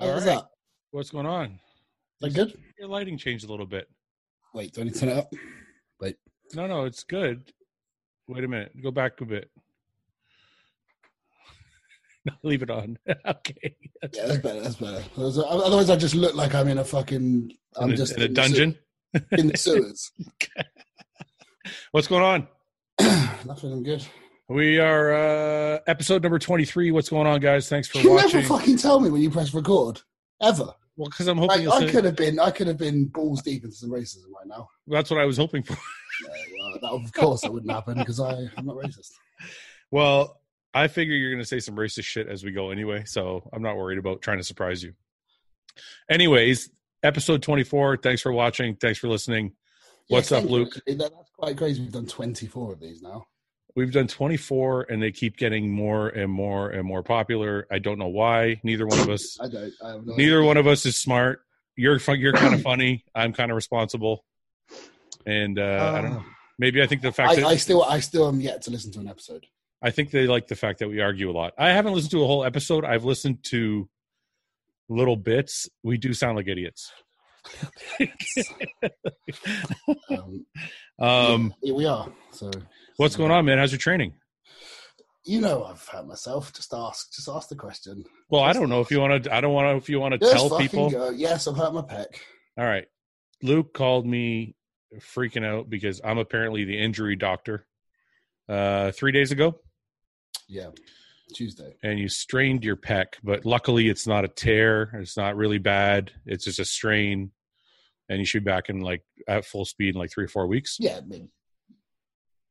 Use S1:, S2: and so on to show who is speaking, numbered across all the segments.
S1: All
S2: What's
S1: right.
S2: up?
S1: What's going on?
S2: Is that good?
S1: Your lighting changed a little bit.
S2: Wait, do I need to turn it up?
S1: No, no, it's good. Wait a minute. Go back a bit. No, leave it on. okay.
S2: Yeah, that's better. That's better. Otherwise- Otherwise, I just look like I'm in a fucking. I'm
S1: in, a,
S2: just
S1: in a
S2: the
S1: dungeon.
S2: sewer- in the sewers.
S1: What's going on?
S2: Nothing. I'm good.
S1: We are uh episode number 23. What's going on, guys? Thanks for
S2: You
S1: watching.
S2: never fucking tell me when you press record, ever.
S1: well, because I'm
S2: Like,
S1: hoping you'll
S2: I
S1: say-
S2: could have been. I could have been balls deep into some racism right now.
S1: that's what I was hoping for.
S2: Yeah, well, that of course that wouldn't happen because I I'm not racist.
S1: Well, I figure you're going to say some racist shit as we go anyway, so I'm not worried about trying to surprise you. Anyways, episode 24. Thanks for watching. Thanks for listening. What's up,
S2: thank
S1: Luke?
S2: you. That- that's quite crazy. We've done 24 of these now.
S1: We've done 24 and they keep getting more and more and more popular. I don't know why. Neither one of us
S2: I don't. I have no
S1: neither one of us is smart. You're fun, you're kind of funny. I'm kind of responsible. And uh, I don't know. Maybe I think the fact
S2: I,
S1: that
S2: I still, I still am yet to listen to an episode.
S1: I think they like the fact that we argue a lot. I haven't listened to a whole episode. I've listened to little bits. We do sound like idiots.
S2: Um,
S1: um,
S2: yeah, here we are. So,
S1: what's going on, man? How's your training?
S2: You know, I've hurt myself. Just ask. Just ask the question.
S1: Well, I don't know if you want to. I don't want to. If you want to
S2: Just
S1: tell
S2: fucking
S1: people,
S2: go. Yes, I've hurt my pec.
S1: all right. Luke called me freaking out because I'm apparently the injury doctor. Uh, three days ago,
S2: Yeah, Tuesday.
S1: and you strained your pec, but luckily it's not a tear. It's not really bad. It's just a strain, and you should be back in like at full speed in like three or four weeks.
S2: Yeah, maybe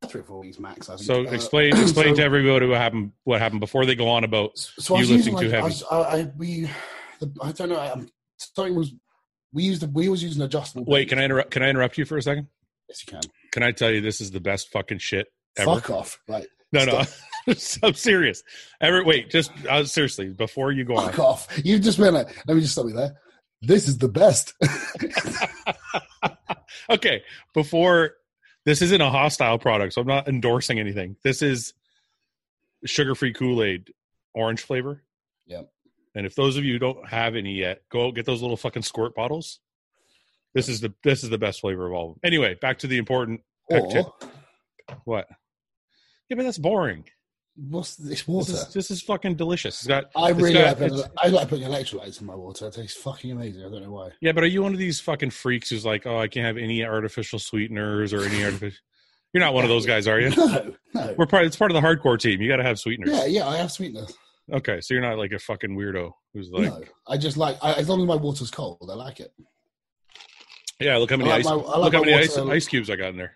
S2: three or four weeks max. I think.
S1: So
S2: Uh,
S1: explain explain
S2: so-
S1: to everybody what happened what happened before they go on about
S2: So I
S1: you
S2: was using,
S1: lifting too
S2: like, I
S1: heavy.
S2: was- I, I, we, the, I don't know. I, I'm, something was. We used. A, we was using adjustable.
S1: Wait, can I interrupt can I interrupt you for a second?
S2: Yes, you can.
S1: Can I tell you this is the best fucking shit ever?
S2: Fuck off. Right.
S1: no, no. I'm serious. Ever wait, just uh, seriously, before you go on.
S2: Fuck off. You've just been like. Let me just stop you there. This is the best.
S1: okay, before this isn't a hostile product, so I'm not endorsing anything. This is sugar-free Kool-Aid, orange flavor.
S2: Yep.
S1: And if those of you who don't have any yet, go out, get those little fucking squirt bottles. This is the this is the best flavor of all. Of them. Anyway, back to the important Heck,
S2: or
S1: what? Yeah, but that's boring.
S2: what's this
S1: This
S2: water?
S1: is, this is fucking delicious. It's got
S2: I
S1: it's
S2: really
S1: got-
S2: like.
S1: it's-
S2: putting- I like putting electrolytes in my water. It tastes fucking amazing. I don't know why.
S1: yeah, but are you one of these fucking freaks who's like, oh, I can't have any artificial sweeteners or any artificial? You're not one of those guys, are you?
S2: No, no.
S1: We're part. It's part of the hardcore team. You got to have sweeteners.
S2: Yeah, yeah, I have sweetness.
S1: Okay, so you're not like a fucking weirdo who's like,
S2: no, I just like I, as long as my water's cold, I like it.
S1: yeah, look how many
S2: I like
S1: ice,
S2: my- I like
S1: look how
S2: my
S1: many
S2: water-
S1: ice, ice cubes I got in there.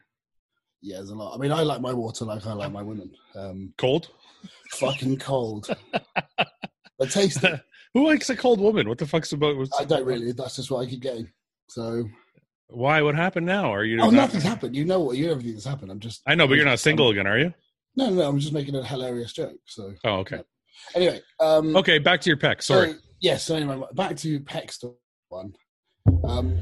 S2: Yeah, there's a lot. I mean, I like my water like I like my women. Um,
S1: Cold.
S2: fucking cold, but tasty.
S1: Who likes a cold woman? What the fuck's about? What's,
S2: I don't really. That's just what I keep getting. So,
S1: why? What happened now? Are you?
S2: oh,
S1: not-
S2: nothing's happened. You know what? You know everything that's happened. I'm just.
S1: I know, but you're not single again, are you?
S2: No, no, no, I'm just making a hilarious joke. So,
S1: Oh, okay.
S2: anyway, um,
S1: Okay, back to your peck.
S2: so-
S1: Sorry.
S2: yeah. So anyway, back to Peck's one. Um,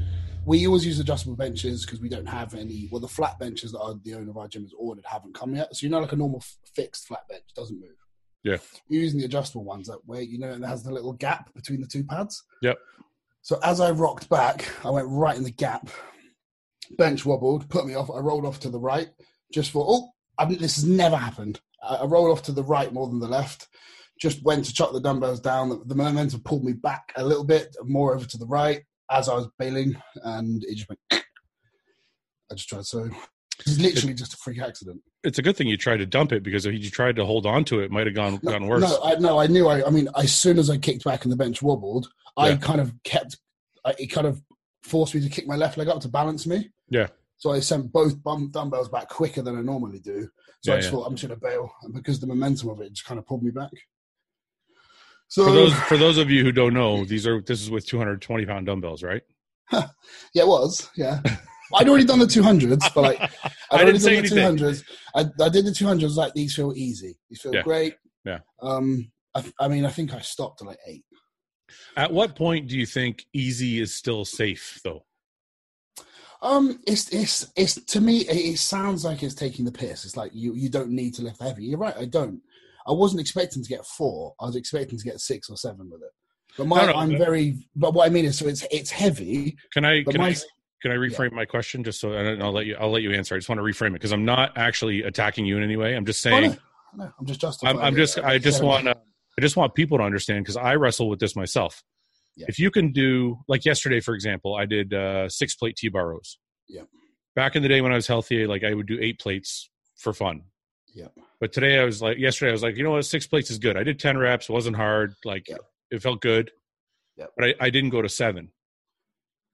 S2: we always use adjustable benches because we don't have any. Well, the flat benches that are the owner of our gym has ordered haven't come yet. So you know, like a normal f- fixed flat bench doesn't move.
S1: Yeah.
S2: We're using the adjustable ones that way. You know, it has the little gap between the two pads.
S1: Yep.
S2: So as I rocked back, I went right in the gap. Bench wobbled, put me off. I rolled off to the right, just for oh, I mean, this has never happened. I, I rolled off to the right more than the left just went to chuck the dumbbells down. The, the momentum pulled me back a little bit, more over to the right as I was bailing, and it just went. I just tried so. It's literally just a freak accident.
S1: it's a good thing you tried to dump it because if you tried to hold on to it, it might have gone
S2: No,
S1: gotten worse.
S2: No, I, no, I knew. I, I mean, as soon as I kicked back and the bench wobbled, I
S1: Yeah.
S2: kind of kept. I, it kind of forced me to kick my left leg up to balance me.
S1: Yeah.
S2: So I sent both bum, dumbbells back quicker than I normally do. So
S1: Yeah,
S2: I just
S1: yeah.
S2: thought I'm just going to bail, and because the momentum of it just kind of pulled me back. So
S1: For those for those of you who don't know, these are this is with 220 pound dumbbells, right?
S2: Yeah, it was. Yeah. I'd already done the 200s, but like, I'd
S1: I
S2: already
S1: didn't say
S2: done the
S1: anything.
S2: 200s. I, I did the 200s, like, these feel easy. These feel
S1: Yeah.
S2: great.
S1: Yeah.
S2: Um, I, I mean, I think I stopped at like eight.
S1: At what point do you think easy is still safe though?
S2: Um, it's, it's, it's, to me, it, it sounds like it's taking the piss. It's like, you, you don't need to lift heavy. You're right. I don't. I wasn't expecting to get four. I was expecting to get six or seven with it. But my,
S1: No, no,
S2: I'm
S1: but-
S2: very. But what I mean is, so it's it's heavy.
S1: Can I
S2: But
S1: can I
S2: my,
S1: can I reframe my question just so and I'll let you I'll let you answer. I just want to reframe it because I'm not actually attacking you in any way. I'm just
S2: Oh,
S1: saying
S2: no, no, I'm just justifying.
S1: I'm, I'm
S2: it.
S1: just I just
S2: Yeah.
S1: want to I just want people to understand because I wrestle with this myself.
S2: Yeah.
S1: If you can do like yesterday, for example, I did uh, six plate T bar rows.
S2: Yeah.
S1: Back in the day when I was healthy, like I would do eight plates for fun.
S2: Yeah.
S1: But today I was like yesterday I was like you know what six plates is good. I did ten reps, wasn't hard. Like
S2: Yeah.
S1: it felt good.
S2: Yeah.
S1: But I, I didn't go to seven.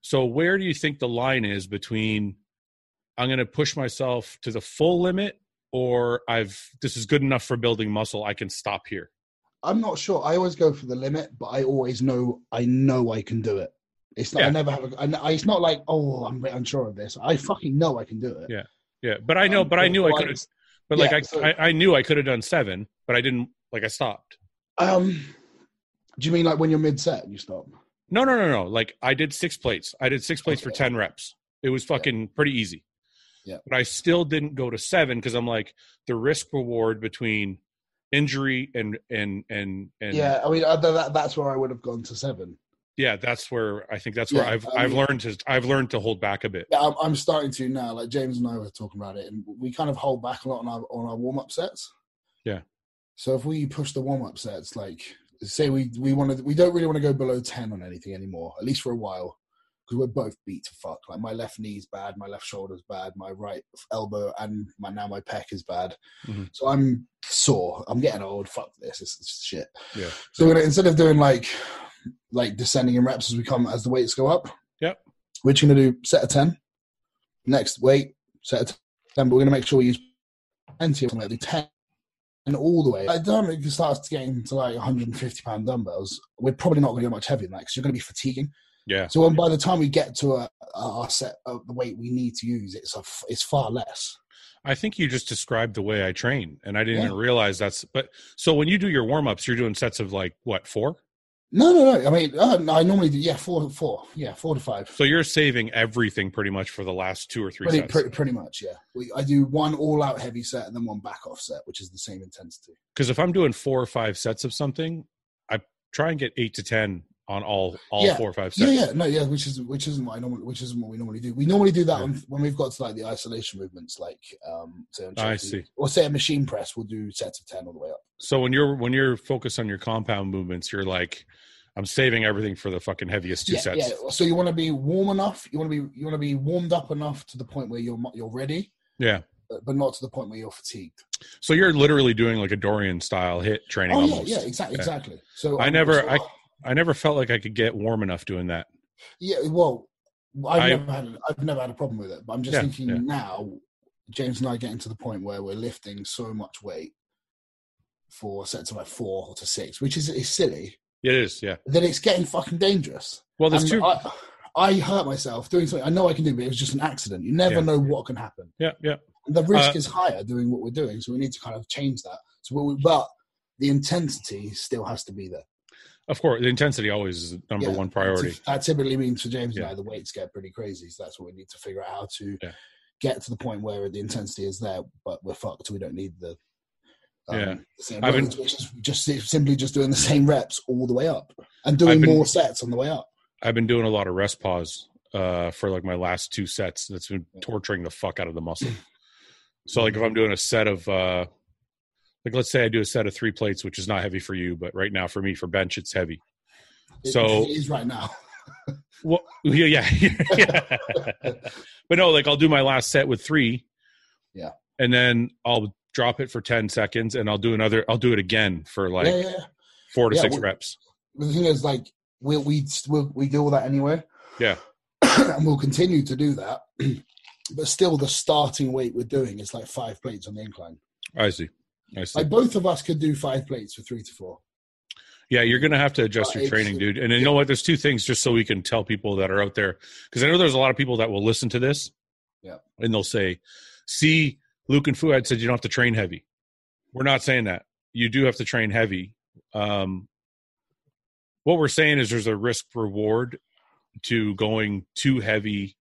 S1: So where do you think the line is between I'm going to push myself to the full limit or I've this is good enough for building muscle. I can stop here.
S2: I'm not sure. I always go for the limit, but I always know I know I can do it. It's not.
S1: Yeah.
S2: I never have. A, I, kn- it's not like oh, I'm a bit unsure of this. I fucking know I can do it.
S1: Yeah, Yeah, but I know,
S2: Um,
S1: but I knew I
S2: so
S1: could have. But like
S2: yeah,
S1: I,
S2: so-
S1: I, I knew I could have done seven, but I didn't. Like I stopped.
S2: Um, do you mean like when you're mid set and you stop?
S1: No, no, no, no. Like I did six plates. I did six plates for
S2: Okay.
S1: ten reps. It was fucking pretty easy.
S2: Yeah.
S1: But I still didn't go to seven because I'm like the risk reward between injury and and and and
S2: yeah, I mean uh, tha- that, that's where I would have gone to seven.
S1: yeah, That's where I think that's where
S2: Yeah,
S1: I've
S2: I
S1: I've
S2: mean-
S1: learned to I've learned to hold back a bit.
S2: Yeah, I'm, I'm starting to now. Like James and I were talking about it, and we kind of hold back a lot on our on our warm up sets.
S1: Yeah.
S2: So if we push the warm up sets, like say we we want to, we don't really want to go below ten on anything anymore, at least for a while, because we're both beat to fuck. Like my left knee's bad, my left shoulder's bad, my right elbow and my now my pec is bad.
S1: Mhm.
S2: So I'm sore. I'm getting old. Fuck this. This is shit.
S1: Yeah.
S2: So we're gonna, instead of doing like like descending in reps as we come as the weights go up.
S1: Yep.
S2: We're just gonna do set of ten. Next weight, set of ten. But we're gonna make sure we use plenty of them, like do ten and all the way. By the time it starts getting to like 150 pound dumbbells, we're probably not gonna go much heavier than that because you're gonna be fatiguing.
S1: Yeah,
S2: So when by the time we get to a, a, our set of the weight we need to use, it's a, f- it's far less.
S1: I think you just described the way I train, and I didn't
S2: Yeah.
S1: even realize that's. But so when you do your warm ups, you're doing sets of like what four?
S2: No, no, no. I mean, uh, no, I normally do yeah four to four, yeah four to five.
S1: So you're saving everything pretty much for the last two or three
S2: Pretty,
S1: sets.
S2: pretty, pretty much, yeah. We, I do one all-out heavy set and then one back-off set, which is the same intensity.
S1: Because if I'm doing four or five sets of something, I try and get eight to ten on all all
S2: Yeah.
S1: four or five
S2: Yeah,
S1: sets.
S2: yeah, no, yeah, which is which isn't what I normally, which isn't what we normally do. We normally do that
S1: Yeah.
S2: on, when we've got to like the isolation movements, like um, say on
S1: I
S2: chest
S1: see.
S2: or say a machine press, we'll do sets of ten all the way up.
S1: So when you're when you're focused on your compound movements, you're like, I'm saving everything for the fucking heaviest two
S2: yeah,
S1: sets.
S2: yeah. So you want to be warm enough. You want to be you want to be warmed up enough to the point where you're mo- you're ready,
S1: Yeah.
S2: but, but not to the point where you're fatigued.
S1: So you're literally doing like a Dorian style hit training
S2: Oh yeah,
S1: almost.
S2: yeah, exactly,
S1: Yeah.
S2: exactly. So
S1: I
S2: um,
S1: never-
S2: so-
S1: I- I never felt like I could get warm enough doing that.
S2: Yeah, well, I've
S1: I-
S2: never had a, I've never had a problem with it, but I'm just
S1: Yeah,
S2: thinking
S1: yeah.
S2: now, James and I are getting to the point where we're lifting so much weight for sets of like four to six, which is is silly.
S1: It is, yeah.
S2: Then it's getting fucking dangerous.
S1: Well, there's
S2: And
S1: two.
S2: I, I hurt myself doing something I know I can do, but it was just an accident. You never
S1: Yeah.
S2: know what can happen.
S1: yeah, yeah.
S2: The risk
S1: Uh,
S2: is higher doing what we're doing, so we need to kind of change that. So, we, but the intensity still has to be there.
S1: Of course, the intensity always is the number
S2: Yeah,
S1: one priority.
S2: That uh, typically means for James
S1: Yeah.
S2: and I, the weights get pretty crazy. So that's what we need to figure out how to
S1: Yeah.
S2: get to the point where the intensity is there, but we're fucked. We don't need the. um,
S1: Yeah.
S2: the same
S1: I've been-
S2: loads, which is just simply just doing the same reps all the way up and doing
S1: been-
S2: more sets on the way up.
S1: I've been doing a lot of rest pause uh, for like my last two sets. That's been torturing the fuck out of the muscle. So like if I'm doing a set of uh, like let's say I do a set of three plates, which is not heavy for you, but right now for me for bench it's heavy.
S2: It-
S1: So-
S2: it is right now.
S1: Well, yeah, yeah, yeah. but no, like I'll do my last set with three.
S2: Yeah.
S1: And then I'll drop it for ten seconds, and I'll do another. I'll do it again for like
S2: yeah, yeah, yeah.
S1: four to
S2: Yeah,
S1: six
S2: we-
S1: reps.
S2: the thing is, like, we we we, we do all that anyway.
S1: Yeah.
S2: and we'll continue to do that, but still, the starting weight we're doing is like five plates on the incline.
S1: I see. I see.
S2: Like both of us could do five plates for three to four.
S1: Yeah, you're going to have to adjust
S2: Uh,
S1: your
S2: it's-
S1: training, dude. And you know what? There's two things just so we can tell people that are out there because I know there's a lot of people that will listen to this.
S2: Yep.
S1: And they'll say, see, Luke and Fuad said you don't have to train heavy. We're not saying that. You do have to train heavy. Um, what we're saying is there's a risk reward to going too heavy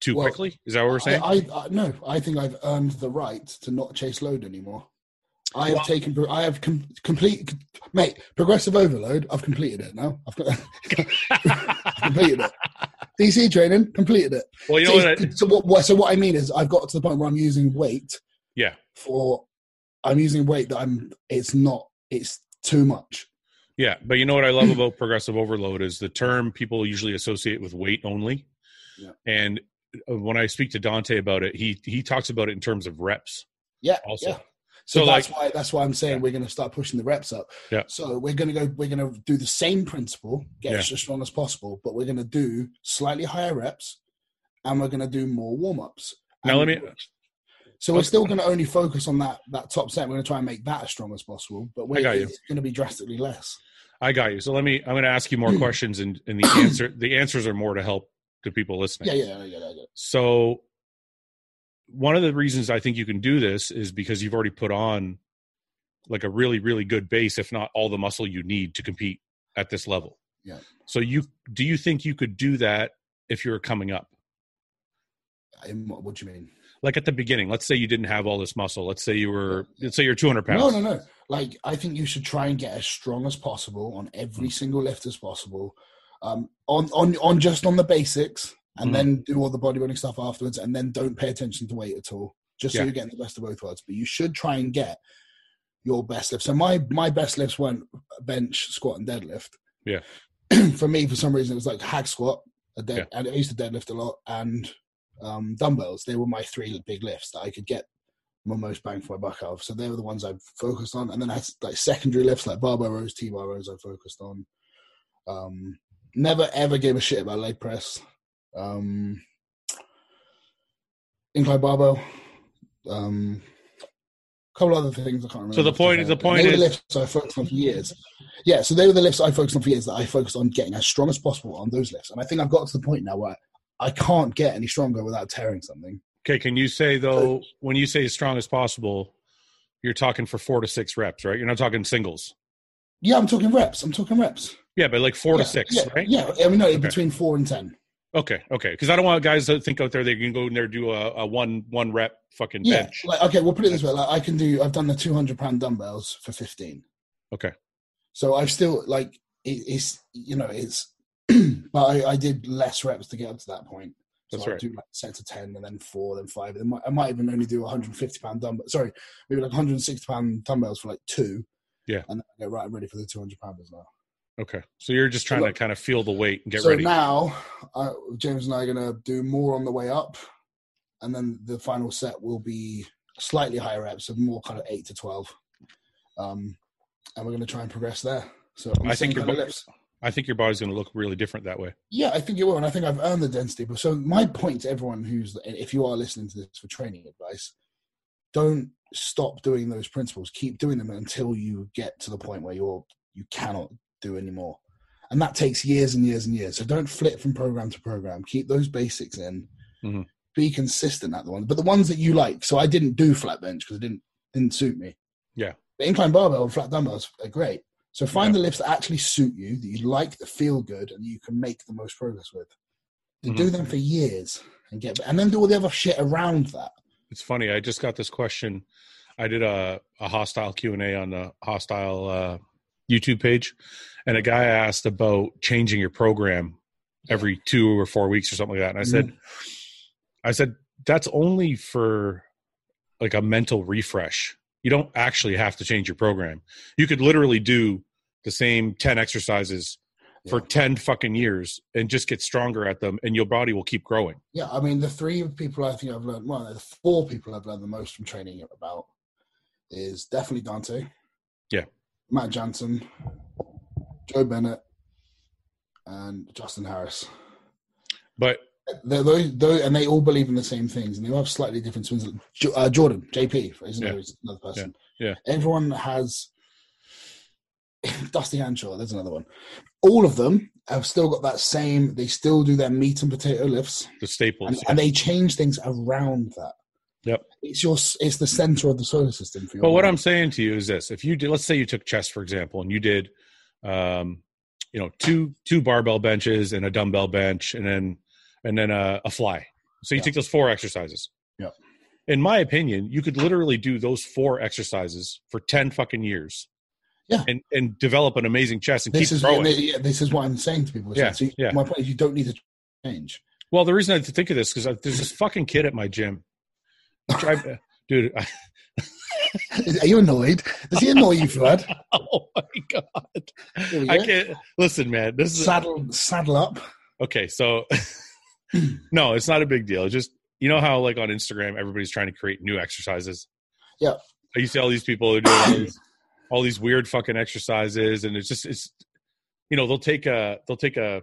S1: too
S2: Well,
S1: quickly. Is that what we're saying?
S2: I, I, I no, I think I've earned the right to not chase load anymore. I have
S1: Well-
S2: taken. I have com- complete, mate. Progressive overload. I've completed it now. I've, got, I've completed it. DC training completed it.
S1: well, you know
S2: so,
S1: what? I-
S2: it's- so what, what? So what I mean is, I've got to the point where I'm using weight.
S1: Yeah.
S2: For, I'm using weight that I'm. It's not. It's too much.
S1: Yeah, but you know what I love about progressive overload is the term people usually associate with weight only.
S2: Yeah.
S1: And uh, when I speak to Dante about it, he he talks about it in terms of reps
S2: Yeah.
S1: also.
S2: Yeah.
S1: So,
S2: So,
S1: like
S2: that's why that's why I'm saying
S1: Yeah.
S2: we're going to start pushing the reps up.
S1: Yeah.
S2: So we're going to go. We're going to do the same principle, get
S1: Yeah.
S2: as strong as possible, but we're going to do slightly higher reps, and we're going to do more warm ups.
S1: Now let me-
S2: So we're still going to only focus on that that top set. We're going to try and make that as strong as possible, but we're
S1: got you.
S2: it's going to be drastically less.
S1: I got you. So let me I'm going to ask you more questions and and the answer the answers are more to help to people listening.
S2: Yeah, yeah, yeah, yeah, yeah.
S1: So one of the reasons I think you can do this is because you've already put on like a really really good base if not all the muscle you need to compete at this level.
S2: Yeah.
S1: So you do you think you could do that if you were coming up?
S2: In what, what do you mean?
S1: Like at the beginning, let's say you didn't have all this muscle. Let's say you were let's say you're 200 pounds.
S2: No, no, no. Like I think you should try and get as strong as possible on
S1: Mm.
S2: every single lift as possible, um, on on on just on the basics, and
S1: Mhm.
S2: then do all the bodybuilding stuff afterwards, and then don't pay attention to weight at all, just
S1: Yeah.
S2: so you're getting the best of both worlds. But you should try and get your best lifts. So my my best lifts weren't bench, squat, and deadlift.
S1: Yeah.
S2: for me, for some reason, it was like hack squat, a dead, and I used to deadlift a lot, and um, dumbbells. They were my three big lifts that I could get my most bang for my buck out of. So they were the ones I focused on. And then I had like secondary lifts like barbell rows, T bar rows I focused on. Um, never ever gave a shit about leg press. Um, incline barbell. Um, couple other things I can't remember.
S1: So the
S2: off
S1: point-
S2: head.
S1: the point
S2: they were the
S1: is-
S2: lifts I focused on for years. Yeah, so they were the lifts I focused on for years that I focused on getting as strong as possible on those lifts. And I think I've got to the point now where I can't get any stronger without tearing something.
S1: Okay, can you say though when you say as strong as possible, you're talking for 4 to 6 reps, right? You're not talking singles.
S2: Yeah, I'm talking reps. I'm talking reps.
S1: Yeah, but like 4
S2: yeah,
S1: to 6,
S2: yeah,
S1: right?
S2: Yeah, I mean, no,
S1: Okay.
S2: between four and ten.
S1: Okay, okay. Because I don't want guys to think out there they can go in there do a, a one one rep fucking
S2: Yeah,
S1: bench.
S2: like okay, we'll put it this way: like I can do. I've done the two hundred pound dumbbells for fifteen.
S1: Okay.
S2: So I've still like it, it's you know it's, but I, I did less reps to get up to that point. So
S1: That's
S2: I'd
S1: right.
S2: Do like set to ten, and then four, then five. Then mi- I might even only do one hundred and fifty pound dumbbell. Sorry, maybe like one hundred and sixty pound dumbbells for like two.
S1: Yeah.
S2: And then I go right. I'm ready for the two hundred pounders now.
S1: Okay, so you're just trying
S2: look-
S1: to kind of feel the weight and get
S2: so
S1: ready.
S2: now, uh, James and I are going to do more on the way up, and then the final set will be slightly higher reps of more kind of eight to twelve, um, and we're going to try and progress there. So on the
S1: I think
S2: same
S1: you're
S2: kind of
S1: both-
S2: lifts.
S1: I think your body's going to look really different that way.
S2: Yeah, I think it will, and I think I've earned the density. But so my point to everyone who's, and if you are listening to this for training advice, don't stop doing those principles. Keep doing them until you get to the point where you're you cannot do anymore, and that takes years and years and years. So don't flip from program to program. Keep those basics in.
S1: Mhm.
S2: Be consistent at the one, but the ones that you like. So I didn't do flat bench because it didn't didn't suit me.
S1: Yeah.
S2: the incline barbell and flat dumbbells are great. So find the lifts that actually suit you, that you like, that feel good, and you can make the most progress with. And Do them for years and get, and then do all the other shit around that.
S1: It's funny. I just got this question. I did a, a hostile Q and A on the hostile uh, YouTube page, and a guy asked about changing your program every two or four weeks or something like that. And I said, I said that's only for like a mental refresh. You don't actually have to change your program. You could literally do the same ten exercises for
S2: Yeah.
S1: ten fucking years and just get stronger at them, and your body will keep growing.
S2: Yeah, I mean, the three people I think I've learned, well, the four people I've learned the most from training about is definitely Dante.
S1: Yeah.
S2: Matt Jansen, Joe Bennett, and Justin Harris.
S1: But
S2: They're those, those, and they all believe in the same things, and they all have slightly different swings. Jo- Uh, Jordan, JP, for- isn't
S1: Yeah.
S2: there? Is another person.
S1: Yeah.
S2: Everyone has. Dusty Hanshaw, there's another one. All of them have still got that same. They still do their meat and potato lifts,
S1: the staples,
S2: and,
S1: yeah.
S2: and they change things around that.
S1: Yep.
S2: It's your. s- It's the center of the solar system for your.
S1: But what
S2: body.
S1: I'm saying to you is this: if you did, let's say you took chest for example, and you did, um, you know, two two barbell benches and a dumbbell bench, and then and then a, a fly. So you
S2: Yeah.
S1: take those four exercises.
S2: Yep.
S1: in my opinion, you could literally do those four exercises for ten fucking years.
S2: Yeah.
S1: And and develop an amazing chest and
S2: This
S1: keep
S2: is what,
S1: growing.
S2: yeah, this is what I'm saying to people.
S1: Yeah,
S2: So you-
S1: yeah.
S2: My point is, you don't need to change.
S1: Well, the reason I had to think of this because there's this fucking kid at my gym. Which I- dude, I,
S2: Are you annoyed? Does he annoy you, Fred?
S1: oh my god,
S2: There we
S1: I
S2: go.
S1: can't listen, man. This is
S2: Saddle, saddle up.
S1: okay. So, no, it's not a big deal. It's just you know how like on Instagram everybody's trying to create new exercises.
S2: Yeah.
S1: I used to see all these people who are doing all these, all these weird fucking exercises, and it's just it's you know they'll take a they'll take a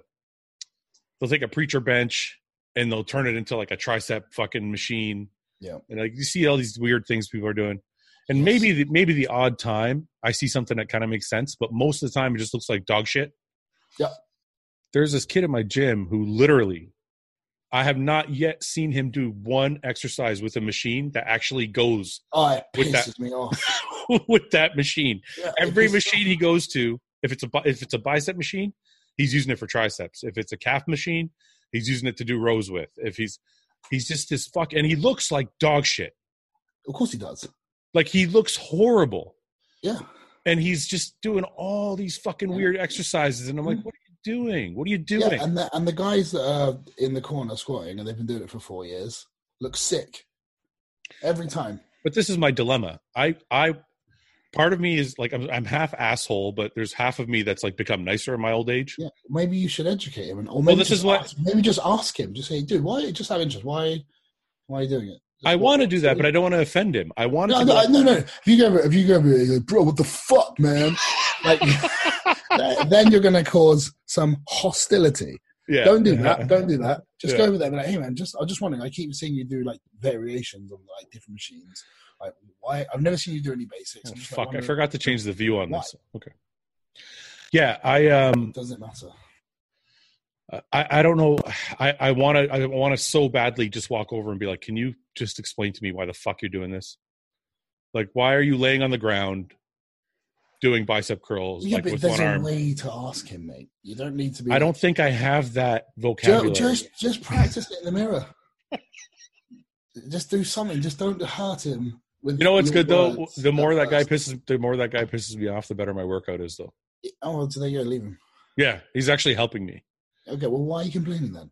S1: they'll take a preacher bench and they'll turn it into like a tricep fucking machine.
S2: Yeah.
S1: and like you see all these weird things people are doing. And maybe the, maybe the odd time I see something that kind of makes sense, but most of the time it just looks like dog shit.
S2: Yeah.
S1: There's this kid at my gym who literally, I have not yet seen him do one exercise with a machine that actually goes
S2: Oh, it
S1: With that-
S2: pisses me off.
S1: with that machine.
S2: Yeah, it
S1: Every
S2: pisses-
S1: machine he goes to, if it's a bi- if it's a bicep machine, he's using it for triceps. If it's a calf machine, he's using it to do rows with. If he's he's just this fuck, and he looks like dog shit.
S2: Of course he does.
S1: Like he looks horrible.
S2: Yeah.
S1: and he's just doing all these fucking weird exercises and i'm like what are you doing what are you doing
S2: Mm. Yeah, and the, and the guys that are in the corner squatting and they've been doing it for four years look sick every time.
S1: but this is my dilemma i i part of me is like I'm, I'm half asshole but there's half of me that's like become nicer in my old age
S2: Yeah, maybe you should educate him, and or maybe
S1: this
S2: just
S1: is what-
S2: ask, maybe just ask him. Just say, dude, why? Just have interest. Why? Why are you doing it?
S1: i want to do that but i don't want to offend him i want
S2: No,
S1: to
S2: no, no, no. If you go, over- if you go, over there, you're like, bro, what the fuck, man? Like, th- then you're gonna cause some hostility.
S1: yeah
S2: Don't do that. Don't do that. Just go
S1: Yeah.
S2: over there and be like, hey, man, just I just wondering. I keep seeing you do like variations on like different machines. Like, why? I've never seen you do any basics.
S1: Oh,
S2: I'm just, like,
S1: fuck i
S2: wondering,
S1: forgot to change the view on
S2: Why?
S1: this okay yeah i um
S2: Does it matter?
S1: I, I don't know. I, I want to. I want to so badly just walk over and be like, "Can you just explain to me why the fuck you're doing this? Like, why are you laying on the ground doing bicep curls
S2: Yeah,
S1: like
S2: but
S1: with
S2: there's
S1: one
S2: a
S1: arm?"
S2: way to ask him, mate. You don't need to be.
S1: I don't think I have that vocabulary.
S2: Just, just just practice it in the mirror. just do something. Just don't hurt him. With
S1: you know what's
S2: your
S1: good though?
S2: words
S1: The more
S2: at
S1: that guy
S2: first.
S1: pisses, the more that guy pisses me off, the better my workout is. Though,
S2: Oh, so there you go. Leave him.
S1: yeah, he's actually helping me
S2: Okay. Well, why are you complaining then?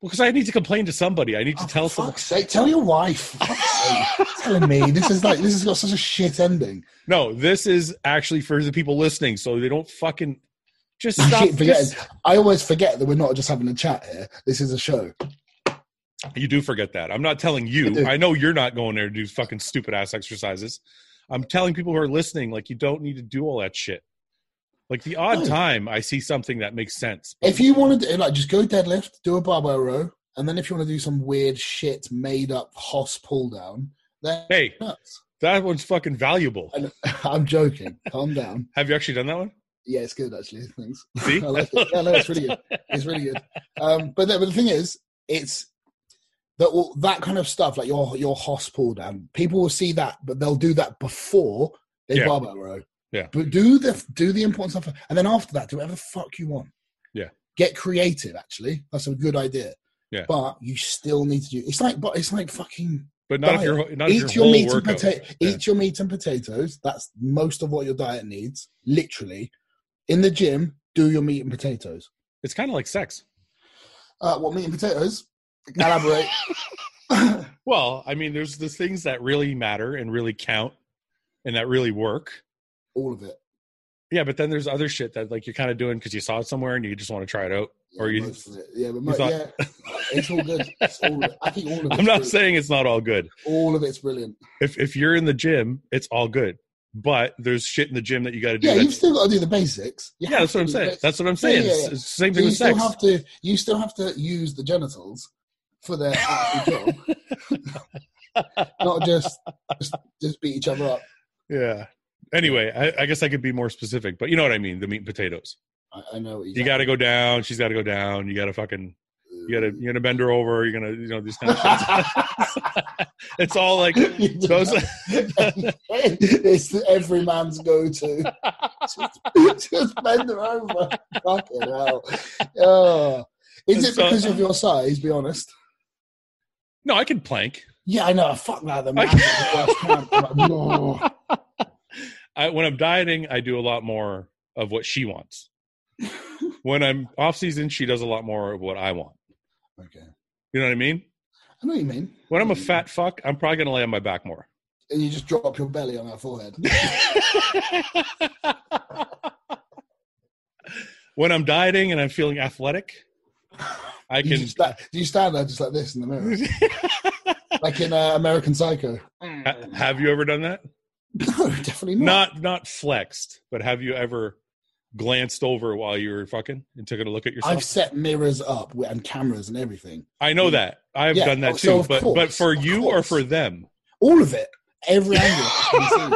S1: because I need to complain to somebody. I need to
S2: Oh,
S1: tell
S2: for
S1: someone.
S2: fuck's sake, tell your wife. For fuck's sake. Telling me this is like this has got such a shit ending.
S1: No, this is actually for the people listening, so they don't fucking just
S2: I
S1: stop.
S2: keep forgetting.
S1: just-
S2: I always forget that we're not just having a chat here. This is a show.
S1: You do forget that. I'm not telling
S2: I
S1: you.
S2: do.
S1: I know you're not going there to do fucking stupid ass exercises. I'm telling people who are listening, like you don't need to do all that shit. Like the odd
S2: No.
S1: time I see something that makes sense.
S2: If you want to do, like, just go deadlift, do a barbell row, and then if you want to do some weird shit, made up hoss pull down, then
S1: Hey,
S2: nuts.
S1: that one's fucking valuable.
S2: I know- I'm joking. Calm down.
S1: Have you actually done that one?
S2: Yeah, it's good actually. Thanks.
S1: See?
S2: I like it. Yeah, no, it's really good. It's really good. Um, but, the, but the thing is, it's that all- that kind of stuff, like your your hoss pull down. People will see that, but they'll do that before they
S1: Yeah.
S2: barbell row.
S1: Yeah.
S2: But do the do the important stuff, and then after that, do whatever the fuck you want.
S1: Yeah.
S2: Get creative. Actually, that's a good idea.
S1: Yeah.
S2: But you still need to do. It's like, but it's like fucking
S1: But not if
S2: Diet.
S1: you're not
S2: eat
S1: if
S2: your,
S1: your whole
S2: meat and
S1: workout.
S2: potato.
S1: Yeah.
S2: Eat your meat and potatoes. That's most of what your diet needs. Literally, in the gym, do your meat and potatoes.
S1: It's kind of like sex.
S2: Uh, what meat and potatoes? Elaborate. yeah,
S1: Well, I mean, there's the things that really matter and really count and that really work.
S2: all of it.
S1: Yeah, but then there's other shit that like you're kind of doing because you saw it somewhere and you just want to try it out.
S2: Yeah,
S1: Or you-
S2: most of it. Yeah, but mo-
S1: thought-
S2: yeah, it's all good. It's all, I think all of it's
S1: I'm not
S2: brilliant.
S1: saying it's not all good.
S2: all of it's brilliant.
S1: if if you're in the gym, it's all good. But there's shit in the gym that you got to do.
S2: Yeah,
S1: that's-
S2: you've still got to do the basics. You
S1: yeah,
S2: have
S1: that's
S2: to
S1: what I'm
S2: do the
S1: saying.
S2: basics.
S1: That's what I'm saying.
S2: yeah,
S1: It's-
S2: yeah.
S1: it's the same
S2: So
S1: thing
S2: you
S1: with
S2: still
S1: sex.
S2: have to. You still have to use the genitals for their actual job, not just just, just beat each other up.
S1: yeah. Anyway, I, I guess I could be more specific, but you know what I mean. The meat and potatoes.
S2: I, I know what
S1: You got to go down. She's got to go down. You got to fucking. You got to. You're gonna bend her over. You're gonna. You know these kind of things. it's all like those.
S2: it's every man's go-to. Just, just bend them over. Fucking hell. Oh. Is it
S1: So-
S2: because of your size? Be honest.
S1: No, I can plank.
S2: Yeah, I know. Fuck that. The man's the worst camp. I'm like, no.
S1: I, when I'm dieting, I do a lot more of what she wants. when I'm off season, she does a lot more of what I want.
S2: Okay.
S1: You know what I mean?
S2: I know what you mean.
S1: When I'm a fat fuck, I'm probably gonna lay on my back more.
S2: And you just drop your belly on her forehead.
S1: when I'm dieting and I'm feeling athletic, I
S2: You
S1: can
S2: just sta- do you stand there just like this in the mirror? like in uh, American Psycho?
S1: Ha- have you ever done that?
S2: No, definitely not.
S1: Not not flexed, but have you ever glanced over while you were fucking and took a look at yourself?
S2: I've set mirrors up with- and cameras and everything.
S1: I know that. I've
S2: Yeah,
S1: done that
S2: oh,
S1: too,
S2: so of
S1: but but
S2: course,
S1: for
S2: of
S1: you or
S2: course.
S1: for them?
S2: All of it. Every angle. has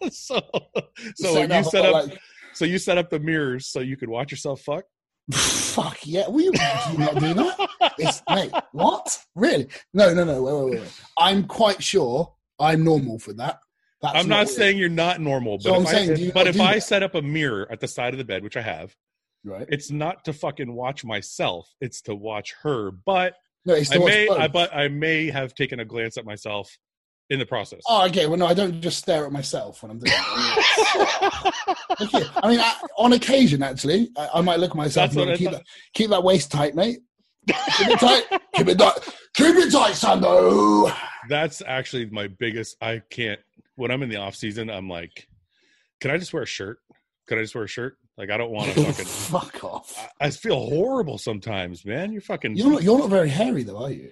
S2: been seen.
S1: so so
S2: Set
S1: you set up
S2: like,
S1: so you set up the mirrors so you could watch yourself fuck.
S2: fuck yeah. Will you do you not do that? It's, mate, what? Really? No, no, no. Wait, wait, wait, wait. I'm quite sure I'm normal for that. That's
S1: I'm not
S2: weird.
S1: saying you're not normal, but
S2: So I'm
S1: if,
S2: saying,
S1: I,
S2: do you
S1: but
S2: not
S1: if
S2: do
S1: I
S2: that?
S1: set up a mirror at the side of the bed, which I have,
S2: right.
S1: it's not to fucking watch myself; it's to watch her. But
S2: No, it's
S1: I
S2: the
S1: may,
S2: both.
S1: I, but I may have taken a glance at myself in the process.
S2: Oh, okay. Well, no, I don't just stare at myself when I'm doing it. okay. I mean, I, on occasion, actually, I, I might look at myself
S1: That's
S2: and
S1: what
S2: go,
S1: I
S2: keep,
S1: thought.
S2: that, keep that waist tight, mate. Keep it tight. keep it tight. Keep it tight, Sando.
S1: That's actually my biggest. I can't when I'm in the off season. I'm like, can I just wear a shirt? Could I just wear a shirt? Like I don't want to fucking.
S2: Fuck off.
S1: I, I feel horrible sometimes, man. You're fucking.
S2: You're not, you're not very hairy, though, are you?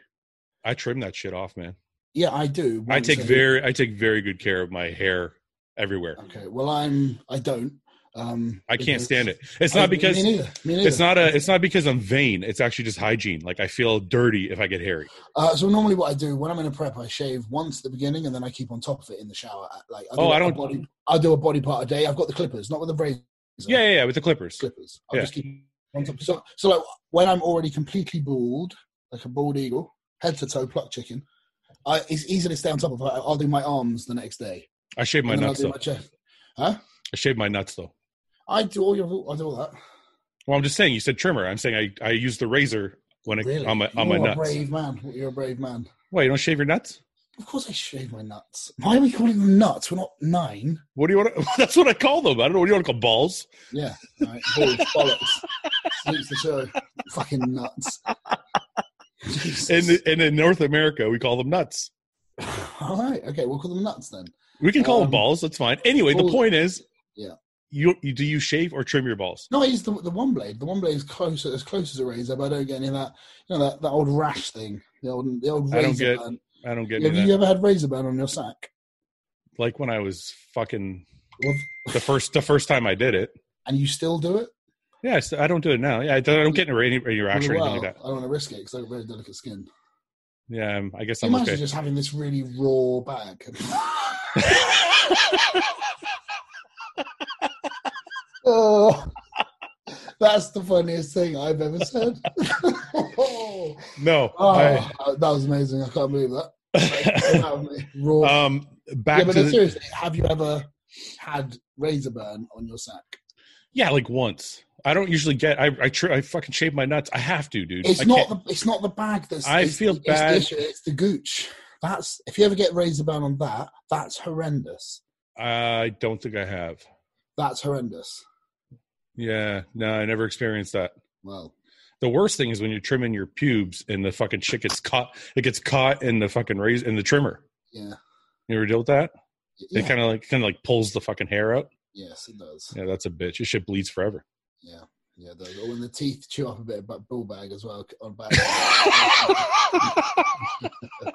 S1: I trim that shit off, man.
S2: Yeah, I do.
S1: I
S2: once
S1: take
S2: every-
S1: very I take very good care of my hair everywhere.
S2: Okay. Well, I'm. I don't. Um,
S1: I can't
S2: because-
S1: stand it. It's
S2: I-
S1: not because
S2: Me neither. Me neither.
S1: it's not a it's not because I'm vain. It's actually just hygiene. Like I feel dirty if I get hairy.
S2: Uh, so normally, what I do when I'm in a prep, I shave once at the beginning, and then I keep on top of it in the shower. Like, I do
S1: Oh,
S2: a
S1: I don't-
S2: Body, I do a body part a day. I've got the clippers, not with the razor.
S1: Yeah, yeah, yeah with the clippers.
S2: clippers. I
S1: Yeah.
S2: just keep on top. So, so like when I'm already completely bald, like a bald eagle, head to toe pluck chicken, I, it's easy to stay on top of. it. I'll do my arms the next day,
S1: I shave my
S2: and then I'll
S1: nuts
S2: do
S1: though.
S2: my chest.
S1: I shave my nuts though.
S2: I do all your. I do all that.
S1: Well, I'm just saying. You said trimmer. I'm saying I, I use the razor when I,
S2: Really,
S1: on my on my
S2: You're a
S1: nuts.
S2: brave man. You're a brave man.
S1: Wait, you don't shave your nuts?
S2: Of course, I shave my nuts. Why are we calling them nuts? We're not nine.
S1: What do you want? To, that's what I call them. I don't know. What do you want to call balls?
S2: Yeah, right. Balls, bollocks. Sleeps the show. Fucking nuts. Jesus.
S1: And and in North America, we call them nuts.
S2: All right, okay, we'll call them nuts then.
S1: We can call them
S2: Um,
S1: balls. That's fine. Anyway, the
S2: balls-
S1: point is,
S2: Yeah.
S1: You, you do you shave or trim your balls?
S2: No, I use the, the one blade. The one blade is closer, as close as a razor, but I don't get any of that. You know that, that old rash thing. The old the old
S1: I don't
S2: razor
S1: get
S2: burn.
S1: I don't get
S2: Have
S1: any of
S2: you
S1: that.
S2: ever had razor burn on your sack?
S1: Like when I was fucking
S2: Well,
S1: the first the first time I did it.
S2: And you still do it?
S1: Yeah, so I don't do it now. Yeah, I don't, I don't get any, any rash or
S2: Well,
S1: anything like that.
S2: I don't want to risk it because I've got very delicate skin.
S1: Yeah, um, I guess I'm
S2: Imagine
S1: okay.
S2: just having this really raw bag. oh, that's the funniest thing I've ever said. oh, uh,
S1: No, I-
S2: that was amazing. I can't believe that. Wow, mate. raw.
S1: um,
S2: yeah,
S1: back
S2: but
S1: to
S2: no,
S1: the,
S2: seriously, have you ever had razor burn on your sack?
S1: yeah, like once. I don't usually get. I I, tr- I fucking shave my nuts. I have to, dude.
S2: It's
S1: I
S2: not
S1: can't-
S2: the it's not the bag that's.
S1: I
S2: it's
S1: feel
S2: the,
S1: bad.
S2: It's the, issue, it's the gooch. That's if you ever get razor burn on that, that's horrendous.
S1: I don't think I have.
S2: That's horrendous.
S1: Yeah, no, I never experienced that.
S2: Well,
S1: The worst thing is when you're trimming your pubes and the fucking shit gets caught. It gets caught in the fucking razor in the trimmer.
S2: yeah.
S1: You ever deal with that?
S2: Yeah,
S1: It kind of like kind of like pulls the fucking hair out.
S2: yes, it does.
S1: Yeah, that's a bitch. Your shit bleeds forever.
S2: Yeah, yeah, it does. Or when the teeth chew up a bit of bu- bull bag as well on back.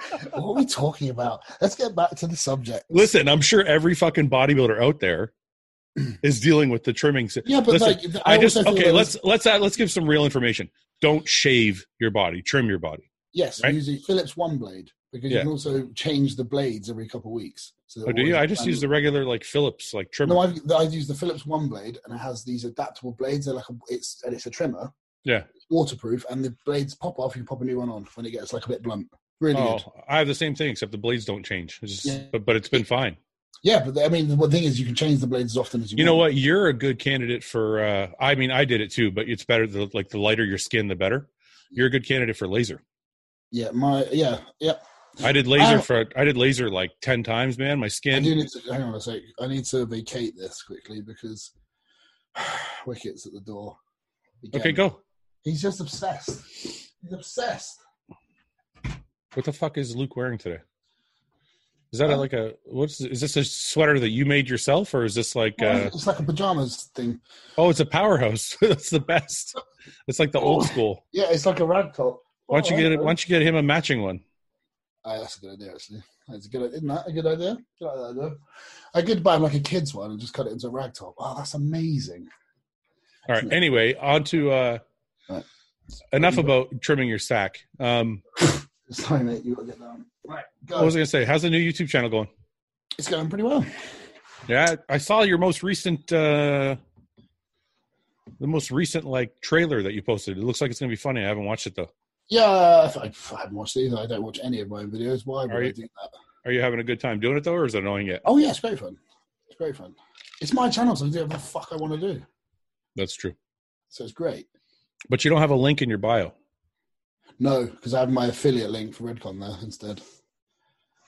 S2: what are we talking about? Let's get back to the subject.
S1: Listen, I'm sure every fucking bodybuilder out there is dealing with the trimming. si-
S2: Yeah, but
S1: Listen,
S2: like
S1: I just
S2: also feel
S1: okay.
S2: there
S1: Let's
S2: was-
S1: let's add, let's give some real information. Don't shave your body. Trim your body.
S2: yes
S1: right?
S2: using Phillips one blade because
S1: Yeah.
S2: you can also change the blades every couple of weeks. So they're
S1: Oh, do
S2: always
S1: you? I just
S2: brand
S1: use the regular like Phillips like trimmer.
S2: No, I've, I've used the Phillips One blade, and it has these adaptable blades. They're like a, it's and it's a trimmer.
S1: Yeah.
S2: Waterproof, and the blades pop off. You pop a new one on when it gets like a bit blunt. Really
S1: oh,
S2: good.
S1: I have the same thing except the blades don't change. It's just,
S2: Yeah.
S1: but, but it's been fine.
S2: Yeah, but the- I mean, the one thing is, you can change the blades as often as you.
S1: You know
S2: want.
S1: what? You're a good candidate for. uh I mean, I did it too, but it's better. The, like the lighter your skin, the better. You're a good candidate for laser.
S2: Yeah, my yeah, yeah.
S1: I did laser
S2: Oh.
S1: for I did laser like ten times, man. My
S2: I
S1: skin.
S2: do need to hang on a sec. I need to vacate this quickly because Wicket's at the door. again.
S1: Okay, go.
S2: He's just obsessed. He's obsessed.
S1: What the fuck is Luke wearing today? Is that a,
S2: Uh,
S1: like a what's is this a sweater that you made yourself or is this like
S2: Well,
S1: uh
S2: it's like a pajamas thing.
S1: oh it's a powerhouse that's the best it's like the old school
S2: Yeah, it's like a rag top.
S1: why don't you
S2: Oh,
S1: get it
S2: okay.
S1: why don't you get him a matching one
S2: Ah, that's a good idea, actually. That's a good idea. Isn't that a good idea? Good idea. I could buy him like a kid's one and just cut it into a rag top. Oh, that's amazing.
S1: all right anyway on to uh
S2: Right.
S1: enough about trimming your sack um
S2: Sorry, mate. you got to get down. Right,
S1: what
S2: go.
S1: was i gonna say how's the new youtube channel going
S2: It's going pretty well.
S1: yeah i saw your most recent uh the most recent like trailer that you posted it looks like it's gonna be funny i haven't watched it though
S2: Yeah, I, I haven't watched it either. I don't watch any of my own videos. Why would
S1: Are
S2: I
S1: you-
S2: do that?
S1: are you having a good time doing it though or is it annoying yet
S2: Oh, yeah, it's great fun. It's great fun. It's my channel, so I can do whatever the fuck I want to do.
S1: that's true
S2: So it's great.
S1: but you don't have a link in your bio
S2: No, because I have my affiliate link for Redcon there instead.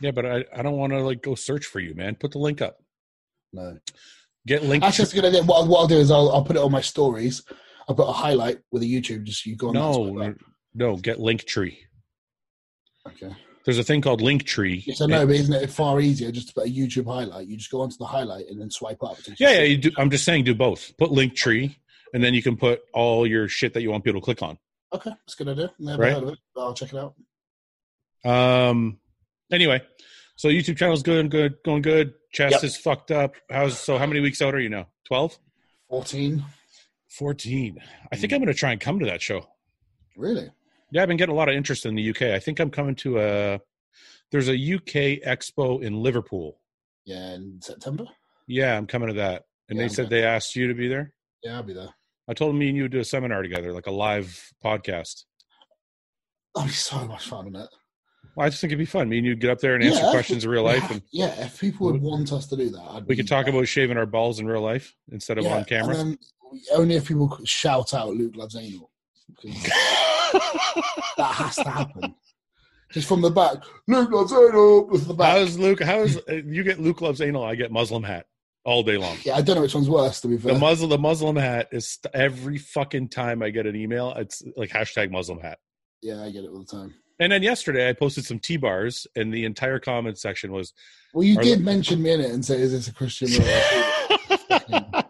S1: yeah but i, I don't want to like go search for you man put the link up
S2: No.
S1: get link
S2: Actually, that's a good idea. What, what I'll do is I'll, I'll put it on my stories. I'll put a highlight with a YouTube, just you go on that.
S1: no n- no get link tree
S2: Okay.
S1: there's a thing called link tree
S2: Yes, I know, but isn't it far easier just to put a YouTube highlight? You just go onto the highlight and then swipe up. to-
S1: yeah yeah you do, i'm just saying do both put link tree and then you can put all your shit that you want people to click on
S2: Okay, that's a good idea. Never
S1: Right.
S2: heard of it. but I'll check it out.
S1: um anyway so youtube channel's good good going good chest
S2: Yep.
S1: is fucked up how's so how many weeks out are you now 12
S2: 14.
S1: 14 i think i'm going to try and come to that show
S2: Really?
S1: Yeah, I've been getting a lot of interest in the UK. I think I'm coming to a there's a UK expo in Liverpool.
S2: Yeah, in September?
S1: Yeah, I'm coming to that. And
S2: Yeah,
S1: they
S2: I'm
S1: said
S2: good.
S1: they asked you to be there.
S2: Yeah, I'll be there.
S1: I told them me and you would do a seminar together, like a live podcast.
S2: That'll be so much fun on it.
S1: Well, I just think it'd be fun. Me and you'd get up there and
S2: Yeah,
S1: answer
S2: that's-
S1: questions in real life, and
S2: yeah, if people would want us to do that, I'd
S1: we could
S2: be
S1: talk
S2: down.
S1: about shaving our balls in real life instead of
S2: Yeah,
S1: on camera.
S2: And then only if people could shout out Luke loves anal. 'Cause that has to happen. Just from the back, Luke loves anal. With the back.
S1: how's Luke? How's uh, you get Luke loves anal? I get Muslim hat all day long.
S2: Yeah, I don't know which one's worse. To be fair,
S1: The Muslim, the Muslim hat is st- every fucking time I get an email. It's like hashtag Muslim hat.
S2: yeah, I get it all the time.
S1: And then yesterday, I posted some T bars, and the entire comment section was.
S2: Well, you
S1: Are
S2: did mention me in it and say, "Is this a Christian or a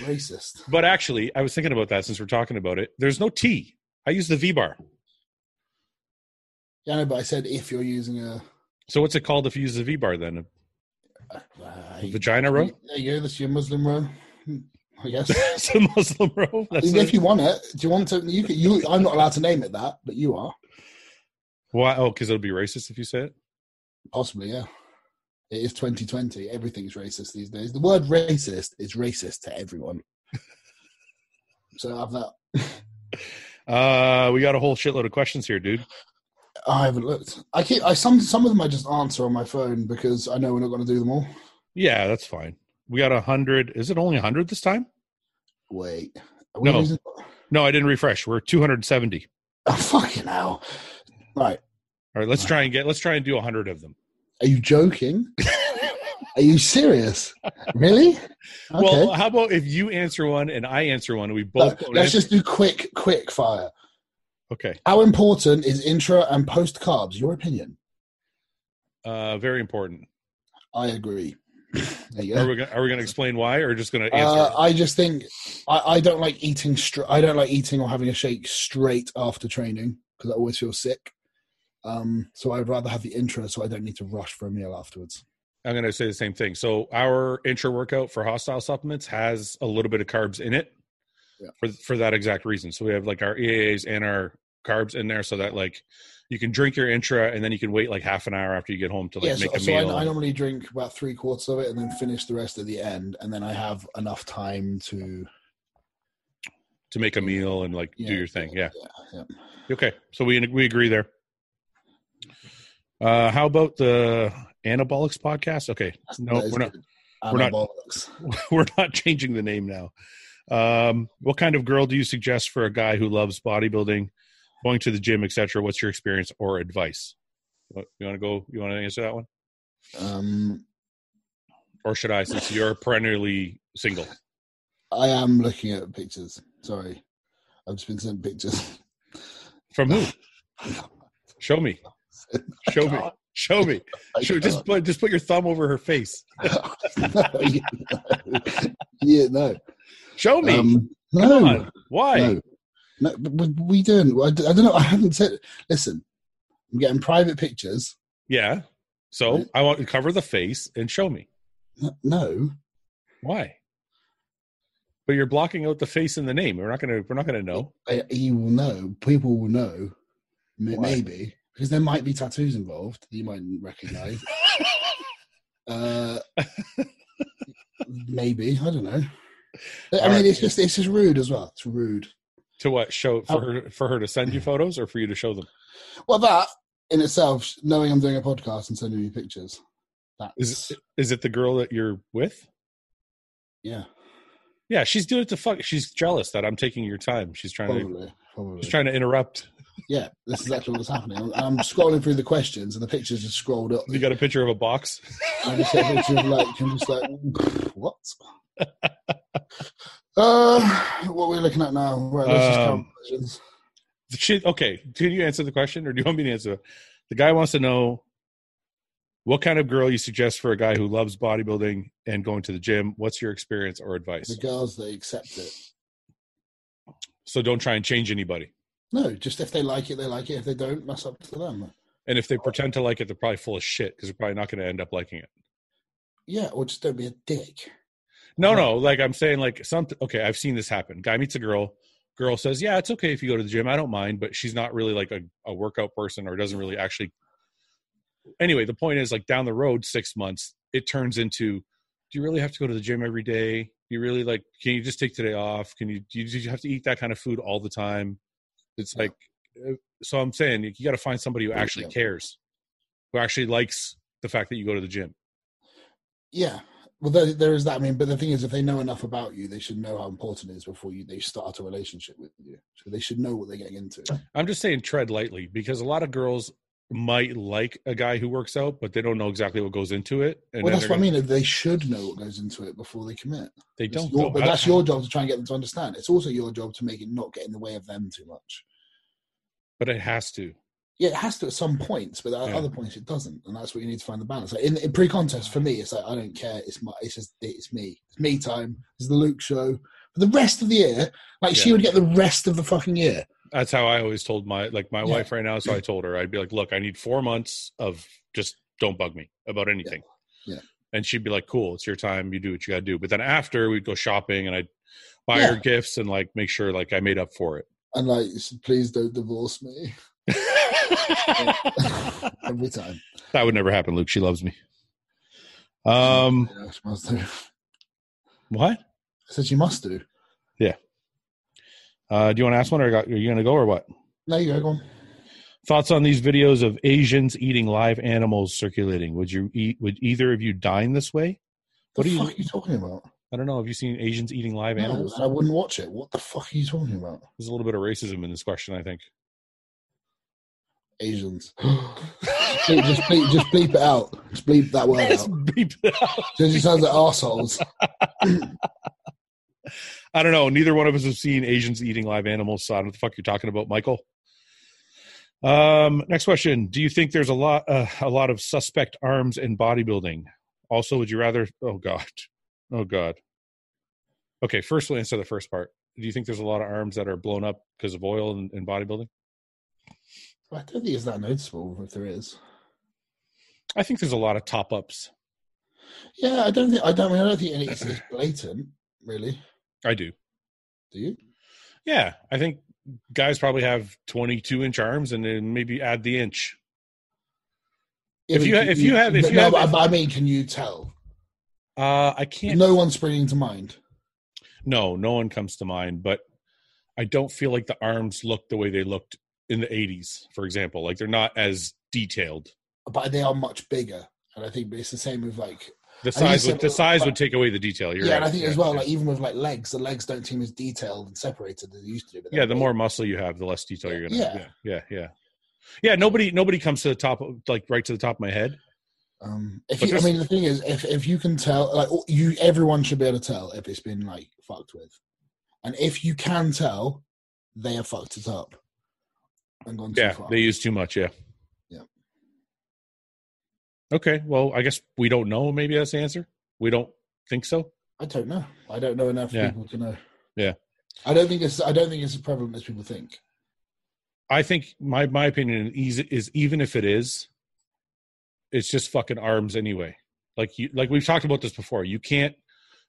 S2: racist?"
S1: but actually, I was thinking about that since we're talking about it. There's no T. I use the V bar.
S2: Yeah, I know, but I said if you're using a
S1: So what's it called if you use the V bar then?
S2: uh,
S1: A vagina row?
S2: yeah, yeah, that's your Muslim row. I guess.
S1: it's a Muslim row. That's
S2: if
S1: a,
S2: you want it, do you want to? You, can, you, I'm not allowed to name it that, but you are
S1: why? Oh, because it'll be racist if you say it.
S2: possibly. Yeah, it is 2020. Everything's racist these days. The word racist is racist to everyone. so I have that.
S1: Uh, we got a whole shitload of questions here, dude.
S2: I haven't looked. I keep. I some some of them I just answer on my phone because I know we're not going to do them all.
S1: Yeah, that's fine. We got a hundred. Is it only a hundred this time?
S2: Wait. Are we
S1: No.
S2: losing-
S1: No, I didn't refresh. We're two hundred and seventy.
S2: Oh, fucking hell. Right.
S1: All right, let's try and get. Let's try and do a hundred of them.
S2: Are you joking? Are you serious? Really?
S1: Well, how about if you answer one and I answer one, and we
S2: No,
S1: both. don't
S2: let's
S1: answer-
S2: just do quick, quick fire.
S1: okay.
S2: How important is intra and post carbs? Your opinion?
S1: Uh, very important.
S2: I agree. There you
S1: Are
S2: go.
S1: we gonna, are we going to explain why, or just going to answer?
S2: Uh, I just think I, I don't like eating. Str- I don't like eating or having a shake straight after training because I always feel sick. Um, so I'd rather have the intra, so I don't need to rush for a meal afterwards.
S1: I'm going to say the same thing. So our intra workout for hostile supplements has a little bit of carbs in it
S2: Yeah.
S1: for for that exact reason. So we have like our EAAs and our carbs in there, so that like you can drink your intra and then you can wait like half an hour after you get home to like
S2: yeah, so,
S1: make a
S2: so
S1: meal.
S2: I, I normally drink about three quarters of it and then finish the rest at the end, and then I have enough time to
S1: to make a meal and like
S2: yeah,
S1: do your thing. Yeah.
S2: yeah.
S1: Okay. So we we agree there. Uh, how about the anabolics podcast? Okay. No,
S2: That is
S1: we're not.
S2: good.
S1: we're not-
S2: Anabolics.
S1: we're not changing the name now. Um, what kind of girl do you suggest for a guy who loves bodybuilding, going to the gym, etc.? What's your experience or advice? What- You want to go? You want to answer that one,
S2: Um,
S1: or should I? Since you're perennially single.
S2: I am looking at pictures. Sorry, I've just been sent pictures.
S1: From who? Show me. Show me. Show me. Show, just put just put your thumb over her face.
S2: yeah, no.
S1: Show me.
S2: Um,
S1: Come
S2: no,
S1: on. Why?
S2: no, no. But what are we doing? I, d- I don't know. I haven't said. Listen, I'm getting private pictures.
S1: Yeah. So
S2: Right.
S1: I want to cover the face and show me
S2: N- No,
S1: why. But you're blocking out the face and the name. We're not gonna. We're not gonna know.
S2: I, you will know. People will know.
S1: Why?
S2: M- Maybe because there might be tattoos involved. that You might recognize. uh, maybe I don't know. I
S1: All
S2: mean,
S1: right.
S2: it's just it's just rude as well. It's rude.
S1: To what show for
S2: Oh.
S1: her for her to send you photos or for you to show them?
S2: Well, that in itself, knowing I'm doing a podcast and sending me pictures. That's
S1: Is it, is it the girl that you're with?
S2: yeah,
S1: Yeah, she's doing it to fuck. She's jealous that I'm taking your time. She's trying to.
S2: probably, probably.
S1: She's trying to interrupt.
S2: Yeah, this is actually what's happening. I'm, I'm scrolling through the questions and the pictures just scrolled up.
S1: You got a picture of a box.
S2: I just get a picture of like, I'm just like, what? Uh, what we're looking at now? Right, let's just count
S1: Um,
S2: questions.
S1: The shit- okay, can you answer the question, or do you want me to answer? it? The guy wants to know what kind of girl you suggest for a guy who loves bodybuilding and going to the gym. What's your experience or
S2: The
S1: advice?
S2: girls that accept it.
S1: So don't try and change anybody.
S2: No, just if they like it, they like it. If they don't, that's up to them.
S1: And if they pretend to like it, they're probably full of shit because they're probably not going to end up liking it.
S2: Yeah, or just don't be a dick.
S1: No, no, like I'm saying, like some. Okay, I've seen this happen. Guy meets a girl. Girl says, "Yeah, it's okay if you go to the gym. I don't mind," but she's not really like a, a workout person or doesn't really actually. Anyway, the point is, like down the road, six months, it turns into, do you really have to go to the gym every day? You really like? Can you just take today off? Can you? Do you, do you have to eat that kind of food all the time? It's like, uh, so I'm saying you got to find somebody who actually
S2: Yeah.
S1: cares, who actually likes the fact that you go to the gym.
S2: Yeah. Well, there, there is that. I mean, but the thing is, if they know enough about you, they should know how important it is before you they start a relationship with you. So they should know what they're getting into.
S1: I'm just saying tread lightly because a lot of girls might like a guy who works out, but they don't know exactly what goes into it. And
S2: well,
S1: then
S2: that's
S1: they're
S2: what I
S1: gonna-
S2: mean. They should know what goes into it before they commit.
S1: They
S2: It's
S1: don't. "Ah,
S2: your-
S1: know.
S2: but
S1: I-
S2: that's your job to try and get them to understand. It's also your job to make it not get in the way of them too much.
S1: but it has to.
S2: Yeah, it has to at some points, but at
S1: Yeah.
S2: other points it doesn't, and that's what you need to find the balance. Like in, in pre-contest, for me, it's like I don't care. It's my, it's just it's me. It's me time. It's the Luke show. For the rest of the year, like she
S1: Yeah.
S2: would get the rest of the fucking year.
S1: That's how I always told my like my
S2: Yeah.
S1: wife right now. So I told her I'd be like, look, I need four months of just don't bug me about anything.
S2: Yeah.
S1: And she'd be like, cool, it's your time. You do what you got to do. But then after we'd go shopping and I'd buy her
S2: Yeah.
S1: gifts and like make sure like I made up for it.
S2: And like, please don't divorce me every time.
S1: that would never happen, Luke. She loves me. Um,
S2: Yeah, she must do. I
S1: what?
S2: said she must do.
S1: Uh, do you want to ask one, or got- are you going to go, or what?
S2: No, you go, go on.
S1: Thoughts on these videos of Asians eating live animals circulating? Would you eat? Would either of you dine this way? What
S2: What
S1: do you-
S2: the fuck are you talking about?
S1: I don't know. Have you seen Asians eating live
S2: No,
S1: animals?
S2: I wouldn't watch it. What the fuck are you talking about?
S1: There's a little bit of racism in this question, I think.
S2: Asians. Bleep- just, bleep, just bleep it out. Just bleep that word
S1: Just
S2: out.
S1: beep it out.
S2: So it just sounds like arseholes.
S1: I don't know. Neither one of us have seen Asians eating live animals, so I don't know what the fuck you're talking about, Michael. Um, next question: Do you think there's a lot, uh, a lot of suspect arms in bodybuilding? Also, would you rather? Oh God, oh God. Okay, first we'll answer the first part. Do you think there's a lot of arms that are blown up because of oil in, in bodybuilding?
S2: I don't think it's that noticeable if there is.
S1: I think there's a lot of top ups.
S2: Yeah, I don't think I don't I mean, I don't think any, it's, it's blatant, really.
S1: I do.
S2: Do you?
S1: Yeah, I think guys probably have 22 inch arms, and then maybe add the inch. If
S2: but
S1: you-
S2: can
S1: if you have- if
S2: but
S1: you
S2: no,
S1: have-
S2: but I mean, can you tell?
S1: Uh, I can't.
S2: No one's springing to mind.
S1: No, no one comes to mind, but I don't feel like the arms look the way they looked in the 80s, for example. Like they're not as detailed.
S2: but they are much bigger. And I think it's the same with like
S1: The
S2: think
S1: size would
S2: so,
S1: the size
S2: but-
S1: would take away the detail. You're
S2: yeah,
S1: right.
S2: and I think
S1: yeah,
S2: as well,
S1: yeah.
S2: like even with like legs, the legs don't seem as detailed and separated as they used to. do. But
S1: yeah,
S2: they're
S1: the
S2: big.
S1: more muscle you have, the less detail you're gonna
S2: Yeah.
S1: have. Yeah, yeah, yeah. Yeah, nobody nobody comes to the top of- like right to the top of my head.
S2: Um, if
S1: But
S2: you, I
S1: this-
S2: mean, the thing is, if, if you can tell, like all- you, everyone should be able to tell if it's been like fucked with, and if you can tell, they have fucked it up and gone too
S1: Yeah,
S2: far.
S1: they use too much. Yeah.
S2: Yeah.
S1: Okay. Well, I guess we don't know. Maybe that's the answer. We don't think so.
S2: I don't know. I don't know enough
S1: Yeah.
S2: people to know.
S1: Yeah.
S2: I don't think it's. I don't think it's as prevalent as people think.
S1: I think my my opinion is, is even if it is, it's just fucking arms anyway. Like you like we've talked about this before. You can't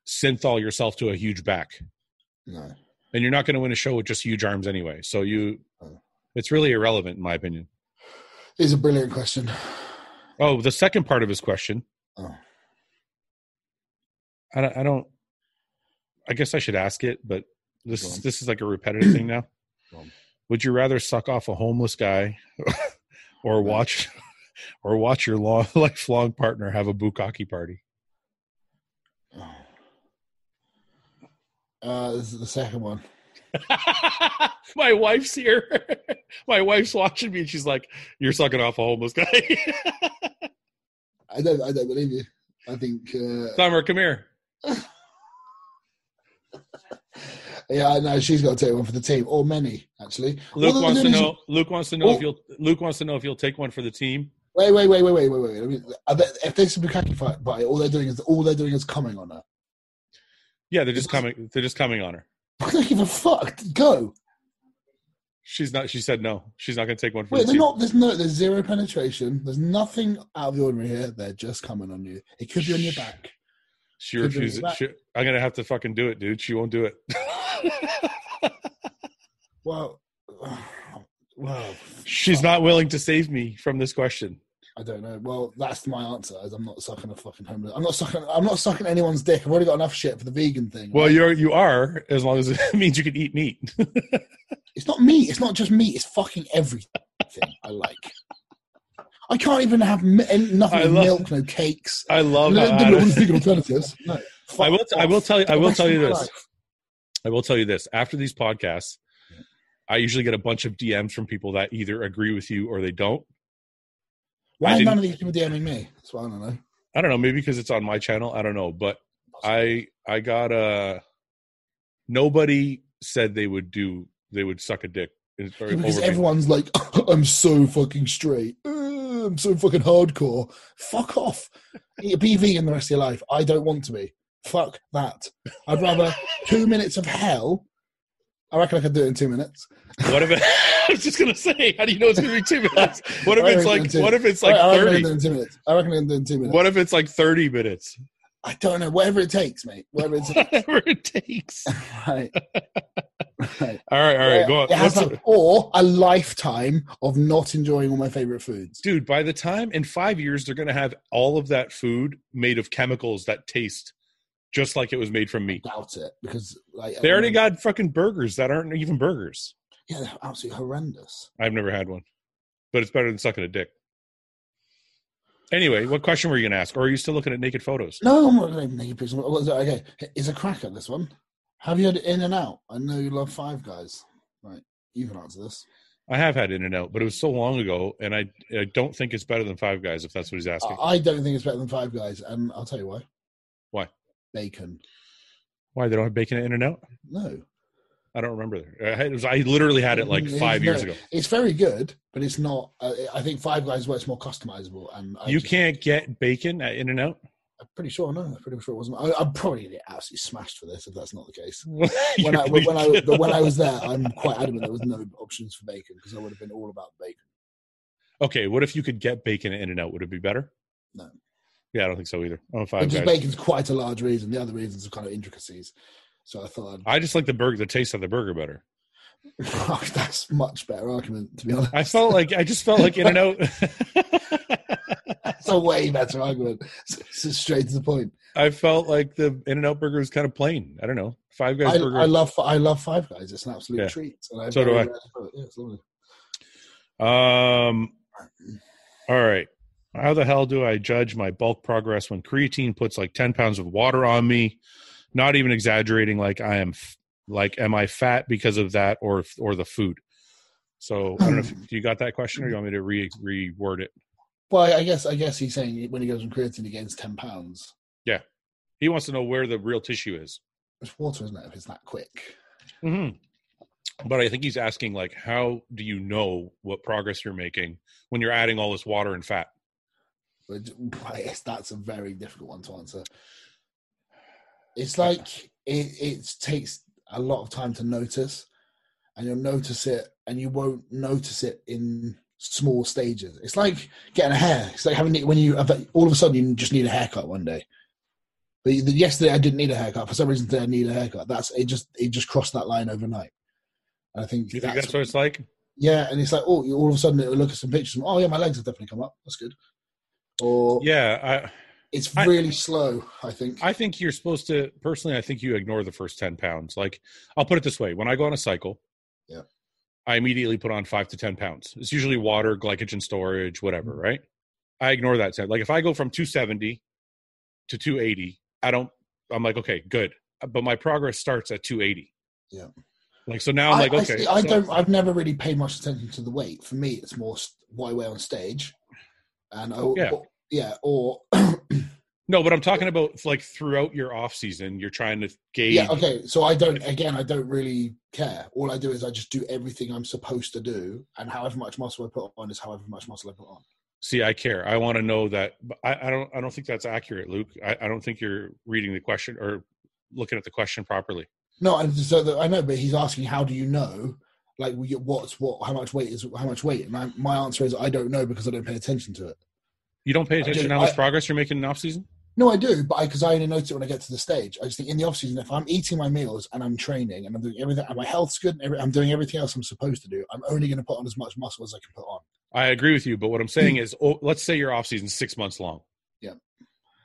S1: synthol yourself to a huge back,
S2: No.
S1: and you're not going to win a show with just huge arms anyway. So you,
S2: Oh.
S1: it's really irrelevant in my opinion.
S2: It's a brilliant question.
S1: Oh, the second part of his question.
S2: Oh.
S1: I don't, I don't. I guess I should ask it, but this
S2: Go
S1: is
S2: on.
S1: this is like a repetitive thing now.
S2: Go on.
S1: Would you rather suck off a homeless guy, or
S2: Right.
S1: watch, or watch your long, lifelong partner have a bukkake party?
S2: Oh. Uh, this is the second one.
S1: My wife's here. My wife's watching me, and she's like, "You're sucking off a homeless guy."
S2: I don't. I don't believe you. I think. Uh,
S1: Summer, come here.
S2: yeah, no, she's got to take one for the team, or many actually.
S1: Luke
S2: All they're
S1: wants to
S2: doing is-
S1: know. Luke wants to know
S2: Oh.
S1: if you'll. Luke wants to know if you'll take one for the team.
S2: Wait, wait, wait, wait, wait, wait, wait. I mean, I bet- if this is Bukaki fight, but all they're doing is all they're doing is coming on her.
S1: Yeah, they're just coming. They're just coming on her.
S2: I don't give a fuck. Go.
S1: She's not. She said no. She's not going to take one for
S2: Wait,
S1: the
S2: they're
S1: team.
S2: not. There's no. There's zero penetration. There's nothing out of the ordinary here. They're just coming on you. It could be on your back.
S1: She
S2: Could be
S1: refuses.
S2: back.
S1: She, I'm gonna have to fucking do it, dude. She won't do it.
S2: Well, well,
S1: She's not willing to save me from this question.
S2: I don't know. Well, that's my answer. Is I'm not sucking a fucking homeless. I'm not sucking. I'm not sucking anyone's dick. I've already got enough shit for the vegan thing.
S1: Well, you're you are as long as it means you can eat meat.
S2: It's not meat. It's not just meat. It's fucking everything I like. I can't even have mi- any- nothing
S1: I
S2: with
S1: love-
S2: milk, no cakes.
S1: I love.
S2: No,
S1: How
S2: no, no, all
S1: Adam,
S2: the vegan alternatives. No.
S1: I will. I will tell you. I will tell you
S2: Fuck
S1: this.
S2: off.
S1: I will tell you this. After these podcasts, I usually get a bunch of DMs from people that either agree with you or they don't. I
S2: Why are
S1: didn't-
S2: none of these people DMing me? That's what I don't know.
S1: I don't know. Maybe because it's on my channel. I don't know. But I I got a. Nobody said they would do. They would suck a dick. in- or
S2: because
S1: over me.
S2: everyone's like, I'm so fucking straight. Uh, I'm so fucking hardcore. Fuck off. Be- Be vegan the rest of your life. I don't want to be. Fuck that. I'd rather two minutes of hell. I reckon I could do it in two minutes.
S1: What if it, I was just gonna say? How do you know it's gonna be two minutes? What if
S2: I
S1: it's
S2: reckon
S1: like?
S2: it's two.
S1: What if it's like
S2: I, I reckon I can do
S1: thirty?
S2: it in two minutes. I reckon I can do it in two minutes.
S1: What if it's like thirty minutes?
S2: I don't know. Whatever it takes, mate. Whatever it takes.
S1: Whatever it takes.
S2: right. right.
S1: All right, all right, go on.
S2: It has
S1: Let's-
S2: to- or a lifetime of not enjoying all my favorite foods.
S1: dude, by the time in five years they're gonna have all of that food made of chemicals that taste just like it was made from meat.
S2: Doubt it because like
S1: They already
S2: everyone-
S1: got fucking burgers that aren't even burgers.
S2: Yeah, they're absolutely horrendous.
S1: I've never had one, but it's better than sucking a dick. Anyway, what question were you gonna ask? Or are you still looking at naked photos?
S2: No, I'm not going to naked pictures. What is it? Okay, it's a cracker. This one. Have you had In and Out? I know you love Five Guys. Right, you can answer this.
S1: I have had In and Out, but it was so long ago, and I I don't think it's better than Five Guys if that's what he's
S2: I,
S1: asking.
S2: I don't think it's better than Five Guys, and I'll tell you why.
S1: Why?
S2: Bacon.
S1: Why they don't have bacon at In and Out?
S2: No,
S1: I don't remember. I, had- it was, I literally had it like
S2: Mm,
S1: five
S2: no.
S1: years ago.
S2: it's very good, but it's not. Uh, I think Five Guys is where it's more customizable, and I
S1: You
S2: just-
S1: can't get bacon at In and Out.
S2: I'm pretty sure. No, I'm pretty sure it wasn't. I, I'm probably going to get absolutely smashed for this if that's not the case. when I when I but when I was there, I'm quite adamant there was no options for bacon because I would have been all about bacon.
S1: okay, what if you could get bacon at In and Out? Would it be better?
S2: No.
S1: Yeah, I don't think so either. I'm a
S2: But
S1: Five
S2: just
S1: Guys.
S2: bacon's quite a large reason. The other reasons are kind of intricacies. So I thought
S1: I just like the burger, the taste of the burger better.
S2: I'd, that's much better argument to be honest.
S1: I felt like I just felt like In and Out.
S2: That's a way better argument. It's, it's straight to the point.
S1: I felt like the In and Out burger was kind of plain. I don't know. Five Guys
S2: I,
S1: burger.
S2: I love I love Five Guys. It's an absolute
S1: Yeah.
S2: treat. And I
S1: So do
S2: very
S1: I.
S2: rarely have it. Yeah, it's lovely.
S1: Um. All right. How the hell do I judge my bulk progress when creatine puts like ten pounds of water on me? Not even exaggerating. Like I am, f- like am I fat because of that, or or the food? So I don't know if you got that question, or you want me to re reword it.
S2: Well, I guess I guess he's saying when he goes on creatine, he gains ten pounds.
S1: He wants to know where the real tissue is.
S2: It's water, isn't it? If it's that quick.
S1: Mm-hmm. But I think he's asking like, how do you know what progress you're making when you're adding all this water and fat?
S2: But I guess that's a very difficult one to answer. It's like it, it takes a lot of time to notice, and you'll notice it, and you won't notice it in small stages. It's like getting a hair. It's like having it when you all of a sudden you just need a haircut one day. But yesterday I didn't need a haircut. For some reason today I need a haircut. That's it. Just it just crossed that line overnight. And I think
S1: Do you think that's what it's like?
S2: yeah. And it's like oh, you all of a sudden it'll look at some pictures. And, oh yeah, my legs have definitely come up. That's good. Or
S1: Yeah,
S2: it's
S1: I-
S2: really slow. I think.
S1: I I think you're supposed to personally. I think you ignore the first ten pounds. Like I'll put it this way: when I go on a cycle,
S2: Yeah.
S1: I immediately put on five to ten pounds. It's usually water, glycogen storage, whatever.
S2: Mm-hmm.
S1: Right? I ignore that. Like if I go from two seventy to two eighty, I don't. I'm like, okay, good. Uh, But my progress starts at two eighty.
S2: Yeah.
S1: Like so now I'm
S2: I-
S1: like,
S2: I
S1: okay.
S2: see- I,
S1: so-
S2: don't. I've never really paid much attention to the weight. For me, it's more s- what I wear on stage, and I,
S1: Yeah.
S2: or, yeah, or
S1: No, but I'm talking about like throughout your off season, you're trying to gauge.
S2: yeah. Okay, so I don't. Again, I don't really care. All I do is I just do everything I'm supposed to do, and however much muscle I put on is however much muscle I put on.
S1: See, I care. I want to know that. but I, I don't. I don't think that's accurate, Luke. I, I don't think you're reading the question or looking at the question properly.
S2: No, and so the, I know, but he's asking, how do you know? Like, we- what's what? How much weight is how much weight? And I, my answer is, I don't know because I don't pay attention to it.
S1: You don't pay
S2: do.
S1: attention to how much
S2: I-
S1: progress you're making in off season.
S2: No, I do, but because I, only notice it when I get to the stage. I just think in the off season, if I'm eating my meals and I'm training and I'm doing everything, and my health's good, and every, I'm doing everything else I'm supposed to do, I'm only going to put on as much muscle as I can put on.
S1: I agree with you, but what I'm saying is, oh, let's say your off season's six months long.
S2: Yeah.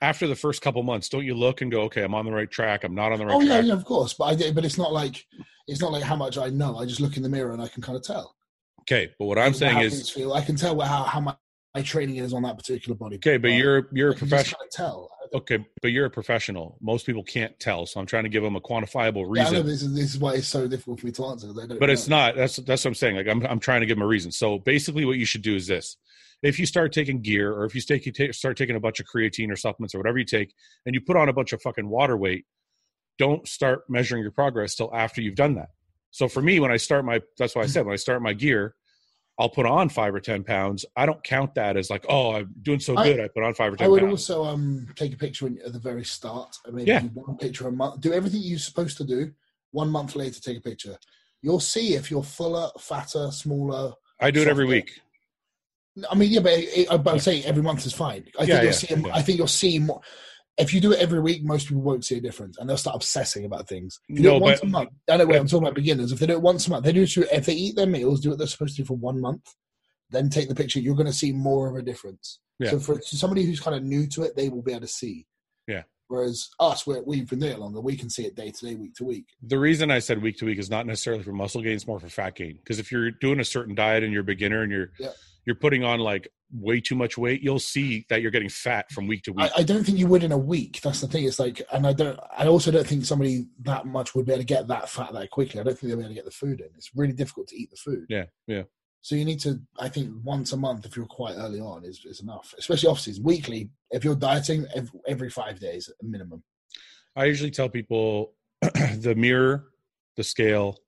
S1: After the first couple months, don't you look and go, "Okay, I'm on the right track. I'm not on the right
S2: oh yeah,
S1: track."
S2: yeah, of course, but I do- but it's not like it's not like how much I know. I just look in the mirror and I can kind of tell.
S1: Okay, but what I'm
S2: How
S1: saying
S2: things
S1: is,
S2: feel. I can tell how how my, my training is on that particular body.
S1: okay, but
S2: part.
S1: you're you're
S2: I
S1: a
S2: can just
S1: professional.
S2: kind of tell.
S1: Okay, but you're a professional. Most people can't tell, so I'm trying to give them a quantifiable
S2: Yeah, I know
S1: reason.
S2: this is this is why it's so difficult for me to answer. 'cause I don't
S1: but it's
S2: know.
S1: not that's that's what i'm saying like I'm, I'm trying to give them a reason so basically what you should do is this if you start taking gear or if you take, you take start taking a bunch of creatine or supplements or whatever you take and you put on a bunch of fucking water weight don't start measuring your progress till after you've done that so for me when i start my that's why i said when i start my gear i'll put on five or ten pounds i don't count that as like oh i'm doing so
S2: I-
S1: good i put on five or
S2: I
S1: ten
S2: would
S1: pounds
S2: also um, take a picture in, at the very start, and maybe
S1: Yeah.
S2: do one picture a month. Do everything you're supposed to do. One month later, take a picture. You'll see if you're fuller, fatter, smaller.
S1: i do it every
S2: softer.
S1: week
S2: I mean, yeah, but, it, it, but I'm saying every month is fine. I
S1: Yeah,
S2: think
S1: yeah,
S2: you'll see.
S1: yeah.
S2: I think you'll see more. If you do it every week, most people won't see a difference, and they'll start obsessing about things. If you do
S1: No,
S2: it once
S1: but-
S2: a month, I know. Wait,
S1: but-
S2: I'm talking about beginners. If they do it once a month, they do. it through- If they eat their meals, do what they're supposed to do for one month, then take the picture. You're going to see more of a difference.
S1: Yeah.
S2: So for to somebody who's kind of new to it, they will be able to see.
S1: Yeah.
S2: Whereas us, we're, we've been doing it longer. We can see it day to day, week to week.
S1: the reason I said week to week is not necessarily for muscle gain; it's more for fat gain. Because if you're doing a certain diet and you're a beginner and you're
S2: Yeah.
S1: you're putting on like way too much weight, you'll see that you're getting fat from week to week.
S2: I, I don't think you would in a week. That's the thing. It's like, and I don't. I also don't think somebody that much would be able to get that fat that quickly. I don't think they'll be able to get the food in. It's really difficult to eat the food.
S1: yeah, yeah.
S2: So you need to. I think once a month, if you're quite early on, is is enough. Especially off season, weekly. If you're dieting, every, every five days minimum.
S1: I usually tell people the mirror, the scale,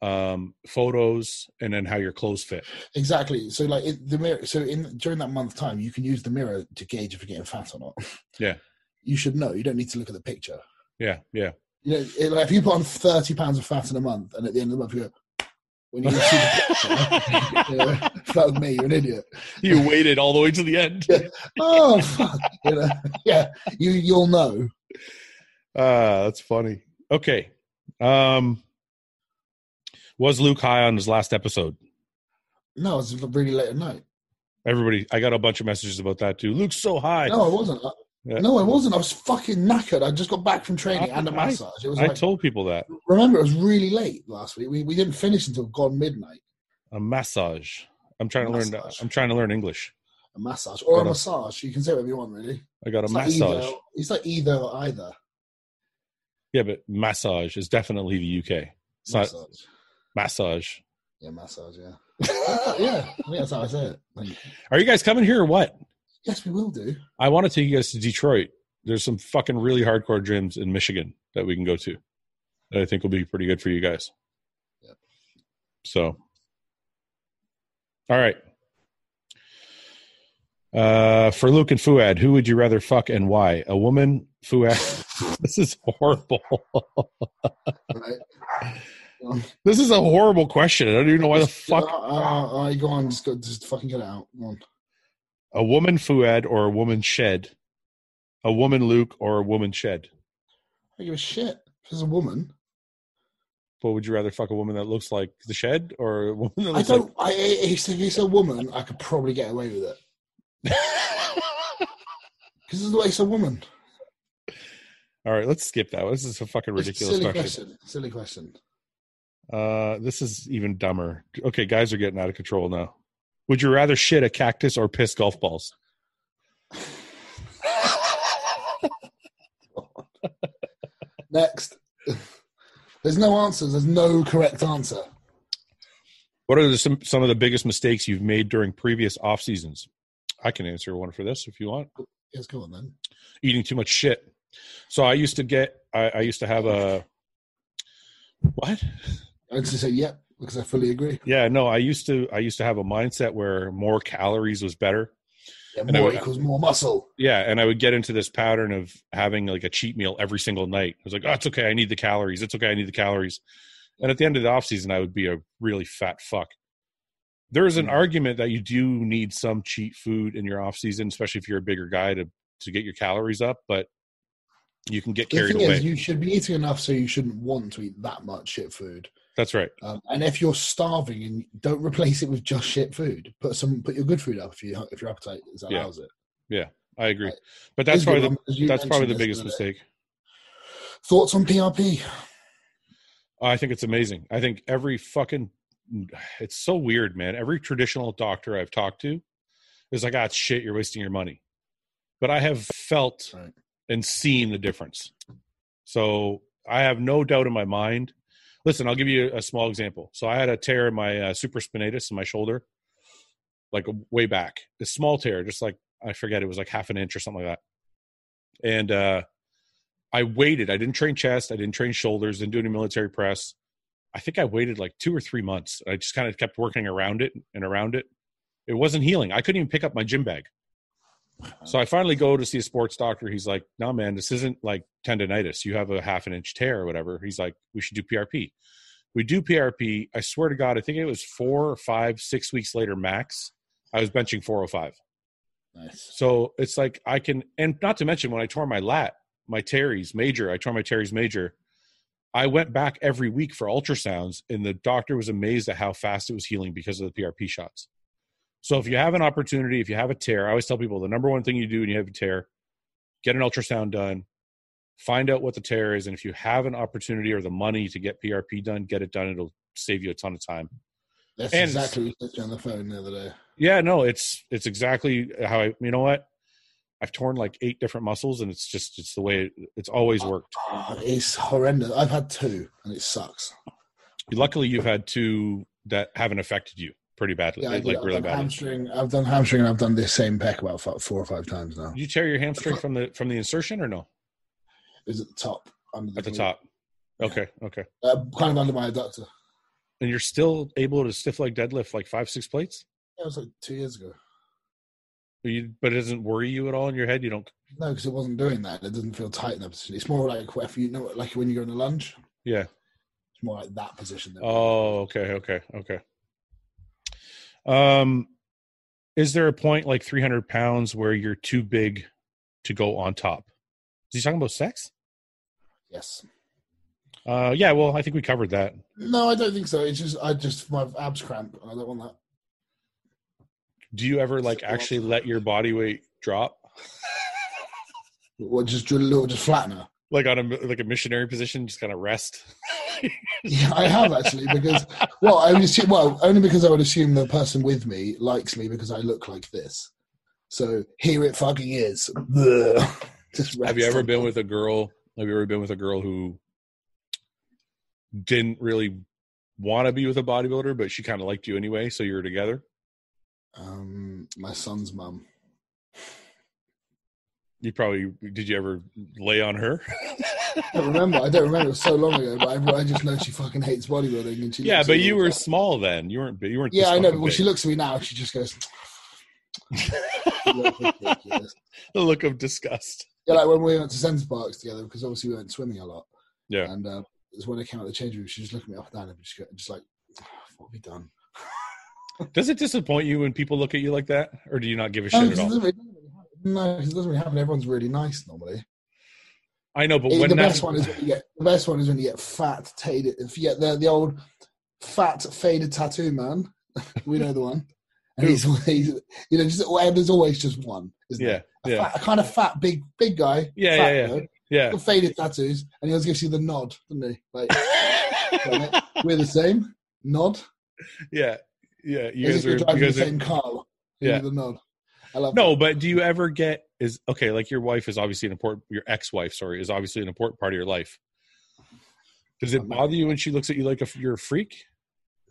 S1: um, photos, and then how your clothes fit.
S2: Exactly. So like it, the mirror. So in during that month time, you can use the mirror to gauge if you're getting fat or not.
S1: Yeah.
S2: You should know. You don't need to look at the picture.
S1: Yeah, yeah.
S2: You know, it, like if you put on thirty pounds of fat in a month, and at the end of the month you go, when you see the picture, you know, if that was me, you're an idiot.
S1: you waited all the way to the end.
S2: Oh fuck, you know, yeah, you you'll know.
S1: Ah, that's funny. Okay. Um, was Luke high on his last episode?
S2: No, it's really late at night.
S1: Everybody, I got a bunch of messages about that too. Luke's so high.
S2: No, I wasn't. I-
S1: Yeah.
S2: No, I wasn't. I was fucking knackered. I just got back from training
S1: I-
S2: and a
S1: I-
S2: massage. It was
S1: I
S2: like,
S1: told people that
S2: remember, it was really late last week. We, we didn't finish until gone midnight.
S1: a massage. I'm trying to learn.
S2: Massage.
S1: I'm trying to learn English.
S2: A massage or a
S1: Got a-
S2: massage. You can say whatever you want, really.
S1: I got a
S2: It's like
S1: massage.
S2: either- it's like either or either.
S1: Yeah, but massage is definitely the UK. It's not
S2: Massage.
S1: massage.
S2: Yeah, massage. Yeah. yeah, I think that's how I say it. Like,
S1: Are you guys coming here or what?
S2: yes, we will do.
S1: I want to take you guys to Detroit. There's some fucking really hardcore gyms in Michigan that we can go to that I think will be pretty good for you guys.
S2: Yeah.
S1: So, all right. Uh, for Luke and Fuad, who would you rather fuck and why? A woman, Fuad. this is horrible.
S2: Right?
S1: this is a horrible question. I don't even know why the fuck
S2: Uh, uh, uh, go on, just go, just fucking get it out. Go on.
S1: a woman Fuad or a woman Shed, a woman Luke or a woman Shed.
S2: I don't give a shit. If there's a woman,
S1: But would you rather fuck a woman that looks like the shed or a woman that
S2: I
S1: looks
S2: don't. I, I- if it's a woman, I could probably get away with it
S1: like?
S2: because it's a woman.
S1: All right, let's skip that. one. This is a fucking ridiculous
S2: Silly
S1: question.
S2: question. Silly question.
S1: Uh, this is even dumber. Okay, guys are getting out of control now. Would you rather shit a cactus or piss golf balls?
S2: Next. There's no answers. There's no correct answer.
S1: What are the, some some of the biggest mistakes you've made during previous off seasons? I can answer one for this if you want.
S2: Yes, go on then.
S1: eating too much shit. So I used to get, I, I used to have a, what?
S2: I'd just say yep because I fully agree.
S1: Yeah, no, I used to, I used to have a mindset where more calories was better.
S2: Yeah,
S1: And I
S2: more
S1: would-
S2: equals more muscle.
S1: Yeah, and I would get into this pattern of having like a cheat meal every single night. I was like, oh, it's okay, I need the calories. It's okay, I need the calories. And at the end of the off season, I would be a really fat fuck. There is an
S2: Mhm.
S1: argument that you do need some cheat food in your off season, especially if you're a bigger guy to to get your calories up, but you can get
S2: The
S1: carried
S2: thing
S1: away.
S2: is, you should be eating enough so you shouldn't want to eat that much shit food.
S1: That's right.
S2: Um, and if you're starving, and don't replace it with just shit food. Put some, put your good food up if you if your appetite is-
S1: Yeah.
S2: allows it.
S1: I agree.
S2: Right.
S1: But that's
S2: Is
S1: probably
S2: good,
S1: the
S2: as you
S1: that's probably
S2: mentioned
S1: the
S2: this
S1: biggest
S2: earlier.
S1: mistake.
S2: Thoughts on PRP?
S1: I think it's amazing. I think every fucking it's so weird, man. Every traditional doctor I've talked to is like, ah, it's shit, you're wasting your money. But I have felt
S2: Right.
S1: and seen the difference. So I have no doubt in my mind. Listen, I'll give you a small example. So I had a tear in my uh, supraspinatus in my shoulder, like way back. A small tear, just like I forget it was like half an inch or something like that. And uh, I waited. I didn't train chest. I didn't train shoulders. Didn't do any military press. I think I waited like two or three months. I just kind of kept working around it and around it. It wasn't healing. I couldn't even pick up my gym bag. So I finally go to see a sports doctor. He's like, "No, man, this isn't like tendonitis. You have a half an inch tear or whatever." He's like, "We should do PRP." We do PRP. I swear to God, I think it was four or five, six weeks later max. I was benching 405.
S2: Nice.
S1: So it's like I can, and not to mention when I tore my lat, my teres major, I tore my teres major. I went back every week for ultrasounds, and the doctor was amazed at how fast it was healing because of the PRP shots. So if you have an opportunity, if you have a tear, I always tell people the number one thing you do when you have a tear, get an ultrasound done, find out what the tear is, and if you have an opportunity or the money to get PRP done, get it done. It'll save you a ton of time.
S2: That's
S1: And-
S2: exactly what I said on the phone the other day.
S1: Yeah, no, it's it's exactly how I. You know what? I've torn like eight different muscles, and it's just it's the way it's always worked.
S2: Oh, it's horrendous. I've had two, and it sucks.
S1: Luckily, you've had two that haven't affected you pretty badly,
S2: Yeah, I
S1: like
S2: did- I've
S1: really
S2: done
S1: badly.
S2: hamstring. I've done hamstring, and I've done this same pec about fi- four or five times now.
S1: Did you tear your hamstring from the from the insertion or no?
S2: It's at the top, under the
S1: At the
S2: glute.
S1: top. Okay, okay.
S2: uh, kind of under my adductor.
S1: And you're still able to stiff leg deadlift like five six plates.
S2: It was like two years ago.
S1: But You, but it doesn't worry you at all in your head. You don't.
S2: No, because it wasn't doing that. It doesn't feel tight in that position. It's more like if you know, like when you go in a lunge.
S1: Yeah.
S2: It's more like that position. than-
S1: Oh, okay, okay, okay. Um, is there a point like 300 pounds where you're too big to go on top? Is he talking about sex?
S2: yes.
S1: Uh, yeah. Well, I think we covered that.
S2: No, I don't think so. It's just I just my abs cramp, and I don't want that.
S1: Do you ever like actually let your body weight drop,
S2: Or just drill a little, just flattener.
S1: like on a like a missionary position, just kind of rest?
S2: Yeah, I have actually because well, I would assume, well only because I would assume the person with me likes me because I look like this. So here it fucking is. Ugh. Just
S1: Have you
S2: rest.
S1: ever been with a girl? Have you ever been with a girl who didn't really want to be with a bodybuilder, but she kind of liked you anyway, so you were together?
S2: Um, my son's mum.
S1: You probably did. You ever lay on her?
S2: I don't remember. I don't remember. It was so long ago, but I, I just know she fucking hates bodybuilding. And she
S1: yeah,
S2: looks
S1: but
S2: at me
S1: you
S2: and
S1: were
S2: goes,
S1: small then. You weren't. You weren't. this
S2: Yeah, I know. But
S1: fucking
S2: when she
S1: big.
S2: looks at me now, she just goes. "You look ridiculous."
S1: the look of disgust.
S2: yeah, like when we went to Centre Parks together, because obviously we went swimming a lot.
S1: Yeah.
S2: And uh, it was when I came out of the change room, she just looked at me up and down and just, go, just like, "Ah, what have we done?
S1: Does it disappoint you when people look at you like that, or do you not give a
S2: Oh,
S1: shit at all?
S2: No, 'cause it doesn't really happen. Everyone's really nice normally.
S1: I know, but
S2: It-
S1: when
S2: the
S1: that,
S2: best one is when you get the best one is when you get fat tated. If you get the the old fat faded tattoo man, we know the one. And
S1: Who?
S2: he's, he's you know just there's always just one. Isn't
S1: yeah,
S2: there? A,
S1: yeah,
S2: fat, a kind of fat big big guy.
S1: Yeah,
S2: fat,
S1: yeah, yeah.
S2: though,
S1: yeah.
S2: with Faded tattoos, and he always gives you the nod, doesn't he? Like we're the same nod.
S1: yeah, yeah. You
S2: As
S1: guys
S2: if you're
S1: are,
S2: driving
S1: you guys
S2: the
S1: are
S2: same car. give you
S1: Yeah.
S2: the nod. I love
S1: no.
S2: that.
S1: But do you ever get is okay? Like your wife is obviously an important. Your ex-wife, sorry, is obviously an important part of your life. Does it bother you when she looks at you like a, you're a freak?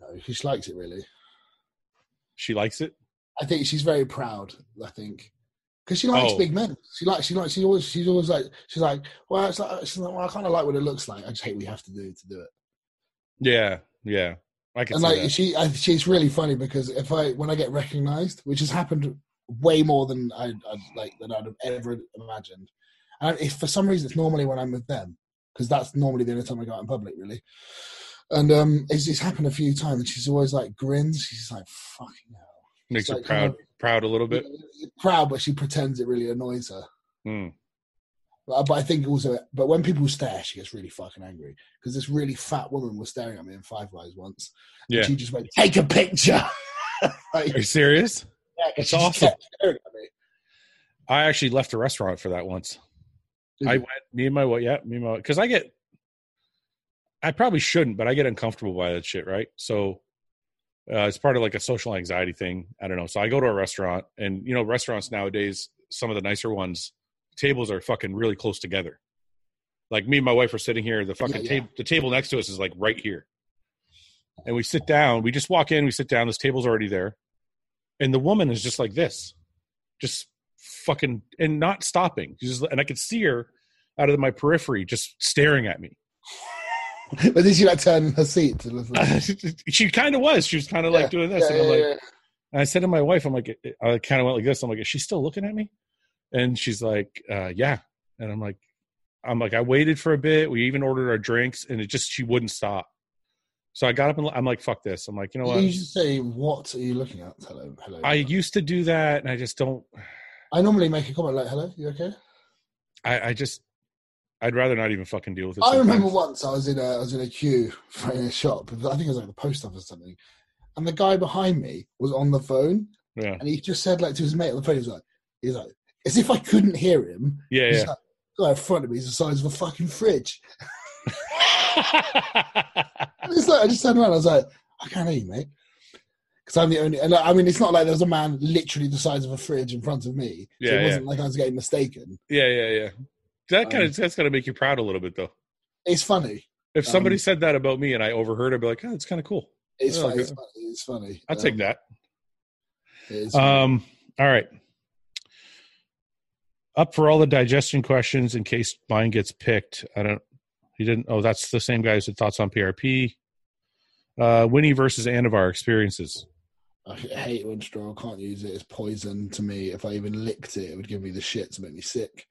S2: No, she likes it really.
S1: She likes it.
S2: I think she's very proud. I think because she likes
S1: Oh.
S2: big men. She likes. She likes. She always. She's always like. She's like. Well, it's like, she's like, well I kind of like what it looks like. I just hate what you have to do to do it.
S1: Yeah, yeah. I can
S2: and
S1: see
S2: like
S1: that.
S2: she, I, she's really funny because if I when I get recognised, which has happened way more than I I'd, like than I'd have ever imagined, and if for some reason it's normally when I'm with them because that's normally the only time I go out in public really. And um, it's, it's happened a few times, and she's always like grins. She's like, "Fucking hell."
S1: Makes her
S2: like,
S1: proud,
S2: kind
S1: proud a little bit.
S2: proud, but she pretends it really annoys her.
S1: Mm.
S2: But, but I think also, but when people stare, she gets really fucking angry because this really fat woman was staring at me in Five Guys once. and
S1: Yeah.
S2: she just went, "Take a picture." like,
S1: Are you serious?
S2: yeah,
S1: that's
S2: 'cause she just
S1: awesome.
S2: kept staring at me.
S1: I actually left a restaurant for that once.
S2: Did
S1: I
S2: you?
S1: went, me and my wife, yeah, me and my because I get, I probably shouldn't, but I get uncomfortable by that shit, right? So uh, it's part of like a social anxiety thing. I don't know. So I go to a restaurant, and you know, restaurants nowadays, some of the nicer ones, tables are fucking really close together. Like me and my wife are sitting here, the fucking
S2: yeah.
S1: table, the table next to us is like right here, and we sit down. We just walk in, we sit down. This table's already there, and the woman is just like this, just fucking and not stopping. She's just, and I could see her out of my periphery, just staring at me.
S2: But then she like turned in her seat to listen.
S1: she kind of was. She was kind of like doing this,
S2: Yeah,
S1: and I'm
S2: yeah,
S1: like,
S2: yeah.
S1: and I said to my wife, I'm like, I kind of went like this. I'm like, is she still looking at me? And she's like, uh, yeah. And I'm like, I'm like, I waited for a bit. We even ordered our drinks, and it just she wouldn't stop. So I got up and I'm like, fuck this. I'm like, you know what?
S2: You just say, "What are you looking at?" Hello, hello.
S1: I used to do that, and I just don't.
S2: I normally make a comment like, "Hello, you okay?"
S1: I, I just, I'd rather not even fucking deal with it.
S2: I remember
S1: sometimes.
S2: once I was in a I was in a queue for in a shop. I think it was like the post office or something, and the guy behind me was on the phone,
S1: Yeah,
S2: and he just said like to his mate on the phone, he's like, he's like, as if I couldn't hear him.
S1: yeah,
S2: He's
S1: yeah.
S2: like, the guy in front of me is the size of a fucking fridge. And it's like I just turned around, I was like, I can't hear you, mate. Because I'm the only, and I I mean, it's not like there was a man literally the size of a fridge in front of me. So
S1: Yeah,
S2: it
S1: yeah.
S2: wasn't like I was getting mistaken.
S1: yeah, yeah, yeah. That kind
S2: Um,
S1: of that's gonna make you proud a little bit though.
S2: It's funny.
S1: If somebody
S2: um,
S1: said that about me and I overheard, I'd be like, oh, it's kind of cool.
S2: It's,
S1: Oh,
S2: funny.
S1: okay.
S2: it's funny. It's funny.
S1: I'll take
S2: Um,
S1: that.
S2: it is funny.
S1: Um, all right. Up for all the digestion questions in case mine gets picked. I don't. He didn't. Oh, that's the same guy who said thoughts on PRP. Uh, Winnie versus Anavar experiences.
S2: I hate wind straw. I can't use it. It's poison to me. If I even licked it, it would give me the shit to make me sick.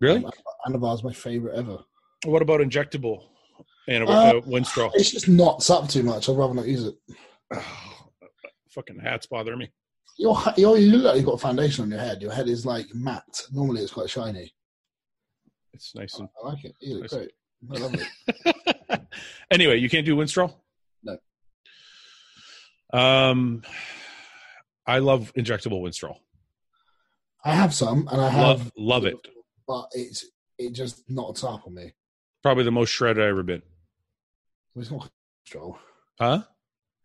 S1: Really?
S2: Um, Anavar's my favorite ever.
S1: What about injectable
S2: Uh,
S1: Anavar? Uh, one straw.
S2: It's just knots up too much. I'd rather not use it.
S1: Fucking hats bother me.
S2: Your, ha- your, you look like you've got a foundation on your head. Your head is like matte. Normally it's quite shiny.
S1: It's nice and.
S2: I like it. You look
S1: Nice.
S2: great. I love it.
S1: anyway, you can't do wind straw.
S2: No.
S1: Um, I love injectable wind straw.
S2: I have some, and I have,
S1: Love, love it.
S2: but it's it just knots up on me.
S1: Probably the most shredded I've ever been.
S2: It's not straw.
S1: Huh?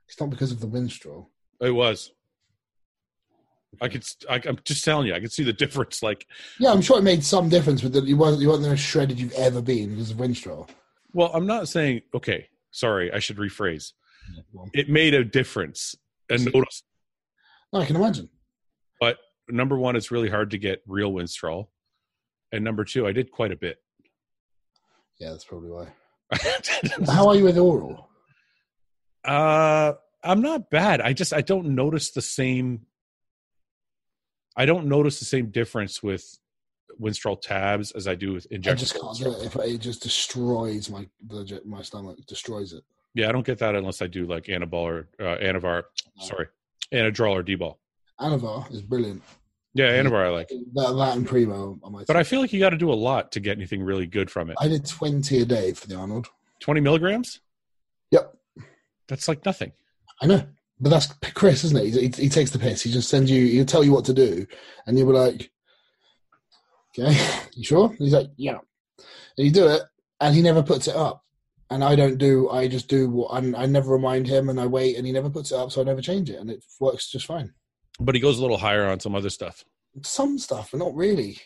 S2: It's not because of the wind straw.
S1: It was. I could. st- I, I'm just telling you. I could see the difference. Like,
S2: Yeah, I'm sure it made some difference, but you weren't you weren't the most shredded you've ever been because of wind straw.
S1: well, I'm not saying. Okay, sorry. I should rephrase. it made a difference and notice
S2: I can imagine.
S1: number one it's really hard to get real wind stroll and number two i did quite a bit
S2: Yeah, that's probably why. How are you with oral?
S1: uh i'm not bad i just i don't notice the same i don't notice the same difference with winstrol tabs as i do with
S2: I
S1: injection
S2: just can't do it. If it just destroys my legit, my stomach, destroys it.
S1: yeah i don't get that unless i do like anabol or uh, anavar
S2: No.
S1: sorry anadrol or d-ball
S2: Anavar is brilliant.
S1: yeah anavar i like
S2: That, that and Primo on my.
S1: but i feel like you got to do a lot to get anything really good from it
S2: I did twenty a day for the Arnold.
S1: 20 milligrams
S2: Yep.
S1: that's like nothing
S2: I know, but that's p- Chris, isn't it? He, he, he takes the piss. He just sends you. He'll tell you what to do, and you'll be like, "Okay, you sure?" And he's like, "Yeah." And you do it, and he never puts it up. And I don't do. I just do what I, I never remind him, and I wait, and he never puts it up, so I never change it, and it works just fine.
S1: but he goes a little higher on some other stuff
S2: Some stuff, but not really.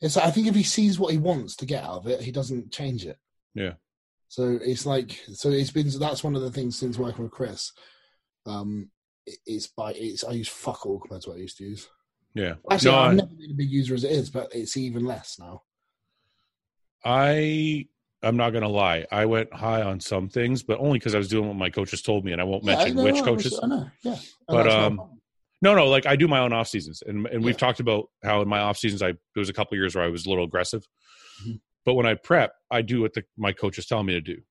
S2: It's like, I think if he sees what he wants to get out of it, he doesn't change it.
S1: Yeah.
S2: So it's like so it's been that's one of the things since working with Chris. Um, it- it's by it's I use fuck all compared to what I used to use.
S1: yeah
S2: Actually,
S1: No, I-
S2: I've never been a big user as it is, but it's even less now.
S1: I I'm not gonna lie. I went high on some things, but only because I was doing what my coaches told me, and I won't mention
S2: Yeah, I know,
S1: which
S2: I was-
S1: coaches.
S2: I know, yeah. And
S1: But,
S2: that's not a
S1: um,
S2: problem.
S1: No, no. Like I do my own off seasons, and and we've
S2: Yeah.
S1: talked about how in my off seasons I there was a couple years where I was a little aggressive,
S2: Mhm.
S1: but when I prep, I do what the, my coaches tell me to do.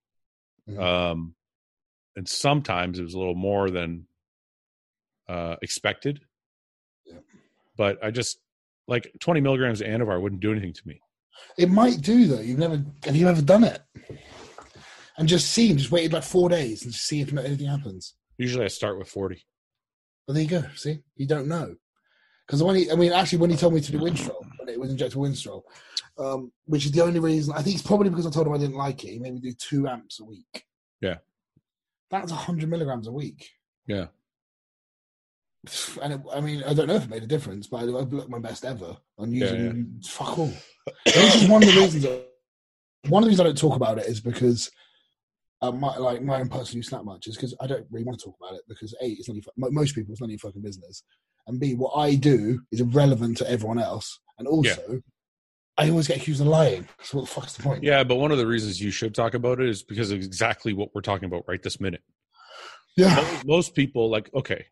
S2: Mhm.
S1: Um, and sometimes it was a little more than uh, expected,
S2: Yeah.
S1: but I just like 20 milligrams of Anavar wouldn't do anything to me.
S2: it might do though. You've never have you ever done it? And just seen, just waited like four days and just see if anything happens.
S1: Usually, I start with 40.
S2: But there you go. See, you don't know. Because when he, I mean, actually, when he told me to do Winstrol, when it was injected Winstrol, um, which is the only reason, I think it's probably because I told him I didn't like it. He made me do two amps a week.
S1: Yeah.
S2: That's 100 milligrams a week.
S1: Yeah.
S2: And it, I mean, I don't know if it made a difference, but I, I looked my best ever on
S1: Yeah,
S2: using fuck all. this is one of the reasons. One of the reasons I don't talk about it is because uh, my like my own personal use that much is because I don't really want to talk about it because a it's not your, fu- mo- most people it's none of your fucking business, and b what I do is irrelevant to everyone else, and also I always get accused of lying. So what the fuck's the point?
S1: Yeah, but one of the reasons you should talk about it is because of exactly what we're talking about right this minute.
S2: yeah,
S1: Most, most people like okay,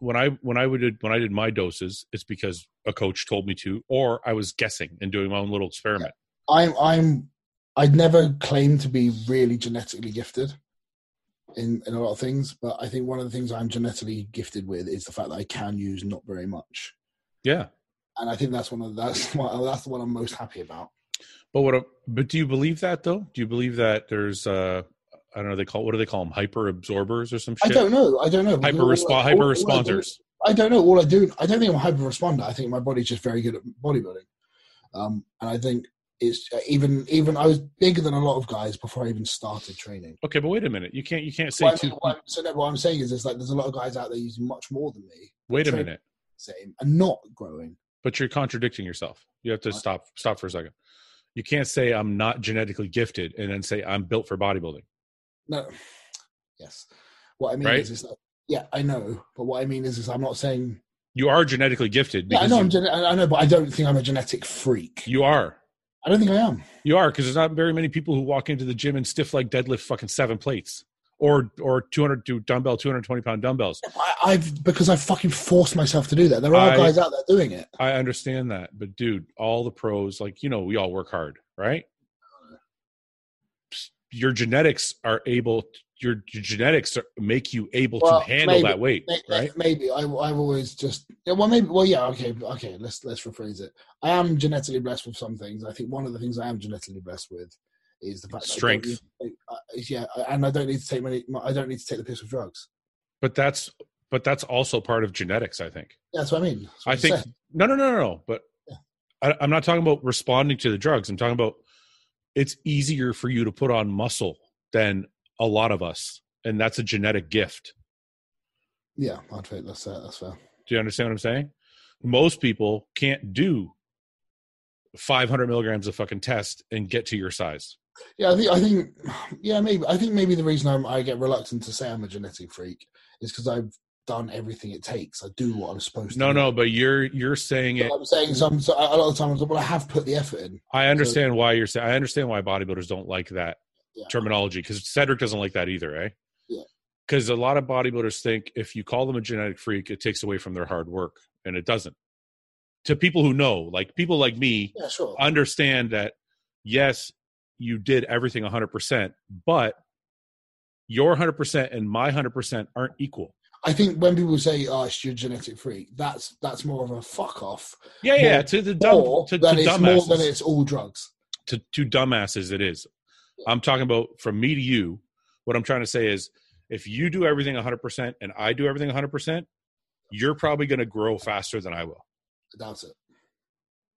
S1: when I when I would did, when I did my doses, it's because a coach told me to, or I was guessing and doing my own little experiment.
S2: I'm I'm I'd never claimed to be really genetically gifted in in a lot of things, but I think one of the things I'm genetically gifted with is the fact that I can use not very much.
S1: Yeah,
S2: and I think that's one of that's one, that's the one I'm most happy about.
S1: but what? a- But do you believe that though? Do you believe that there's uh I don't know they call what do they call them hyper absorbers or some shit?
S2: I don't know. I don't know.
S1: Hyper
S2: All-
S1: respo-
S2: all-
S1: hyper
S2: all I do-
S1: responders.
S2: I don't know. All I do, I don't think I'm a hyper responder. I think my body's just very good at bodybuilding, um, and I think it's uh, even even I was bigger than a lot of guys before I even started training.
S1: Okay, but wait a minute. You can't you can't say
S2: What I
S1: two.
S2: mean- what I'm- so no, what I'm saying is, it's like there's a lot of guys out there using much more than me,
S1: Wait a
S2: sorry.
S1: minute.
S2: same, and not growing.
S1: But you're contradicting yourself. You have to stop stop for a second. You can't say I'm not genetically gifted and then say I'm built for bodybuilding.
S2: No. Yes. What I mean
S1: Right?
S2: is, is that, yeah, I know, but what I mean is, is I'm not saying.
S1: You are genetically gifted
S2: Yeah, I
S1: because
S2: know. I'm
S1: you,
S2: gen- I I know, but I don't think I'm a genetic freak.
S1: you are.
S2: I don't think I am.
S1: You are because there's not very many people who walk into the gym and stiff like deadlift fucking seven plates or or 200 do dumbbell 220 pound dumbbells.
S2: I, I've because I fucking forced myself to do that. There are
S1: I-
S2: guys out there doing it.
S1: I understand that, but dude, all the pros like you know we all work hard, right? Your genetics are able. Your genetics are, make you able
S2: Well,
S1: to handle
S2: maybe.
S1: that weight,
S2: May-
S1: right?
S2: Maybe I, I've always just yeah, well maybe well yeah okay okay let's let's rephrase it. I am genetically blessed with some things. I think one of the things I am genetically blessed with is the fact that I don't
S1: Strength.
S2: need to take- uh, yeah, I- and I don't need to take many. I don't need to take the piss with drugs.
S1: But that's but that's also part of genetics, I think.
S2: That's what I mean. That's what
S1: I
S2: I'm
S1: think
S2: saying.
S1: no, no, no, no, no. But
S2: Yeah.
S1: I, I'm not talking about responding to the drugs. I'm talking about it's easier for you to put on muscle than a lot of us, and that's a genetic gift.
S2: yeah, I'd think that's uh, that's fair.
S1: Do you understand what I'm saying? Most people can't do 500 milligrams of fucking test and get to your size.
S2: Yeah, I think I think yeah maybe I think maybe the reason I'm, I get reluctant to say I'm a genetic freak is because I've done everything it takes. I do what I'm supposed
S1: No,
S2: to. do.
S1: no, but you're you're saying it.
S2: But I'm saying some so a lot of times, well, I have put the effort in.
S1: I understand why you're saying. I understand why bodybuilders don't like that
S2: Yeah.
S1: terminology because Cedric doesn't like that either, eh?
S2: Yeah.
S1: Because a lot of bodybuilders think if you call them a genetic freak, it takes away from their hard work, and it doesn't. To people who know, like people like me,
S2: Yeah, sure.
S1: understand that yes, you did everything 100%, but your 100% and my 100% aren't equal.
S2: I think when people say, "Oh, it's your genetic freak," that's that's more of a fuck off.
S1: Yeah, yeah, to the dumb
S2: more
S1: to, to
S2: than it's more than
S1: dumbasses.
S2: it's all drugs.
S1: To, to dumbasses it is. I'm talking about from me to you. What I'm trying to say is if you do everything 100% and I do everything 100%, you're probably going to grow faster than I will.
S2: I doubt it.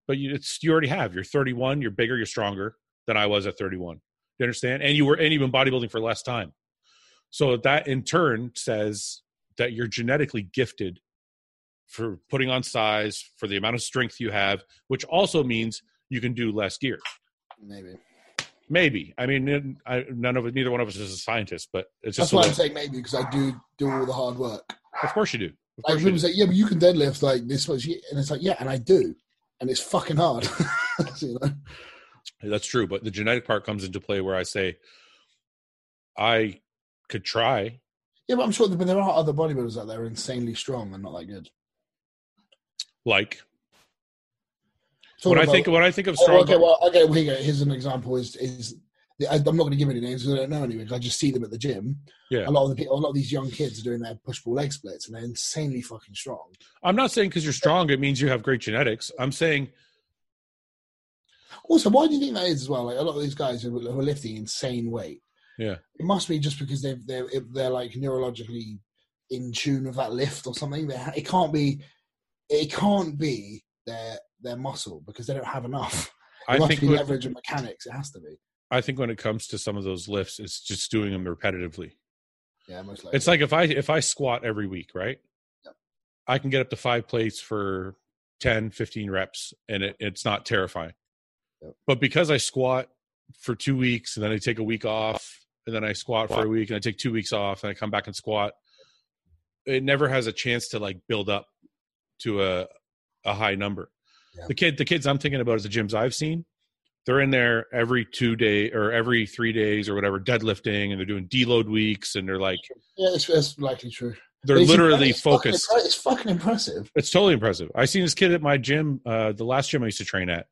S1: But you, it's, you already have. You're 31, you're bigger, you're stronger than I was at 31. Do you understand? And you were and you've been bodybuilding for less time. So that in turn says that you're genetically gifted for putting on size, for the amount of strength you have, which also means you can do less gear.
S2: Maybe
S1: Maybe. I mean, I, none of us, neither one of us is a scientist, but it's just
S2: that's
S1: the
S2: why
S1: way,
S2: I'm saying maybe because I do do all the hard work.
S1: of course you do. Of
S2: Like
S1: course you
S2: people
S1: do.
S2: say, "Yeah, but you can deadlift like this much," yeah," and it's like, "Yeah," and I do, and it's fucking hard. you know?
S1: That's true, but the genetic part comes into play where I say I could try.
S2: Yeah, but I'm sure there, but there are other bodybuilders out there insanely strong and not that good.
S1: Like
S2: Talking
S1: when I
S2: about-
S1: think when I think of
S2: Oh,
S1: strong,
S2: okay, well, okay, well, here you go. Here's an example. Is is I, I'm not going to give any names because I don't know anyone. 'cause I just see them at the gym.
S1: Yeah.
S2: A lot of the people, a lot of these young kids are doing their push pull leg splits, and they're insanely fucking strong.
S1: I'm not saying because you're strong it means you have great genetics. I'm saying
S2: Also, why do you think that is as well? Like a lot of these guys who, who are lifting insane weight.
S1: Yeah.
S2: It must be just because they've, they're if they're like neurologically in tune with that lift or something. They ha- it can't be. It can't be their their muscle because they don't have enough. It
S1: I
S2: must
S1: think
S2: be
S1: when,
S2: leverage and mechanics. It has to be.
S1: I think when it comes to some of those lifts, it's just doing them repetitively.
S2: Yeah, most likely.
S1: It's like if I if I squat every week, right? I can get up to five plates for 10, 15 reps, and it, it's not terrifying.
S2: Yep.
S1: But because I squat for two weeks and then I take a week off, and then I squat for a week and I take two weeks off, and I come back and squat, it never has a chance to like build up to a a high number.
S2: Yeah.
S1: The kid the kids I'm thinking about is the gyms I've seen. They're in there every two day or every three days or whatever, deadlifting, and they're doing deload weeks, and they're like
S2: yeah, it's, it's likely true.
S1: they're
S2: But it's
S1: literally
S2: impre- it's fucking
S1: focused.
S2: impre- It's fucking impressive.
S1: It's totally impressive. I seen this kid at my gym, uh, the last gym I used to train at.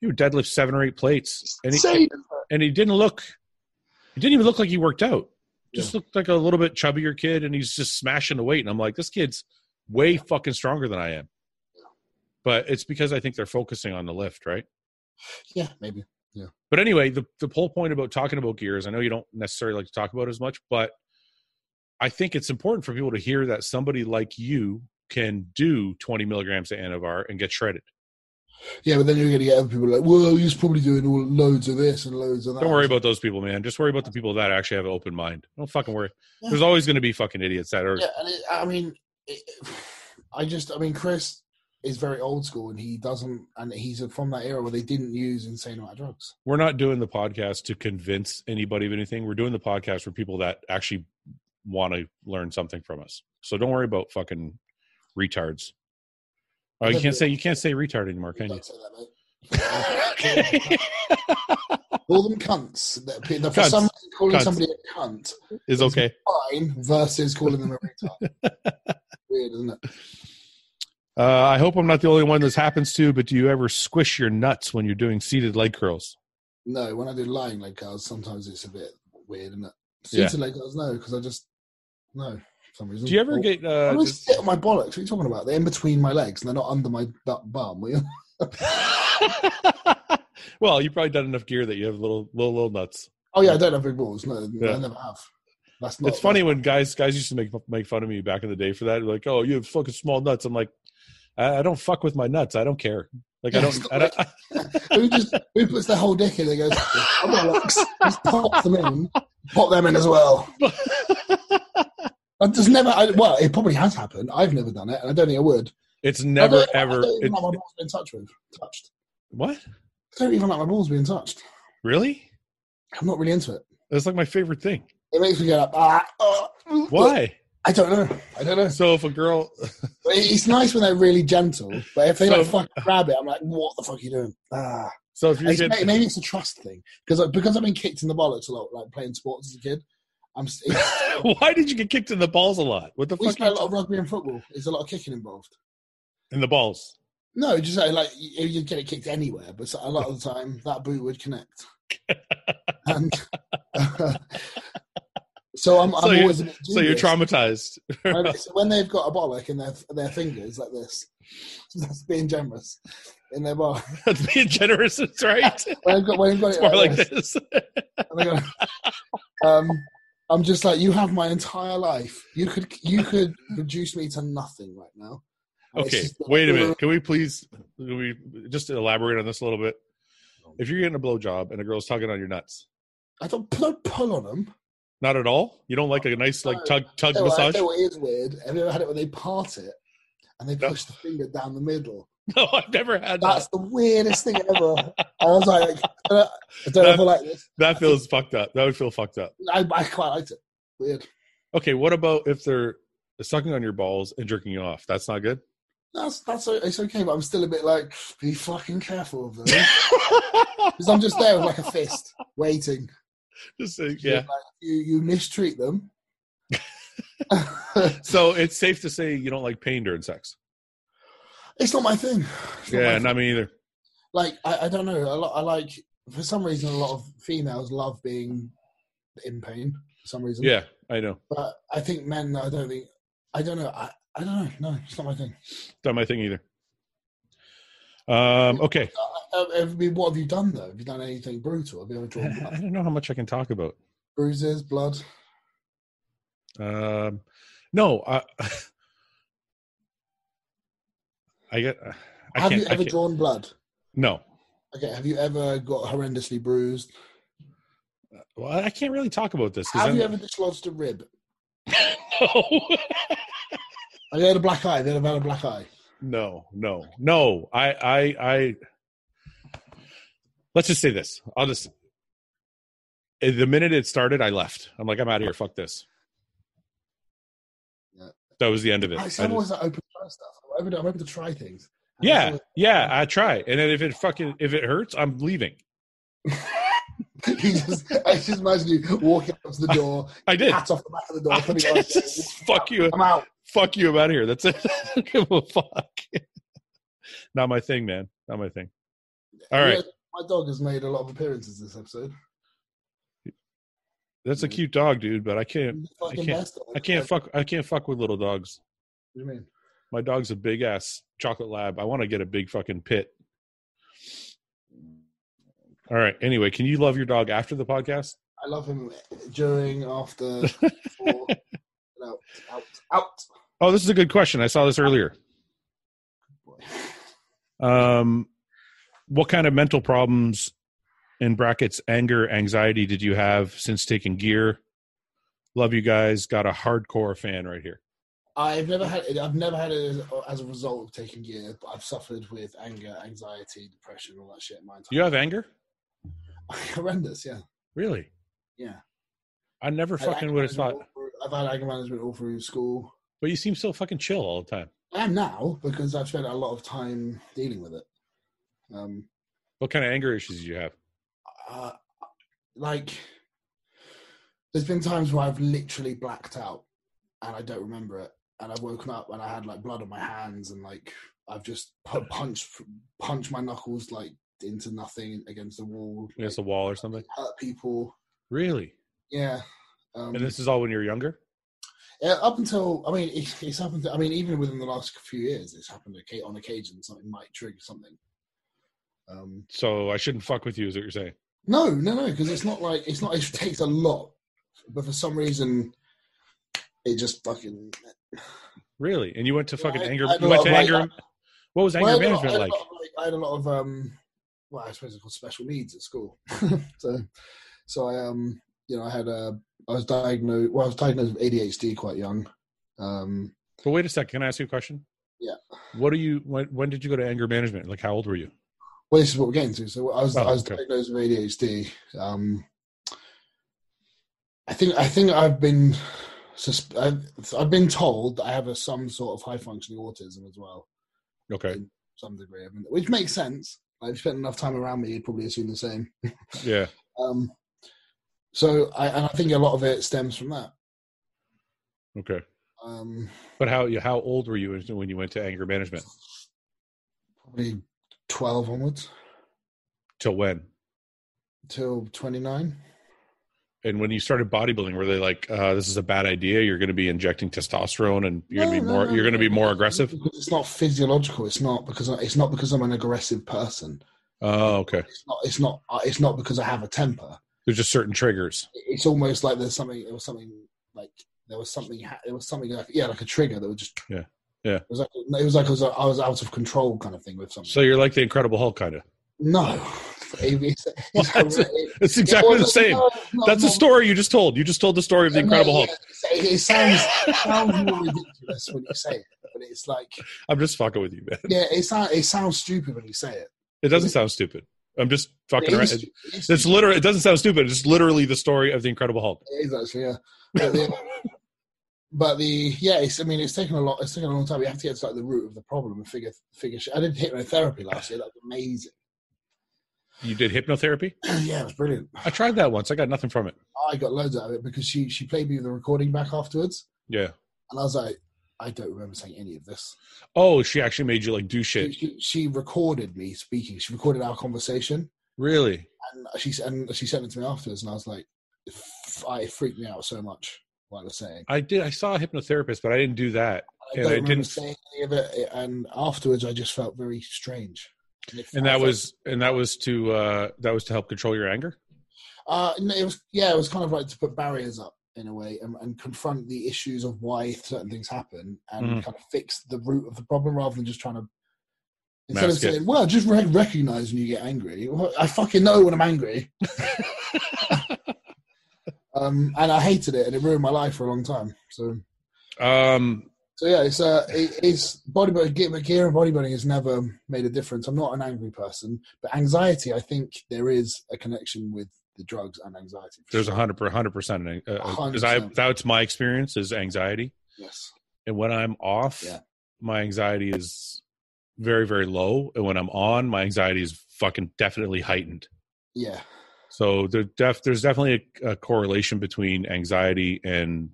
S1: He would deadlift seven or eight plates, and he,
S2: Insane.
S1: and he didn't look. He didn't even look like he worked out. Just looked like a little bit chubbier kid, and he's just smashing the weight. And I'm like, this kid's way fucking stronger than I am. But it's because I think they're focusing on the lift, right?
S2: Yeah, maybe.
S1: But anyway, the, the whole point about talking about gear is I know you don't necessarily like to talk about it as much, but I think it's important for people to hear that somebody like you can do 20 milligrams of Anavar and get shredded.
S2: Yeah, but then you're going to get other people like, "Well, he's probably doing all loads of this and loads of that."
S1: Don't worry about those people, man. Just worry about the people that actually have an open mind. Don't fucking worry.
S2: Yeah.
S1: There's always going to be fucking idiots that are.
S2: Yeah, and it, I mean, it, I just, I mean, Chris is very old school, and he doesn't, and he's from that era where they didn't use insane amount of drugs.
S1: We're not doing the podcast to convince anybody of anything. We're doing the podcast for people that actually want to learn something from us. So don't worry about fucking retards. Oh, you can't say you can't say retard anymore, can you?
S2: Don't say that, mate. Call them cunts. They're, pe- they're for
S1: Cunts.
S2: some reason, calling
S1: Cunts.
S2: somebody a cunt
S1: is okay.
S2: fine versus calling them a retard. Weird, isn't it?
S1: Uh, I hope I'm not the only one this happens to, but do you ever squish your nuts when you're doing seated leg curls?
S2: No, when I do lying leg curls, sometimes it's a bit weird, isn't it?
S1: Yeah.
S2: Seated leg curls, no, because I just no. For some reason.
S1: Do you ever
S2: Or-
S1: get?
S2: I
S1: Uh,
S2: always sit on my bollocks. What are you talking about? They're in between my legs and they're not under my butt bum. What are you-
S1: well, you've probably done enough gear that you have little little little nuts.
S2: Oh yeah, I don't have big balls. No,
S1: Yeah.
S2: I never have. That's not.
S1: it's funny when guys guys used to make make fun of me back in the day for that. Like, oh, you have fucking small nuts. I'm like, I, I don't fuck with my nuts. I don't care. Like, I
S2: Yeah,
S1: don't.
S2: it's not
S1: I don't
S2: who just who puts their whole dick in and goes "My bollocks? Just pop them in. Pop them in as well. I just never. I, well, it probably has happened. I've never done it, and I don't think I would.
S1: it's
S2: I
S1: never
S2: don't- I
S1: ever.
S2: don't even
S1: It,
S2: like my balls being touched with touched.
S1: what?
S2: I don't even like my balls being touched.
S1: Really?
S2: I'm not really into it.
S1: That's like my favorite thing.
S2: It makes me get up. Ah, oh, mm,
S1: Why?
S2: I don't know. I don't know.
S1: So if a girl,
S2: But it- It's nice when they're really gentle, but if they like
S1: So-
S2: fucking grab it, I'm like, what the fuck are you doing? Ah,
S1: so if you're
S2: It's- may-
S1: getting,
S2: maybe it's a trust thing because like, because I've been kicked in the bollocks a lot, like playing sports as a kid. I'm. s- It's,
S1: why did you get kicked in the balls a lot? What the
S2: we
S1: fuck?
S2: play a lot of rugby and football. There's a lot of kicking involved.
S1: in the balls?
S2: No, just like, like you- you'd get it kicked anywhere, but a lot of the time that boot would connect. and so I'm, I'm
S1: So you-
S2: always a bit
S1: So you're
S2: dubious.
S1: traumatized.
S2: When- so when they've got a bollock in their their fingers like this, that's being generous in their bar.
S1: That's being generous, it's right?
S2: When they've got when they've got
S1: It's
S2: it
S1: more like this.
S2: like, this, and they go, um, I'm just like you have my entire life. You could you could reduce me to nothing right now. And it's
S1: Okay,
S2: just-
S1: wait a minute. Can we please can we just elaborate on this a little bit? If you're getting a blowjob and a girl's tugging on your nuts,
S2: I don't, don't pull on them.
S1: not at all. You don't like a nice like tug tug
S2: No, I
S1: massage.
S2: know it is weird. Have you ever had it when they part it and they
S1: No.
S2: push the finger down the middle?
S1: No, I've never had that.
S2: That's the weirdest thing ever. I was like, I don't, I don't know if I like this.
S1: That feels fucked up. That would feel fucked up.
S2: I, I quite liked it. Weird.
S1: Okay, what about if they're sucking on your balls and jerking you off? That's not good.
S2: That's that's o- it's okay, but I'm still a bit like, be fucking careful of them because I'm just there with like a fist waiting.
S1: Just say, yeah.
S2: Like, you you mistreat them.
S1: So it's safe to say you don't like pain during sex.
S2: it's not my thing. It's not my
S1: Yeah,
S2: thing.
S1: not me either.
S2: like I, I don't know. A lot I like for some reason a lot of females love being in pain for some reason.
S1: Yeah, I know.
S2: But I think men, I don't think, I don't know. I, I don't know. No, it's not my thing.
S1: Not my thing either. Um, okay.
S2: Uh, I mean, what have you done though? Have you done anything brutal? Have you ever drawn
S1: I
S2: blood?
S1: don't know how much I can talk about.
S2: bruises, blood?
S1: Um, no, I, I get. I
S2: have
S1: can't,
S2: you
S1: I
S2: ever
S1: can't-
S2: drawn blood?
S1: No,
S2: Okay. Have you ever got horrendously bruised?
S1: well, I can't really talk about this. 'cause
S2: Have
S1: then-
S2: you ever dislodged a rib?
S1: no,
S2: Have you had a black eye? Have you ever had a black eye?
S1: no, no, no. I, I, I. Let's just say this. I'll just. eh, The minute it started, I left. I'm like, I'm out of here. Fuck this.
S2: Yeah.
S1: That was the end of it.
S2: I,
S1: I
S2: see, I'm
S1: just-
S2: always like open to try stuff. I'm open, I'm open to try things. And I
S1: yeah, yeah. I try, and then if it fucking if it hurts, I'm leaving.
S2: always- you just, I just imagine you walking up to the door,
S1: I did.
S2: hat off the back of the door,
S1: I
S2: putting
S1: did.
S2: it on.
S1: fuck you.
S2: I'm out.
S1: fuck you. I'm out of here. That's it. I don't give a fuck. Not my thing, man. Not my thing. All right.
S2: Yeah, my dog has made a lot of appearances this episode.
S1: That's a cute dog, dude, but I can't
S2: He's the fucking
S1: can't-
S2: best dog.
S1: I can't
S2: Like,
S1: fuck I can't fuck with little dogs.
S2: What do you mean?
S1: My dog's a big ass chocolate lab. I want to get a big fucking pit. All right. Anyway, can you love your dog after the podcast?
S2: I love him during, after, before, out, out, out.
S1: Oh, this is a good question. I saw this earlier.
S2: Boy.
S1: Um, what kind of mental problems, in brackets, anger, anxiety, did you have since taking gear? Love you guys. Got a hardcore fan right here.
S2: I've never had it. I've never had it as, as a result of taking gear, but I've suffered with anger, anxiety, depression, all that shit in my entire
S1: Do you have anger?
S2: horrendous. Yeah,
S1: Really?
S2: yeah.
S1: I never
S2: I had
S1: fucking
S2: anger
S1: would have
S2: management
S1: thought.
S2: all through- I've had anger management all through school.
S1: But you seem so fucking chill all the time.
S2: I am now because I've spent a lot of time dealing with it. Um,
S1: What kind of anger issues do you have?
S2: uh, like there's been times where I've literally blacked out and I don't remember it, and I've woken up and I had like blood on my hands and like I've just pu- punched punched my knuckles like into nothing against the wall,
S1: Against a wall or something?
S2: hurt people.
S1: Really?
S2: Yeah. Um,
S1: And this is all when you're younger?
S2: yeah, up until I mean, it's, it's happened. I mean, even within the last few years, it's happened occa- on occasion. Something might trigger something. Um,
S1: So I shouldn't fuck with you, is what you're saying.
S2: No, no, no, because it's not like it's not. It takes a lot, but for some reason, it just fucking.
S1: Really? And you went to
S2: Yeah,
S1: fucking
S2: I-
S1: anger.
S2: I had a
S1: You went
S2: lot
S1: to
S2: of, like,
S1: anger. what was anger
S2: Well, I had a lot-
S1: management
S2: I
S1: like?
S2: had a lot of, like, I had a lot of um, well, I suppose it's called special needs at school. so, so I um, you know, I had a, I was diagnosed. Well, I was diagnosed with ADHD quite young. Um,
S1: But wait a second. Can I ask you a question?
S2: Yeah.
S1: What do you? When, when did you go to anger management? Like, how old were you?
S2: well, this is what we're getting to. So I was,
S1: Oh,
S2: I was
S1: okay.
S2: diagnosed with ADHD. Um, I think I think I've been sus- I've, I've been told that I have a, some sort of high functioning autism as well,
S1: Okay.
S2: some degree, I mean, which makes sense. I've spent enough time around me; you'd probably assume the same.
S1: Yeah.
S2: Um, so I, and I think a lot of it stems from that.
S1: Okay.
S2: Um,
S1: But how you how old were you when you went to anger management?
S2: probably twelve onwards
S1: Till when?
S2: till twenty nine.
S1: And when you started bodybuilding, were they like, uh, "This is a bad idea. You're going to be injecting testosterone, and you're going to
S2: No,
S1: be
S2: no,
S1: more
S2: no,
S1: you're going to be
S2: no, no,
S1: more
S2: no,
S1: aggressive"?
S2: because It's not physiological. It's not because I, it's not because I'm an aggressive person.
S1: Oh, okay.
S2: It's not. It's not. uh, It's not because I have a temper.
S1: There's just certain triggers.
S2: It's almost like there's something. It was something like there was something. ha- There was something like yeah, like a trigger that was just
S1: Yeah, yeah.
S2: It was like it was like I was, I was out of control kind of thing with something.
S1: So you're like the Incredible Hulk, kind of.
S2: no, It- it's, it's
S1: Well, that's-
S2: horrific.
S1: It's exactly
S2: It
S1: the
S2: was-
S1: same.
S2: no, it's not-
S1: That's a
S2: not-
S1: story you just told. You just told the story of the
S2: no,
S1: Incredible Hulk.
S2: yeah, It, it sounds it sounds more ridiculous when you say it, but it's like
S1: I'm just fucking with you, man.
S2: yeah, it sounds it sounds stupid when you say it.
S1: It doesn't sound stupid. I'm just fucking
S2: It
S1: around.
S2: is stu- it is
S1: It's literally. It doesn't sound stupid. It's literally the story of the Incredible Hulk.
S2: It is actually, yeah. But the, but the yeah, it's, I mean, it's taken a lot. It's taken a long time. You have to get to like the root of the problem and figure figure. Shit. I did hypnotherapy last year. That was amazing.
S1: You did hypnotherapy.
S2: yeah, it was brilliant.
S1: I tried that once. I got nothing from it.
S2: I got loads out of it because she she played me the recording back afterwards,
S1: Yeah.
S2: and I was like, I don't remember saying any of this.
S1: Oh, she actually made you like do
S2: She,
S1: shit.
S2: she, she recorded me speaking. She recorded our conversation,
S1: Really?
S2: and she s- and she sent it to me afterwards, and I was like, f- I it freaked me out so much. What I was saying.
S1: I did. I saw a hypnotherapist, but I didn't do that.
S2: I
S1: And
S2: don't
S1: I
S2: remember
S1: didn't-
S2: saying any of it, eh, and afterwards I just felt very strange. it
S1: And
S2: felt-
S1: that was and that was to uh that was to help control your anger.
S2: uh, no, it was yeah, it was kind of like to put barriers up in a way and, and confront the issues of why certain things happen and
S1: Mhm.
S2: kind of fix the root of the problem rather than just trying to. Instead
S1: Mask
S2: of
S1: it.
S2: saying, "Well, just re- recognize when you get angry," well, I fucking know when I'm angry, um, and I hated it, and it ruined my life for a long time. So,
S1: Um
S2: so yeah, it's uh, it, it's bodybuilding. ge- but Gear and bodybuilding has never made a difference. I'm not an angry person, but anxiety, I think there is a connection with the drugs and anxiety.
S1: there's a hundred per hundred percent in- uh, uh, 'cause I
S2: 100%.
S1: that's my experience is anxiety.
S2: yes,
S1: And when I'm off,
S2: Yeah.
S1: my anxiety is very, very low. And when I'm on, my anxiety is fucking definitely heightened.
S2: yeah,
S1: So there def- there's definitely a, a correlation between anxiety and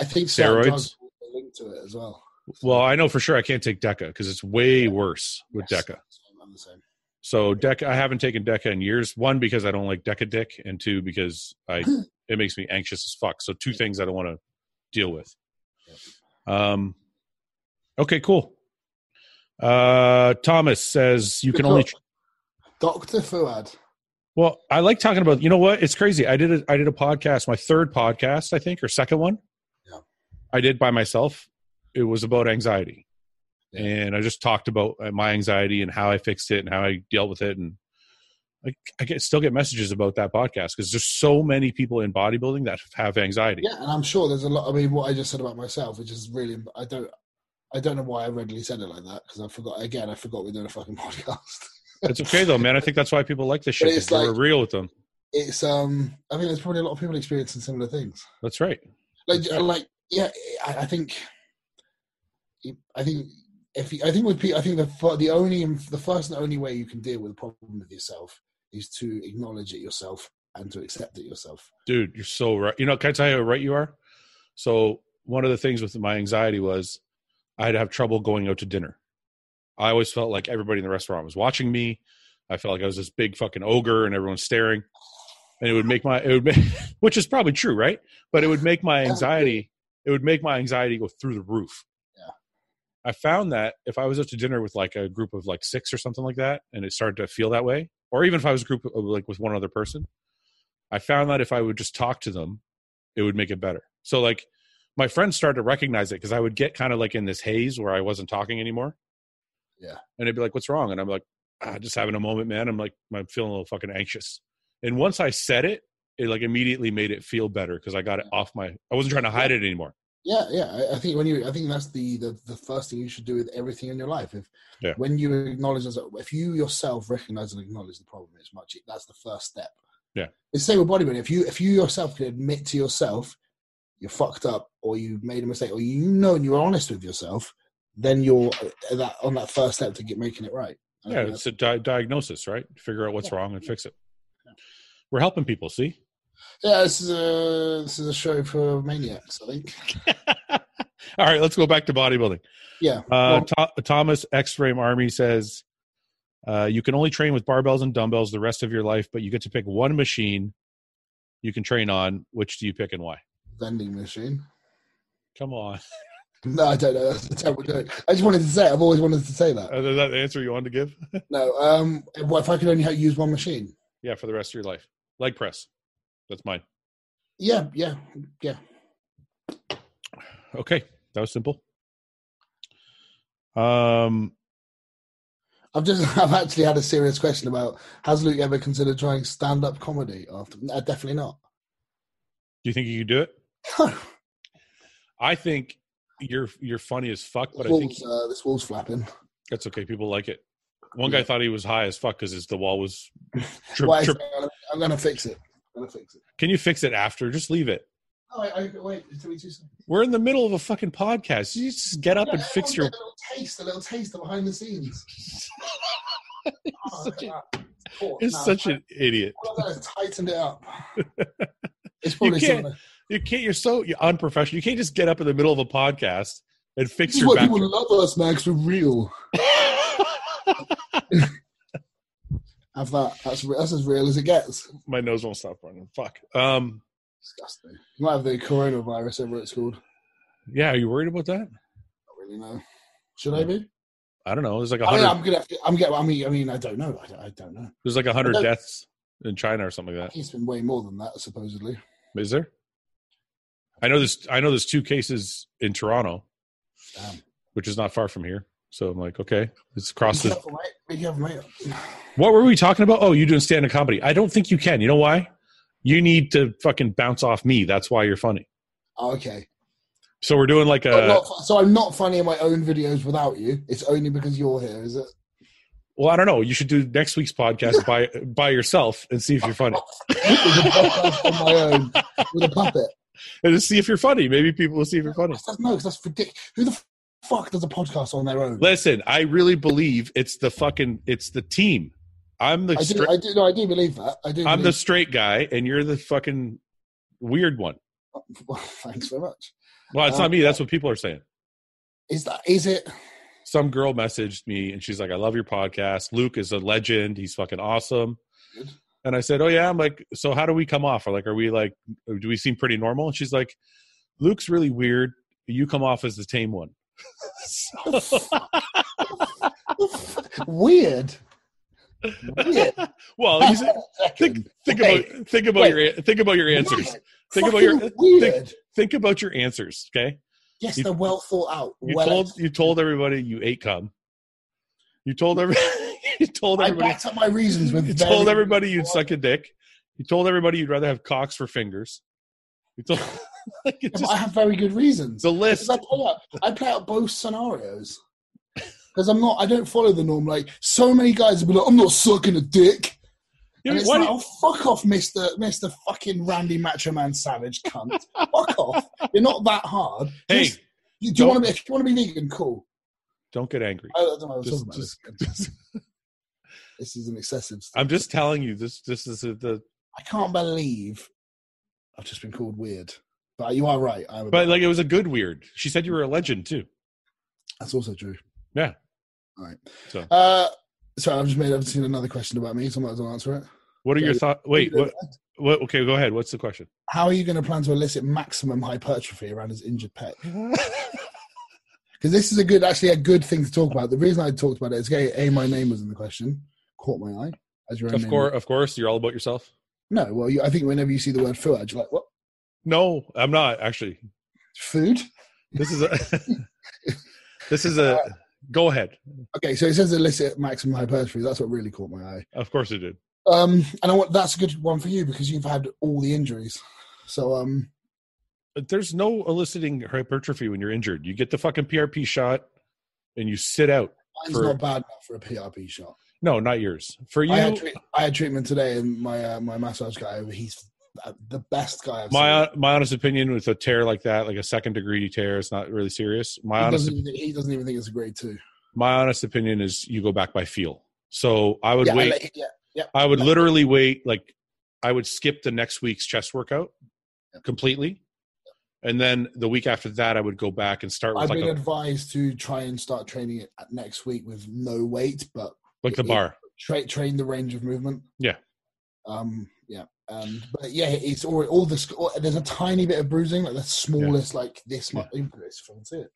S2: I think certain
S1: Steroids?
S2: drugs are linked to it as well.
S1: well, I know for sure I can't take E DECA because it's way worse with E
S2: Yes,
S1: DECA.
S2: I'm the same.
S1: So Deca, I haven't taken Deca in years. One because I don't like Deca Dick, and two because I it makes me anxious as fuck. So two things I don't want to deal with. Um, okay, cool. Uh, Thomas says you
S2: Good
S1: can only.
S2: talk. Doctor Fuad.
S1: Well, I like talking about. You know what? It's crazy. I did a I did a podcast, my third podcast, I think, or second one.
S2: Yeah.
S1: I did by myself. It was about anxiety,
S2: Yeah.
S1: and I just talked about uh, my anxiety and how I fixed it and how I dealt with it, and I, I get still get messages about that podcast because there's so many people in bodybuilding that have anxiety.
S2: Yeah, and I'm sure there's a lot. I mean, what I just said about myself, which is really, I don't, I don't know why I readily said it like that because I forgot. Again, I forgot we're doing a fucking podcast.
S1: It's okay though, man. I think that's why people like this shit.
S2: But it's
S1: 'cause we're
S2: like-
S1: real with them.
S2: it's um i think there's probably a lot of people experiencing similar things
S1: That's right.
S2: like uh, like yeah i, I think i think if you, i think with people i think the fir- the only the first and only way you can deal with a problem with yourself is to acknowledge it yourself and to accept it yourself
S1: dude you're so right you know can i tell you how right you are so one of the things with my anxiety was i'd have trouble going out to dinner i always felt like everybody in the restaurant was watching me i felt like i was this big fucking ogre and everyone's staring and it would make my it would make which is probably true right but it would make my anxiety it would make my anxiety go through the roof
S2: Yeah.
S1: i found that if i was out to dinner with like a group of like six or something like that and it started to feel that way or even if i was a group of like with one other person I found that if I would just talk to them, it would make it better. So like my friends started to recognize it because I would get kind of like in this haze where I wasn't talking anymore.
S2: Yeah.
S1: And they'd be like, what's wrong? And I'm like, ah, just having a moment, man. I'm like, I'm feeling a little fucking anxious. And once I said it, it like immediately made it feel better because I got it off my, I wasn't trying to hide it anymore.
S2: Mm. yeah yeah I- i think when you i think that's the the, the first thing you should do with everything in your life if
S1: Yeah.
S2: when you acknowledge as a- if you yourself recognize and acknowledge the problem it's much that's the first step
S1: Yeah.
S2: It's the same with bodybuilding. If you if you yourself can admit to yourself you're fucked up or you made a mistake or you know and you're honest with yourself, then you're uh, that on that first step to get making it right. I
S1: Yeah,
S2: think
S1: it's a di- diagnosis, right? Figure out what's
S2: Yeah.
S1: wrong and fix it. We're helping people, see?
S2: Yeah, this is a this is a show for maniacs, I think.
S1: All right, let's go back to bodybuilding.
S2: Yeah,
S1: Uh, Tho- Thomas X Frame Army says uh, you can only train with barbells and dumbbells the rest of your life, but you get to pick one machine you can train on. Which do you pick and why?
S2: vending machine.
S1: Come on.
S2: No, I don't know. That's a terrible joke. I just wanted to say. It. I've always wanted to say that.
S1: Uh, Is that the answer you wanted to give?
S2: No, um, what if I could only ha- use one machine?
S1: yeah, for the rest of your life. Leg press. That's mine.
S2: Yeah, yeah,
S1: Okay, that was simple. Um,
S2: I've just I've actually had a serious question about has Luke ever considered trying stand up comedy after no, definitely not.
S1: do you think you could do it?
S2: No.
S1: I think you're you're funny as fuck, but I think
S2: Walls, uh, this wall's flapping.
S1: that's okay. People like it. One guy thought he was high as fuck because the wall was. Trip,
S2: Wait,
S1: trip.
S2: I'm gonna- I'm gonna fix it. I'm gonna fix it.
S1: Can you fix it after? Just leave it.
S2: Oh, wait, wait, wait, just give me two seconds.
S1: We're in the middle of a fucking podcast. You just get up and
S2: Yeah,
S1: fix your.
S2: everyone get a little taste, a little taste of behind the scenes.
S1: such a-
S2: oh,
S1: It's such an idiot.
S2: tightened it up. It's
S1: You
S2: probably
S1: can't-
S2: something.
S1: You can't. You're so you're unprofessional. You can't just get up in the middle of a podcast and fix
S2: This is
S1: your
S2: why
S1: back.
S2: people love us, man, 'cause we're real. Have that. That's re- that's as real as it gets.
S1: My nose won't stop running. Fuck. Um.
S2: Disgusting. You might have the coronavirus, whatever it's called.
S1: Yeah. Are you worried about that?
S2: Not really know. Should I be?
S1: I don't know. There's like a
S2: I mean,
S1: hundred.
S2: I'm gonna. Have to, I'm gonna. I mean, I mean, I don't know. I don't, I don't know.
S1: There's like a
S2: I
S1: hundred
S2: don't-
S1: deaths in China or something like
S2: It's been way more than that, supposedly.
S1: that. Is there? I know there's. I know there's two cases in Toronto,
S2: Damn.
S1: which is not far from here. So I'm like, okay, it's across
S2: Be
S1: the.
S2: careful, mate. Be careful, mate.
S1: What were we talking about? Oh, you doing stand-up comedy? I don't think you can. You know why? You need to fucking bounce off me. That's why you're funny.
S2: Oh, okay.
S1: So we're doing like
S2: I'm
S1: a.
S2: not fu- so I'm not funny in my own videos without you. It's only because you're here, is it?
S1: Well, I don't know. You should do next week's podcast by by yourself and see if you're funny.
S2: It's a podcast on my own with a puppet.
S1: And just see if you're funny. Maybe people will see if you're funny.
S2: That's, no, 'cause that's ridiculous. Who the f- fuck does a podcast on their own?
S1: Listen, I really believe it's the fucking it's the team. I'm the
S2: I do,
S1: straight,
S2: I do, no, I do believe that. I do.
S1: I'm the
S2: believe
S1: straight guy, and you're the fucking weird one.
S2: Well, thanks very much.
S1: Well, it's
S2: Uh,
S1: not me. That's what people are saying.
S2: Is that? Is it?
S1: Some girl messaged me, and she's like, "I love your podcast. Luke is a legend. He's fucking awesome."
S2: Good.
S1: And I said, "Oh yeah." I'm like, "So how do we come off? Or like, are we like, do we seem pretty normal?" And she's like, "Luke's really weird. You come off as the tame one."
S2: Weird. Weird.
S1: well, Oh, you s- think think about think about
S2: Wait.
S1: your an- think about your answers.
S2: Weird.
S1: Think about your-
S2: Fucking weird.
S1: Think about your answers. Okay.
S2: yes,
S1: you-
S2: they're well thought out.
S1: You
S2: well,
S1: told you told everybody you ate cum. You told every you told
S2: I
S1: everybody
S2: backed up my reasons with.
S1: you
S2: very-
S1: told everybody you'd suck a dick. You told everybody you'd rather have cocks for fingers. You told like it
S2: Yeah, but
S1: just
S2: I have very good reasons.
S1: the list.
S2: Because I play out, I play out both scenarios. Because I'm not, I don't follow the norm. Like so many guys will be like, "I'm not sucking a dick,"
S1: You-
S2: and it's
S1: why
S2: like,
S1: do you-
S2: "Oh fuck off, Mister Mister Fucking Randy Macho Man Savage cunt, fuck off! You're not that hard."
S1: hey,
S2: Just- you, do you
S1: don't-
S2: want to be? If you want to be vegan, cool.
S1: don't get angry.
S2: I, I don't know. I was
S1: Just-
S2: talking about this. this is an excessive. Stuff.
S1: I'm just telling you this this is the
S2: I can't believe I've just been called weird. But you are right. I'm a
S1: but like it was a good weird. She said you were a legend too.
S2: That's also true.
S1: Yeah.
S2: All right.
S1: So.
S2: Uh, sorry, I've just made I've seen another question about me, so I might as well answer it.
S1: What are your
S2: Yeah.
S1: thoughts? Wait, what, what? Okay, go ahead. What's the question?
S2: How are you going to plan to elicit maximum hypertrophy around his injured pet? Because this is a good, actually, a good thing to talk about. The reason I talked about it is, okay, a my name was in the question, caught my eye. As your own
S1: Of
S2: name.
S1: course, of course, you're all about yourself.
S2: No, well, you, I think whenever you see the word Fuad, you're like, what?
S1: No, I'm not actually.
S2: Food?
S1: This is a. this is a.
S2: Uh,
S1: Go ahead.
S2: Okay, so it says elicit maximum hypertrophy. That's what really caught my eye.
S1: Of course it did.
S2: Um, and I want that's a good one for you because you've had all the injuries. So, um,
S1: But There's no eliciting hypertrophy when you're injured. You get the fucking PRP shot, and you sit out.
S2: mine's
S1: For-
S2: not bad enough for a PRP shot.
S1: No, not yours. For you,
S2: I, had treat- I had treatment today, and my uh, my massage guy, he's uh, the best guy. I've seen.
S1: my my honest opinion with a tear like that, like a second degree tear, it's not really serious. My
S2: He
S1: honest
S2: doesn't, even- he doesn't even think it's a grade two.
S1: my honest opinion is you go back by feel. So I would
S2: Yeah, I
S1: wait.
S2: let- yeah,
S1: I would literally wait like I would skip the next week's chest workout
S2: Yeah.
S1: completely. And then the week after that I would go back and start with
S2: I've
S1: like
S2: been
S1: a,
S2: advised to try and start training it at next week with no weight, but
S1: like the
S2: it-
S1: bar.
S2: tra- train the range of movement.
S1: Yeah.
S2: Um. Yeah. Um. But yeah, it's all all the sc- all, there's a tiny bit of bruising, like the smallest, like this much. Ooh, It's Can you see it?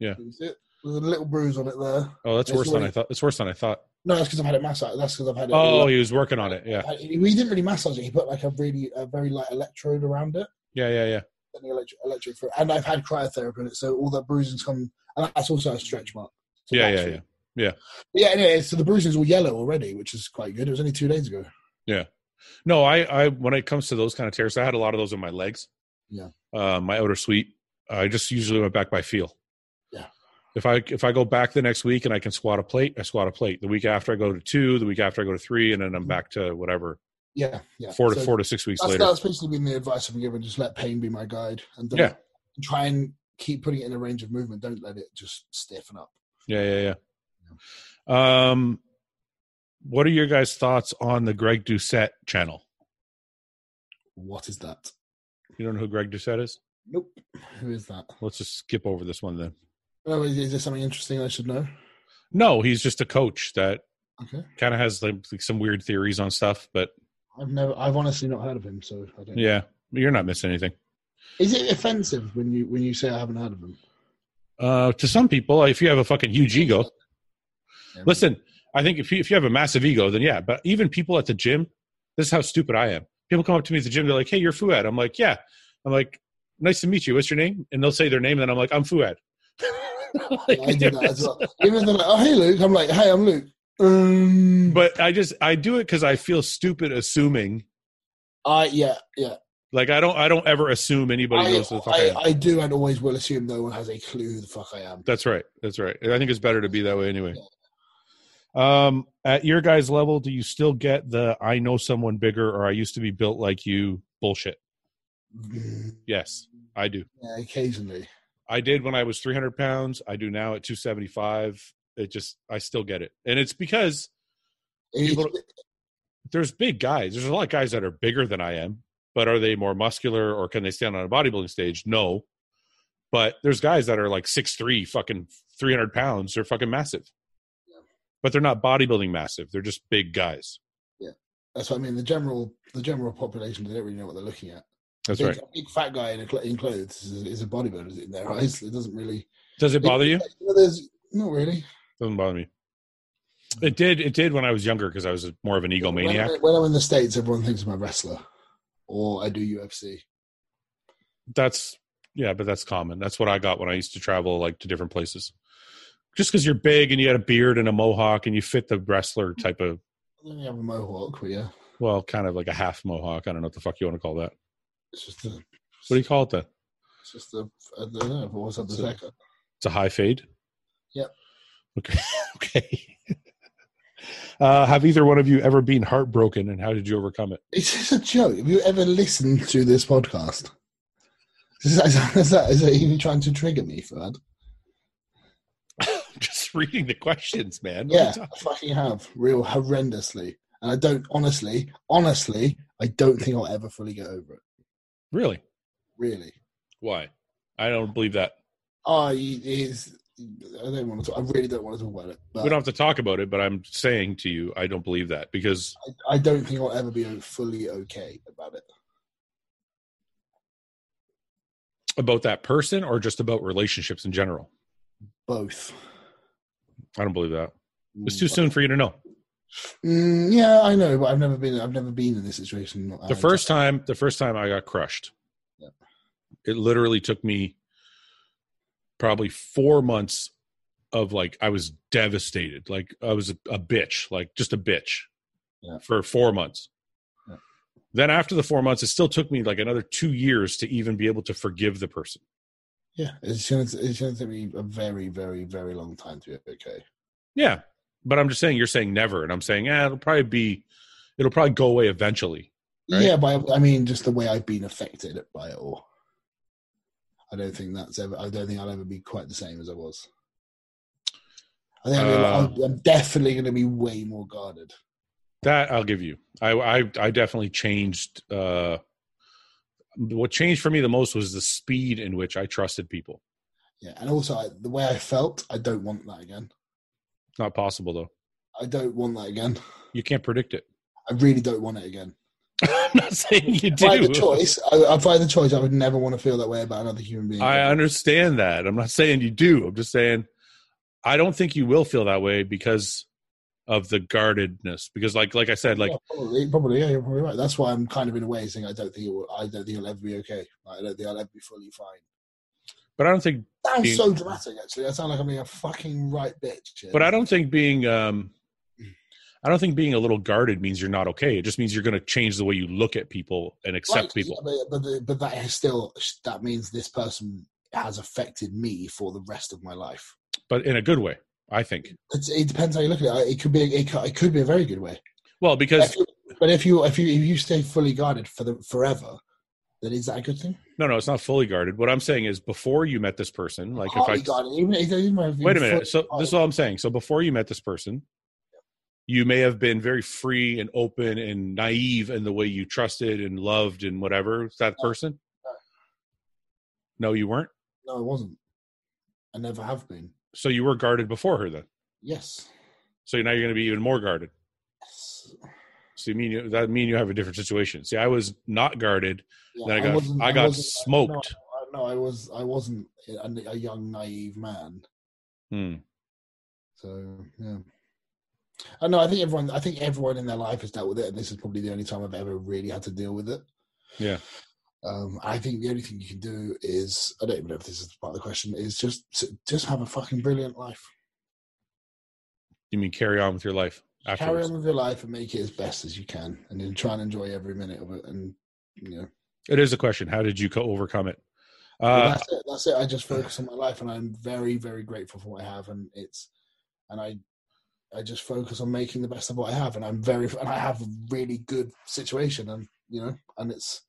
S1: Yeah.
S2: Can you see it? There's a little bruise on it there.
S1: Oh, that's
S2: It's
S1: worse than
S2: like-
S1: I thought. That's worse than I thought.
S2: No, that's because I've had it massaged. That's because I've had it.
S1: Oh, he was working on it. Yeah.
S2: I- he didn't really massage it. He put like a really a very light electrode around it,
S1: Yeah, yeah, yeah.
S2: then the electric electric through. And I've had cryotherapy in it, so all that bruising's come. And that's also a stretch mark. So
S1: Yeah,
S2: that's
S1: yeah,
S2: it.
S1: yeah. Yeah.
S2: But yeah. Anyway, so the bruising's all yellow already, which is quite good. It was only two days ago.
S1: No, I, I when it comes to those kind of tears, I had a lot of those in my legs.
S2: Yeah.
S1: Uh, my outer suite. I just usually went back by feel.
S2: Yeah.
S1: If I if I go back the next week and I can squat a plate, I squat a plate. The week after I go to two, the week after I go to three, and then I'm back to whatever
S2: Yeah, Mm-hmm. yeah.
S1: four to
S2: So
S1: four to six weeks
S2: That's,
S1: later.
S2: that's basically been the advice I've been given. Just let pain be my guide, and don't,
S1: Yeah.
S2: try and keep putting it in a range of movement. Don't let it just stiffen up.
S1: Yeah, yeah, yeah. Um, what are your guys' thoughts on the Greg Doucette channel?
S2: What is that?
S1: You don't know who Greg Doucette is?
S2: Nope. Who is that?
S1: Let's just skip over this one then.
S2: Oh, is, is there something interesting I should know?
S1: No, he's just a coach that
S2: Okay.
S1: kind of has like, like some weird theories on stuff, but
S2: I've never. I've honestly not heard of him, so I don't.
S1: yeah, you're not missing anything.
S2: Is it offensive when you when you say I haven't heard of him?
S1: Uh, to some people, if you have a fucking huge ego,
S2: Yeah.
S1: listen. I think if you, if you have a massive ego, then yeah. But even people at the gym, this is how stupid I am. People come up to me at the gym, they're like, "Hey, you're Fuad." I'm like, "Yeah." I'm like, "Nice to meet you. What's your name?" And they'll say their name, and then I'm like, "I'm Fuad." Like,
S2: I do that as well. Even though, like, oh hey Luke, I'm like, hey, I'm Luke. Um,
S1: But I just I do it because I feel stupid assuming.
S2: I yeah yeah.
S1: Like I don't I don't ever assume anybody
S2: I,
S1: knows who the fuck I,
S2: I,
S1: am.
S2: I do and always will assume no one has a clue who the fuck I am.
S1: That's right. That's right. And I think it's better to be that way anyway. Um, at your guys' level, do you still get the "I know someone bigger" or "I used to be built like you" bullshit? Yes, I do.
S2: Mm, Yeah, occasionally.
S1: I did when I was 300 pounds. I do now at 275. It just, I still get it, and it's because People- there's big guys. There's a lot of guys that are bigger than I am, but are they more muscular or can they stand on a bodybuilding stage? No. But there's guys that are like 6'3, fucking 300 pounds. They're fucking massive.
S2: Yeah.
S1: But they're not bodybuilding massive. They're just big guys.
S2: That's what I mean. The general the general population they don't really know what they're looking at.
S1: That's
S2: big,
S1: right.
S2: A big fat guy in, a, cl- in clothes is, is a bodybuilder in their eyes. It doesn't really
S1: Does it bother you?
S2: Well, there's not really.
S1: Doesn't bother me. It did. It did when I was younger because I was more of an egomaniac.
S2: When, I, when I'm in the states, everyone thinks I'm a wrestler, or I do UFC.
S1: that's yeah, but that's common. That's what I got when I used to travel like to different places. Just because you're big and you had a beard and a mohawk and you fit the wrestler
S2: Mm-hmm.
S1: type of
S2: I think I have a mohawk, but yeah,
S1: well, kind of like a half mohawk. I don't know what the fuck you want to call that.
S2: it's just a,
S1: What do you call it then?
S2: it's just a. I don't know. I've always had the
S1: So-
S2: haircut.
S1: It's a high fade.
S2: Yep.
S1: Okay. okay. Uh, have either one of you ever been heartbroken, and how did you overcome it?
S2: It's just a joke. Have you ever listened to this podcast? Is that, is that, is that, is that you trying to trigger me, Fred?
S1: Just reading the questions, man. What are you
S2: Yeah,
S1: talking-
S2: I fucking have. Real horrendously. And I don't, honestly, honestly, I don't think I'll ever fully get over it.
S1: Really?
S2: Really.
S1: Why? I don't believe that.
S2: Oh, it is. I don't want to talk. I really don't want to talk about it.
S1: we
S2: But
S1: don't have to talk about it, but I'm saying to you, I don't believe that because
S2: I, I don't think I'll ever be fully okay about it.
S1: about that person or just about relationships in general?
S2: Both.
S1: I don't believe that. It's too soon for you to know.
S2: Mm, yeah, I know, but I've never been. I've never been in this situation.
S1: The first time, the first time I got crushed,
S2: Yeah.
S1: it literally took me probably four months of like I was devastated, like I was a, a bitch, like just a bitch
S2: Yeah.
S1: for four months.
S2: Yeah.
S1: Then after the four months, it still took me like another two years to even be able to forgive the person.
S2: Yeah, it's going to it's going to take me a very, very, very long time to be okay.
S1: Yeah. but I'm just saying you're saying never, and I'm saying yeah, it'll probably be, it'll probably go away eventually. Right.
S2: Yeah, but I, I mean, just the way I've been affected by it all. I don't think that's ever. I don't think I'll ever be quite the same as I was. I think
S1: Uh.
S2: I'm, I'm, I'm definitely going to be way more guarded.
S1: That I'll give you. I I, I definitely changed. Uh, what changed for me the most was the speed in which I trusted people.
S2: Yeah, and also I, the way I felt, I don't want that again.
S1: Not possible though.
S2: I don't want that again.
S1: You can't predict it.
S2: I really don't want it again.
S1: I'm not saying you
S2: If I had
S1: do.
S2: the choice, I, if I had the choice, I would never want to feel that way about another human being.
S1: I understand that. I'm not saying you do. I'm just saying I don't think you will feel that way because of the guardedness. Because like like I said, like
S2: Yeah, Oh, probably, probably, yeah, you're probably right. That's why I'm kind of in a way saying I don't think it will, I don't think I'll ever be okay. I don't think I'll ever be fully fine.
S1: but I don't think
S2: Sounds
S1: Yeah.
S2: so dramatic, actually. I sound like I'm being a fucking right bitch. yeah.
S1: but I don't think being um I don't think being a little guarded means you're not okay. It just means you're gonna change the way you look at people and
S2: Right,
S1: accept people.
S2: yeah, but, but, but that is still that means this person has affected me for the rest of my life.
S1: But in a good way, I think.
S2: It's, it depends how you look at it. It could be it could, it could be a very good way.
S1: Well, because
S2: If you- but if you if you if you stay fully guarded for the forever, then is that a good thing?
S1: no, no, it's not fully guarded. What I'm saying is before you met this person, like if I
S2: Partly guarded, even, even if you
S1: wait a
S2: fully
S1: minute. So this is all I'm saying. So before you met this person, you may have been very free and open and naive in the way you trusted and loved and whatever that person.
S2: No.
S1: No, you weren't.
S2: No, I wasn't. I never have been.
S1: So you were guarded before her then.
S2: Yes.
S1: So now you're going to be even more guarded.
S2: Yes.
S1: So you mean you, that mean you have a different situation. See, I was not guarded.
S2: Yeah,
S1: then I got
S2: wasn't-
S1: I, got
S2: wasn't-
S1: smoked.
S2: No, I, no, I was. I wasn't a, a young naive man.
S1: Hmm.
S2: So yeah. I know. I think everyone. I think everyone in their life has dealt with it, and this is probably the only time I've ever really had to deal with it.
S1: Yeah.
S2: Um, I think the only thing you can do is I don't even know if this is part of the question is just just have a fucking brilliant life.
S1: You mean carry on with your life
S2: Carry
S1: afterwards?
S2: on with your life and make it as best as you can, and then try and enjoy every minute of it. And you know,
S1: It is a question. How did you co- overcome it?
S2: Well,
S1: Uh,
S2: that's it. That's it. I just focus on my life, and I'm very, very grateful for what I have, and it's, and I, I just focus on making the best of what I have, and I'm very, and I have a really good situation, and you know, and it's,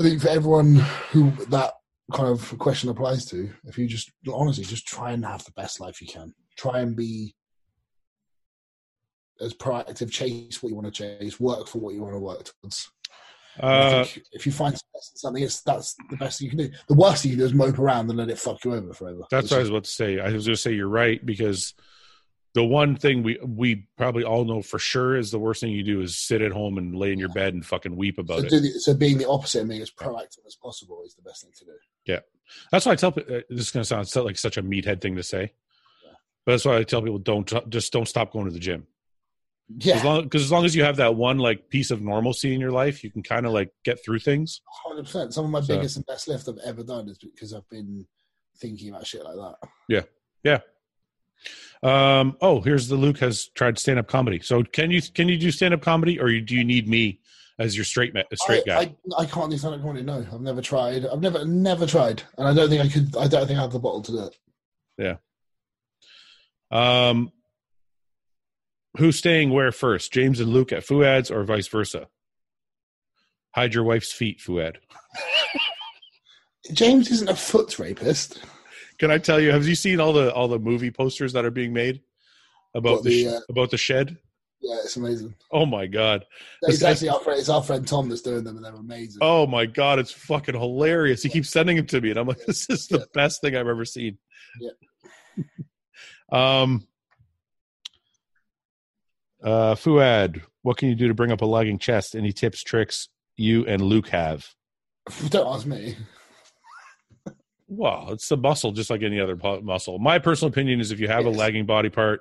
S2: I think for everyone who that kind of question applies to, if you just honestly just try and have the best life you can, try and be as proactive, chase what you want to chase, work for what you want to work towards. And I
S1: uh,
S2: think if you find success in something, it's that's the best thing you can do. The worst thing you can do is mope around and let it fuck you over forever.
S1: That's
S2: It's
S1: what I was about to say. I was going to say you're right because the one thing we we probably all know for sure is the worst thing you do is sit at home and lay in your bed and fucking weep
S2: just-
S1: about
S2: so,
S1: it.
S2: do the, so being the opposite of being as proactive as possible is the best thing to do.
S1: That's why I tell pe- uh, this is going to sound so- like such a meathead thing to say, but that's why I tell people don't t- just don't stop going to the gym
S2: Yeah,
S1: as long because as long as you have that one like piece of normalcy in your life, you can kind of like get through things.
S2: hundred percent. Some of my
S1: So-
S2: biggest and best lift I've ever done is because I've been thinking about shit like that.
S1: Um, oh, here's the Luke has tried stand up comedy. So can you can you do stand up comedy or you, do you need me as your straight ma- straight
S2: I,
S1: guy?
S2: I, I can't do stand-up comedy. No, I've never tried. I've never, never tried, and I don't think I could. I don't think I have the bottle to do it.
S1: Um, who's staying where first, James and Luke at Fuad's or vice versa? Hide your wife's feet, Fuad.
S2: James isn't a foot rapist.
S1: Can I tell you? Have you seen all the all the movie posters that are being made about
S2: What,
S1: the,
S2: the,
S1: sh-
S2: uh,
S1: about the shed?
S2: Yeah, it's amazing.
S1: Oh my god! This
S2: It's
S1: guy-
S2: actually our friend. It's our friend Tom that's doing them, and they're amazing.
S1: Oh my god! It's fucking hilarious. He keeps sending them to me, and I'm like, this is the
S2: Yeah.
S1: best thing I've ever seen.
S2: Yeah.
S1: um. Uh, Fuad, what can you do to bring up a lagging chest? Any tips, tricks you and Luke have?
S2: Don't ask me.
S1: Well, it's the muscle, just like any other po- muscle. My personal opinion is if you have a
S2: Yes.
S1: lagging body part,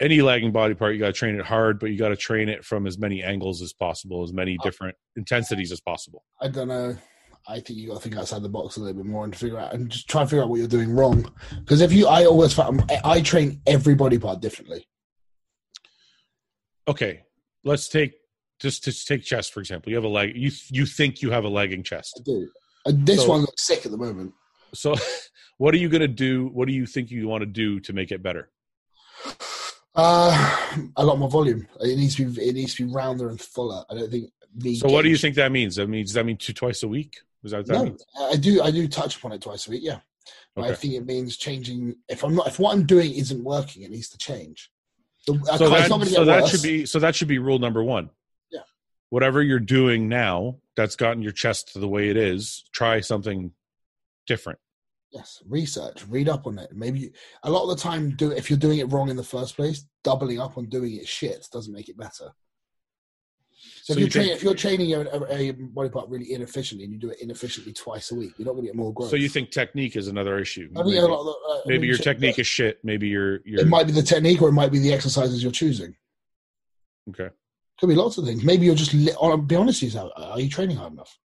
S1: any lagging body part, you got to train it hard, but you got to train it from as many angles as possible, as many
S2: Uh,
S1: different intensities as possible.
S2: I don't know. I think you got to think outside the box a little bit more and figure out and just try and figure out what you're doing wrong. Because if you, I always find I- I train every body part differently.
S1: Okay, let's take just to take chest for example. You have a lag. You you think you have a lagging
S2: I
S1: chest.
S2: do. And this
S1: So-
S2: one looks sick at the moment.
S1: So, what are you gonna do? What do you think you want to do to make it better?
S2: Uh, a lot more volume. It needs to be it needs to be rounder and fuller. I don't think the.
S1: So what do you
S2: gauge-
S1: think that means? That means does that mean two twice a week? Is that what that
S2: No,
S1: means?
S2: I do. I do touch upon it twice a week. Yeah, But I
S1: Okay.
S2: think it means changing. If I'm not, if what I'm doing isn't working, it needs to change. The- I
S1: So
S2: can't- it's
S1: that,
S2: not gonna
S1: so
S2: get
S1: that
S2: worse.
S1: should be so that should be rule number one.
S2: Yeah.
S1: Whatever you're doing now that's gotten your chest to the way it is, try something different.
S2: Yes, research, read up on it. Maybe you- a lot of the time, do if you're doing it wrong in the first place, doubling up on doing it shit doesn't make it better.
S1: So
S2: So, if
S1: you
S2: you're training,
S1: think-
S2: if you're training a, a, a body part really inefficiently and you do it inefficiently twice a week, you're not going to get more growth.
S1: So you think technique is another issue?
S2: I
S1: maybe
S2: think a lot of the, uh, I
S1: maybe
S2: mean,
S1: your
S2: shit-
S1: technique is shit. Maybe your your
S2: It might be the technique, or it might be the exercises you're choosing.
S1: okay.
S2: Could be lots of things. Maybe you're just. Li- I'll be honest with you. Are you training hard enough?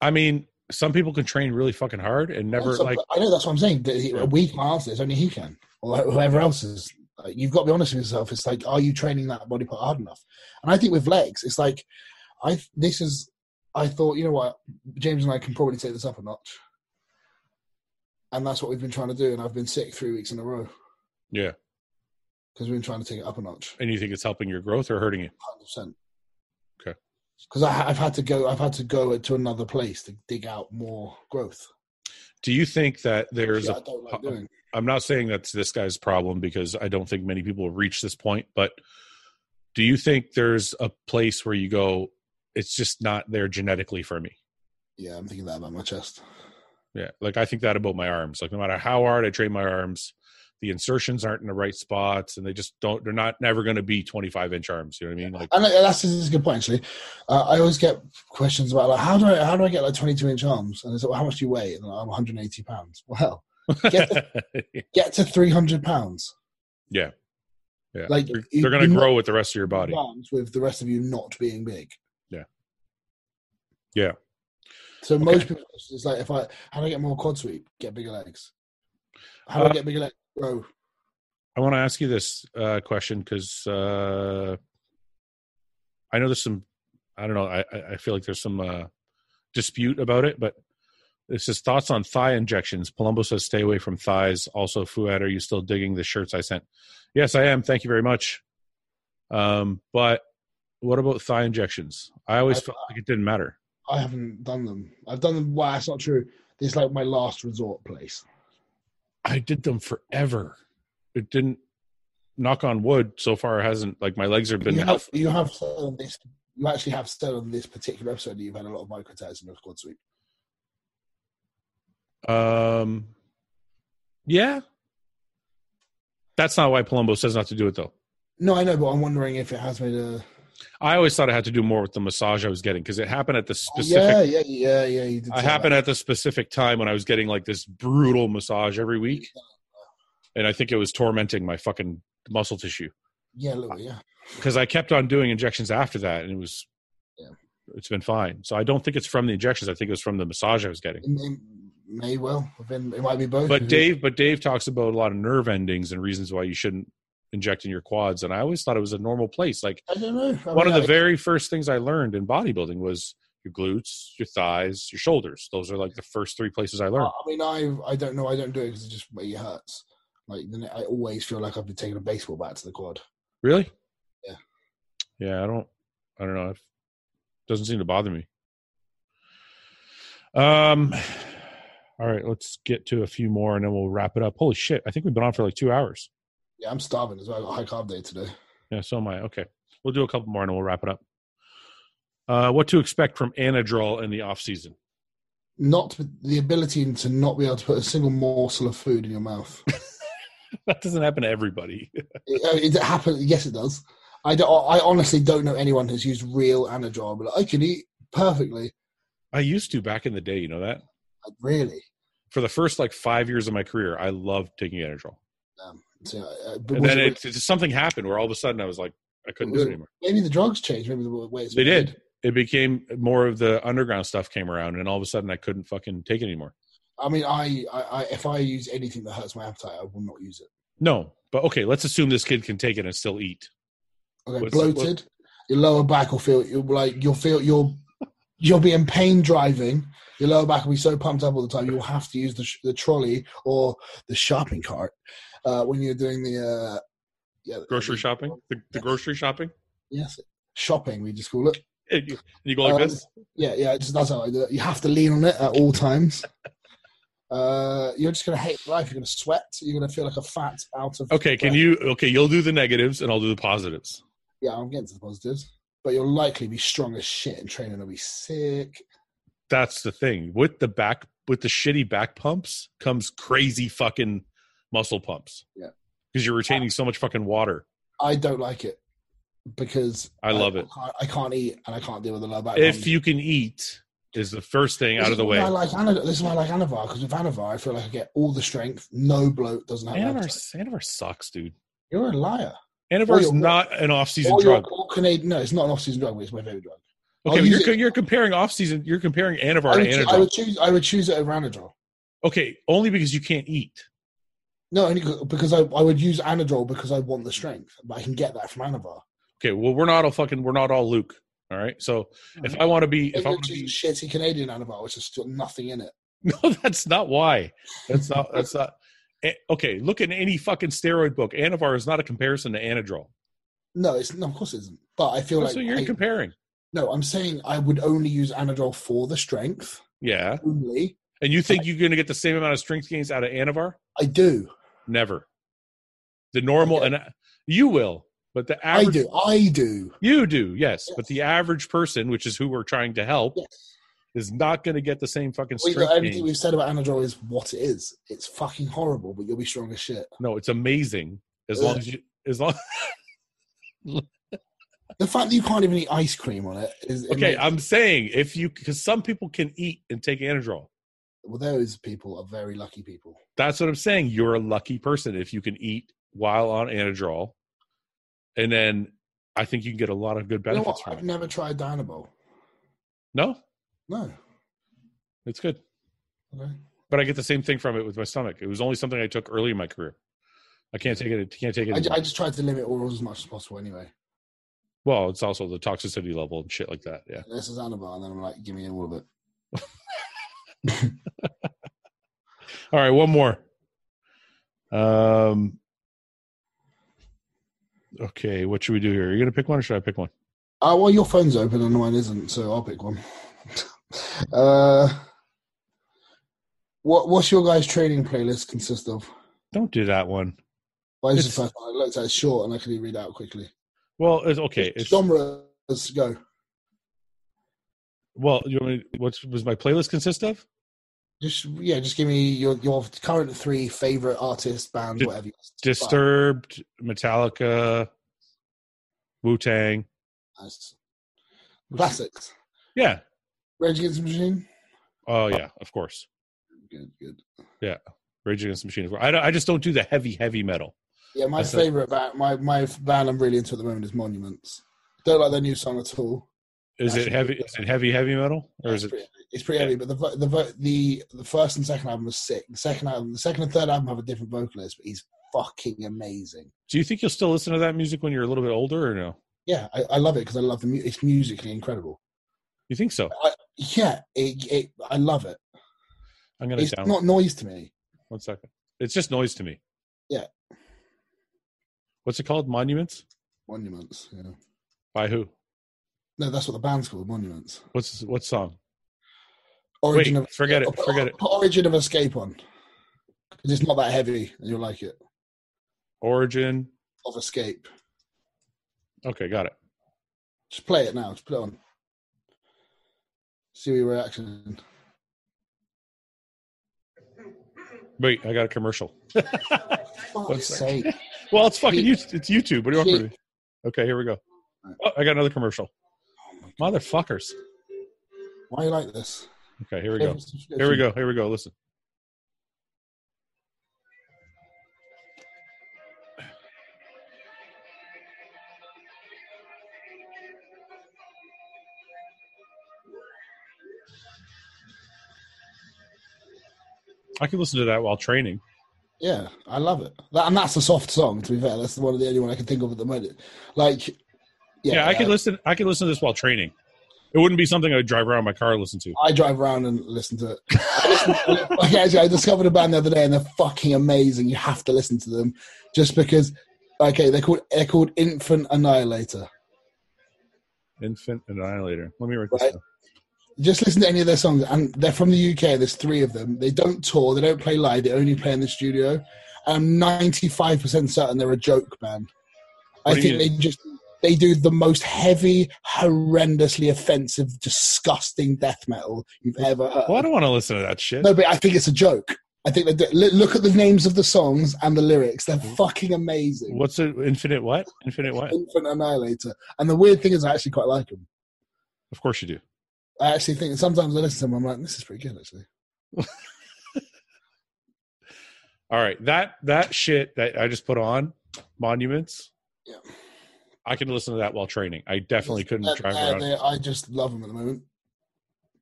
S1: I mean, some people can train really fucking hard and never
S2: That's-
S1: like
S2: I know that's what I'm saying. that he- We can't answer this. Only he can, or whoever else is. Like, You've got to be honest with yourself. It's like, are you training that body part hard enough? And I think with legs, it's like, I this is. I thought, you know what, James and I can probably take this up a notch, and that's what we've been trying to do. And I've been sick three weeks in a row
S1: yeah.
S2: because we've been trying to take it up a notch,
S1: And you think it's helping your growth or hurting you?
S2: hundred percent.
S1: Okay.
S2: Because I've had to go, I've had to go to another place to dig out more growth.
S1: Do you think that there's
S2: Shit
S1: a
S2: I don't like doing.
S1: I'm not saying that's this guy's problem because I don't think many people reach this point, but do you think there's a place where you go, it's just not there genetically for me?
S2: Yeah, I'm thinking that about my chest.
S1: Yeah. Like I think that about my arms. Like no matter how hard I train my arms, the insertions aren't in the right spots and they just don't, they're not never going to be 25 inch arms. You know what I mean? Like,
S2: And like, that's this is a good point actually. Uh, I always get questions about like how do I how do I get like 22 inch arms? And it's like, well, how much do you weigh? And I'm 180 pounds. Well, get to, get to 300 pounds.
S1: yeah. Yeah.
S2: Like,
S1: they're,
S2: you-
S1: going
S2: you
S1: to
S2: know-
S1: grow with the rest of your body.
S2: Arms with the rest of you not being big.
S1: Yeah. Yeah.
S2: So most people it's like if I how do I get more quad sweep? Get bigger legs. How do I
S1: Uh,
S2: get bigger legs? Grow.
S1: I want to ask you this uh, question because uh, I know there's some. I don't know. I, I- I feel like there's some uh, dispute about it, but this is thoughts on thigh injections. Palumbo says stay away from thighs. Also, Fuad, are you still digging the shirts I sent? Yes, I am. Thank you very much. Um, but what about thigh injections? I always
S2: I-
S1: felt like it didn't matter.
S2: I haven't done them. I've done them. Well, that's not true. This is like my last resort place.
S1: I did them forever. It didn't. Knock on wood. So far, it hasn't. Like my legs have been.
S2: you have you have said on this you actually have said on this particular episode that you've had a lot of micro tags in your squad sweep.
S1: Um, yeah. That's not why Palumbo says not to do it, though.
S2: No, I know, but I'm wondering if it has made a
S1: I always thought I had to do more with the massage I was getting because it happened at the specific.
S2: Oh, yeah, yeah, yeah, yeah. You did
S1: I
S2: say
S1: happened at the specific time when I was getting like this brutal massage every week, and I think it was tormenting my fucking muscle tissue
S2: that. Yeah, look, yeah.
S1: because I kept on doing injections after that, and it was.
S2: Yeah.
S1: It's been fine. So I don't think it's from the injections. I think it was from the massage I was getting.
S2: It may, may well have been. It might be both.
S1: But Dave, but Dave talks about a lot of nerve endings and reasons why you shouldn't inject in your quads. And I always thought it was a normal place. Like
S2: I don't know. I
S1: one of
S2: mean,
S1: the
S2: I-
S1: very first things I learned in bodybuilding was your glutes, your thighs, your shoulders. Those are like the first three places I learned.
S2: I mean, I I don't know. I don't do it because it just it hurts. Like then I always feel like I've been taking a baseball bat to the quad.
S1: Really?
S2: Yeah.
S1: Yeah, I don't. I don't know. It doesn't seem to bother me. Um. All right, let's get to a few more, and then we'll wrap it up. Holy shit! I think we've been on for like two hours.
S2: Yeah, I'm starving as well. I got high carb day today.
S1: Yeah, so am I. Okay. We'll do a couple more and we'll wrap it up. Uh, what to expect from Anadrol in the off season?
S2: Not the ability to not be able to put a single morsel of food in your mouth.
S1: That doesn't happen to everybody.
S2: It, uh, it happens. Yes, it does. I, don't, I honestly don't know anyone who's used real anadrol, but I can eat perfectly.
S1: I used to back in the day, you know that?
S2: Like, Really.
S1: For the first like five years of my career, I loved taking Anadrol.
S2: Um, so, uh, but
S1: And
S2: was
S1: then
S2: it-
S1: it, it- something happened where all of a sudden I was like, I couldn't do
S2: Was
S1: it
S2: it-
S1: anymore.
S2: maybe the drugs changed. Maybe the way it's
S1: They
S2: made.
S1: did. It became more of the underground stuff came around, and all of a sudden I couldn't fucking take it anymore.
S2: I mean, I, I, I if I use anything that hurts my appetite, I will not use it.
S1: No, but okay, let's assume this kid can take it and still eat.
S2: Okay,
S1: What's- what-
S2: bloated. Your lower back will feel you'll like you'll feel you'll you'll be in pain driving. Your lower back will be so pumped up all the time. You'll have to use the, sh- the trolley or the shopping cart uh, when you're doing the Yeah.
S1: Grocery shopping? The, the
S2: Yes.
S1: grocery shopping?
S2: Yes. Shopping, we just call it.
S1: And you, and you go like
S2: Um,
S1: this?
S2: Yeah, yeah, it's, that's how I do it. You have to lean on it at all times. Uh, you're just gonna hate life. You're gonna sweat. You're gonna feel like a fat out of.
S1: Okay, can
S2: breath.
S1: you? Okay, you'll do the negatives and I'll do the positives.
S2: Yeah, I'm getting to the positives, but you'll likely be strong as shit in training. You'll be sick.
S1: That's the thing. With the back, with the shitty back pumps comes crazy fucking muscle pumps.
S2: Yeah.
S1: Because you're retaining so much fucking water.
S2: I don't like it because
S1: I love it.
S2: can't, I can't eat and I can't deal with the low back.
S1: If you can eat, is the first thing out of the way.
S2: I like Ana- this is why I like Anavar because with Anavar, I feel like I get all the strength. No bloat doesn't have. an
S1: Anavar,
S2: appetite.
S1: Anavar sucks, dude.
S2: You're a liar.
S1: Anavar
S2: Or
S1: is
S2: your-
S1: not an off-season
S2: Or you're-
S1: drug.
S2: or Canadian. No, it's not an off-season drug, but it's my favorite drug. I'll
S1: Okay, but
S2: use
S1: you're,
S2: it-
S1: you're comparing off-season. You're comparing Anavar
S2: I
S1: to
S2: would, choo- I
S1: Anadrol.
S2: would choose. I would choose it over Anadrol.
S1: Okay, only because you can't eat.
S2: No, only c- because I, I would use Anadrol because I want the strength, but I can get that from Anavar.
S1: Okay, well we're not all fucking. We're not all Luke. All right. So if I want to be, if I
S2: If I'm
S1: want to
S2: choosing
S1: be,
S2: shitty Canadian Anavar, which has got nothing in it.
S1: no, that's not why. That's not. That's not. eh, Okay, look in any fucking steroid book. Anavar is not a comparison to Anadrol.
S2: No, it's no, of course it isn't. But I feel
S1: That's
S2: like
S1: what Oh, you're
S2: I-
S1: comparing.
S2: no, I'm saying I would only use Anadrol for the strength
S1: Yeah,
S2: only.
S1: and you think you're going to get the same amount of strength gains out of Anavar?
S2: I do.
S1: Never. The normal
S2: Okay.
S1: and you will, but the
S2: I
S1: average
S2: do. I do.
S1: You do, yes.
S2: Yes.
S1: But the average person, which is who we're trying to help,
S2: Yes.
S1: is not going to get the same fucking
S2: We,
S1: strength.
S2: everything
S1: gain.
S2: we've said about Anadrol is what it is. It's fucking horrible, but you'll be strong as shit.
S1: No, it's amazing as
S2: Ugh.
S1: long as you as long.
S2: The fact that you can't even eat ice cream on it is it
S1: Okay,
S2: makes-
S1: I'm saying if you because some people can eat and take Anadrol.
S2: well, those people are very lucky people.
S1: That's what I'm saying. You're a lucky person if you can eat while on Anadrol, and then I think you can get a lot of good
S2: You know
S1: benefits
S2: what?
S1: from
S2: I've
S1: it.
S2: never tried Dynabol.
S1: no,
S2: No.
S1: it's good.
S2: Okay.
S1: But I get the same thing from it with my stomach. It was only something I took early in my career. I can't take it. Can't take it.
S2: I, ju-
S1: anymore.
S2: I just tried to limit orals as much as possible anyway.
S1: Well, it's also the toxicity level and shit like that. Yeah.
S2: This is Anabar, and then I'm like, give me all of it.
S1: All right, one more. Um. Okay, what should we do here? You're gonna pick one, or should I pick one?
S2: Uh, well, your phone's open and mine isn't, so I'll pick one. uh, what What's your guys' training playlist consist of?
S1: Don't do that one.
S2: Well, this is
S1: It's-
S2: the first one I looked at it short and I could read out quickly.
S1: Well, it's okay. It's,
S2: Genres go.
S1: well, you want me, what was my playlist consist of?
S2: Just yeah, just give me your your current three favorite artists, bands,
S1: Dis-
S2: whatever. you-
S1: Disturbed, Metallica, Wu Tang.
S2: Nice. Classics.
S1: Yeah.
S2: Rage Against the Machine.
S1: Oh yeah, of course.
S2: Good, good.
S1: Rage Against the Machine. I don't, I just don't do the heavy heavy metal.
S2: Yeah, my
S1: That's it.
S2: favorite band, my my band I'm really into at the moment is Monuments. Don't like their new song at all.
S1: Is it
S2: Actually,
S1: heavy? Is it heavy heavy metal, or
S2: it's
S1: is it?
S2: pretty, it's pretty heavy, but the, vo- the vo- the the first and second album was sick. The second album, the second and third album have a different vocalist, but he's fucking amazing.
S1: Do you think you'll still listen to that music when you're a little bit older, or no?
S2: Yeah, I, I love it because I love the mu- it's musically incredible.
S1: You think so?
S2: Yeah, it, it I love it.
S1: I'm gonna
S2: It's
S1: down.
S2: not noise to me.
S1: One second. It's just noise to me.
S2: Yeah.
S1: What's it called? Monuments?
S2: Monuments. Yeah.
S1: By who?
S2: No, that's what the band's called. Monuments.
S1: What's what song?
S2: Origin
S1: Wait,
S2: of
S1: forget it.
S2: Put-
S1: Forget it.
S2: Put Origin of Escape on. 'Cause It's not that heavy, and you'll like it.
S1: Origin.
S2: Of Escape.
S1: Okay, got it.
S2: Just play it now. Just put it on. See your reaction.
S1: Wait, I got a commercial.
S2: Fuck's sake.
S1: well, it's fucking YouTube. It's YouTube. What do you want from me?
S2: Shit.
S1: Okay, here we go. Oh, I got another commercial.
S2: Oh
S1: Motherfuckers.
S2: Why you like this?
S1: Okay, here we go. Here we go. Here we go. Listen. I could listen to that while training.
S2: Yeah, I love it. That, and that's a soft song. To be fair, that's one of the only one I can think of at the moment. Like,
S1: Yeah,
S2: yeah,
S1: I could listen. I could listen to this while training. It wouldn't be something I'd drive around in my car and listen to.
S2: I drive around and listen to it. I listen- okay, actually, I discovered a band the other day, and they're fucking amazing. You have to listen to them, just because Okay, they're called they're called Infant Annihilator.
S1: Infant Annihilator. Let me write this
S2: Right.
S1: down.
S2: Just listen to any of their songs, and they're from the UK. There's three of them. They don't tour. They don't play live. They only play in the studio. I'm 95% certain they're a joke band.
S1: What
S2: I
S1: do
S2: think
S1: you-
S2: they just they do the most heavy, horrendously offensive, disgusting death metal you've ever heard.
S1: Well, I don't want to listen to that shit.
S2: No, but I think it's a joke. I think they do. Look- look at the names of the songs and the lyrics. They're fucking amazing.
S1: What's it? Infinite what? Infinite Mm-hmm. what?
S2: Infant Annihilator. And the weird thing is, I actually quite like them.
S1: Of course you do.
S2: I actually think sometimes I listen to them. I'm like, this is pretty good actually.
S1: All right, that that shit that I just put on monuments.
S2: Yeah.
S1: I can listen to that while training. I definitely couldn't
S2: Uh,
S1: drive
S2: uh,
S1: around.
S2: they- I just love them at the moment.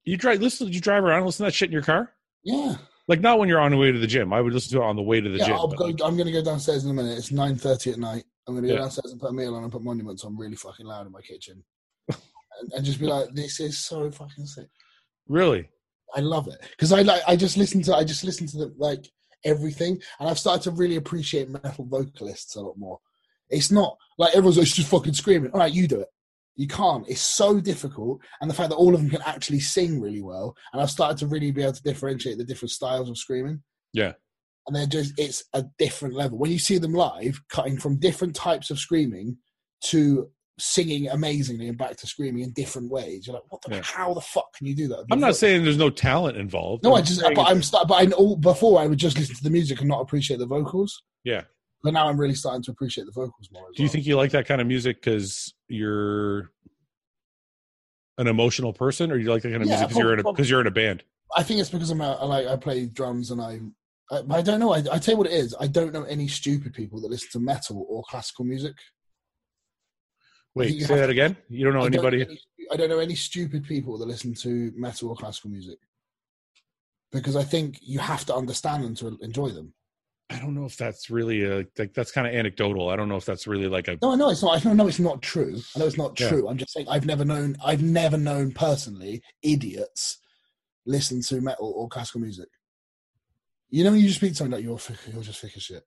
S1: You drive. Listen. You drive around. and Listen to that shit in your car.
S2: Yeah,
S1: Like not when you're on the way to the gym. I would listen to it on the way to the
S2: yeah.
S1: gym.
S2: I'll
S1: but,
S2: go,
S1: like,
S2: I'm going to go downstairs in a minute. It's nine thirty at night. I'm going to go
S1: Yeah.
S2: downstairs and put a meal on and put monuments on really fucking loud in my kitchen, and, and just be like, this is so fucking sick.
S1: really?
S2: I love it because I like I just listen to I just listen to the, like everything, and I've started to really appreciate metal vocalists a lot more. It's not like everyone's like, "It's just fucking screaming. All right, you do it. You can't. It's so difficult, and the fact that all of them can actually sing really well, and I've started to really be able to differentiate the different styles of screaming.
S1: Yeah.
S2: and they're just it's a different level when you see them live, cutting from different types of screaming to singing amazingly and back to screaming in different ways. You're like, what the,
S1: Yeah.
S2: how the fuck can you do that? with
S1: I'm
S2: your
S1: not
S2: voice?
S1: saying there's no talent involved.
S2: No,
S1: I'm
S2: I just
S1: saying
S2: but I'm st- but I all before I would just listen to the music and not appreciate the vocals.
S1: Yeah.
S2: But now I'm really starting to appreciate the vocals more. as
S1: Do you
S2: well.
S1: think you like that kind of music because you're an emotional person, or you like that kind of
S2: Yeah,
S1: music because you're in a
S2: prob-
S1: because you're in a band?
S2: I think it's because I'm a, I like I play drums and I I, I don't know. I, I tell you what it is. I don't know any stupid people that listen to metal or classical music.
S1: Wait,
S2: think you
S1: say
S2: have
S1: that
S2: to-
S1: again. You don't know
S2: I don't
S1: anybody.
S2: any- I don't know any stupid people that listen to metal or classical music because I think you have to understand them to enjoy them.
S1: I don't know if that's really a, like that's kind of anecdotal. I don't know if that's really like a
S2: No, I know it's not. I know it's not true. I know it's not
S1: Yeah.
S2: true. I'm just saying I've never known. I've never known personally idiots listen to metal or classical music. You know, when you just speak to something like you're thick, you're just thick as shit.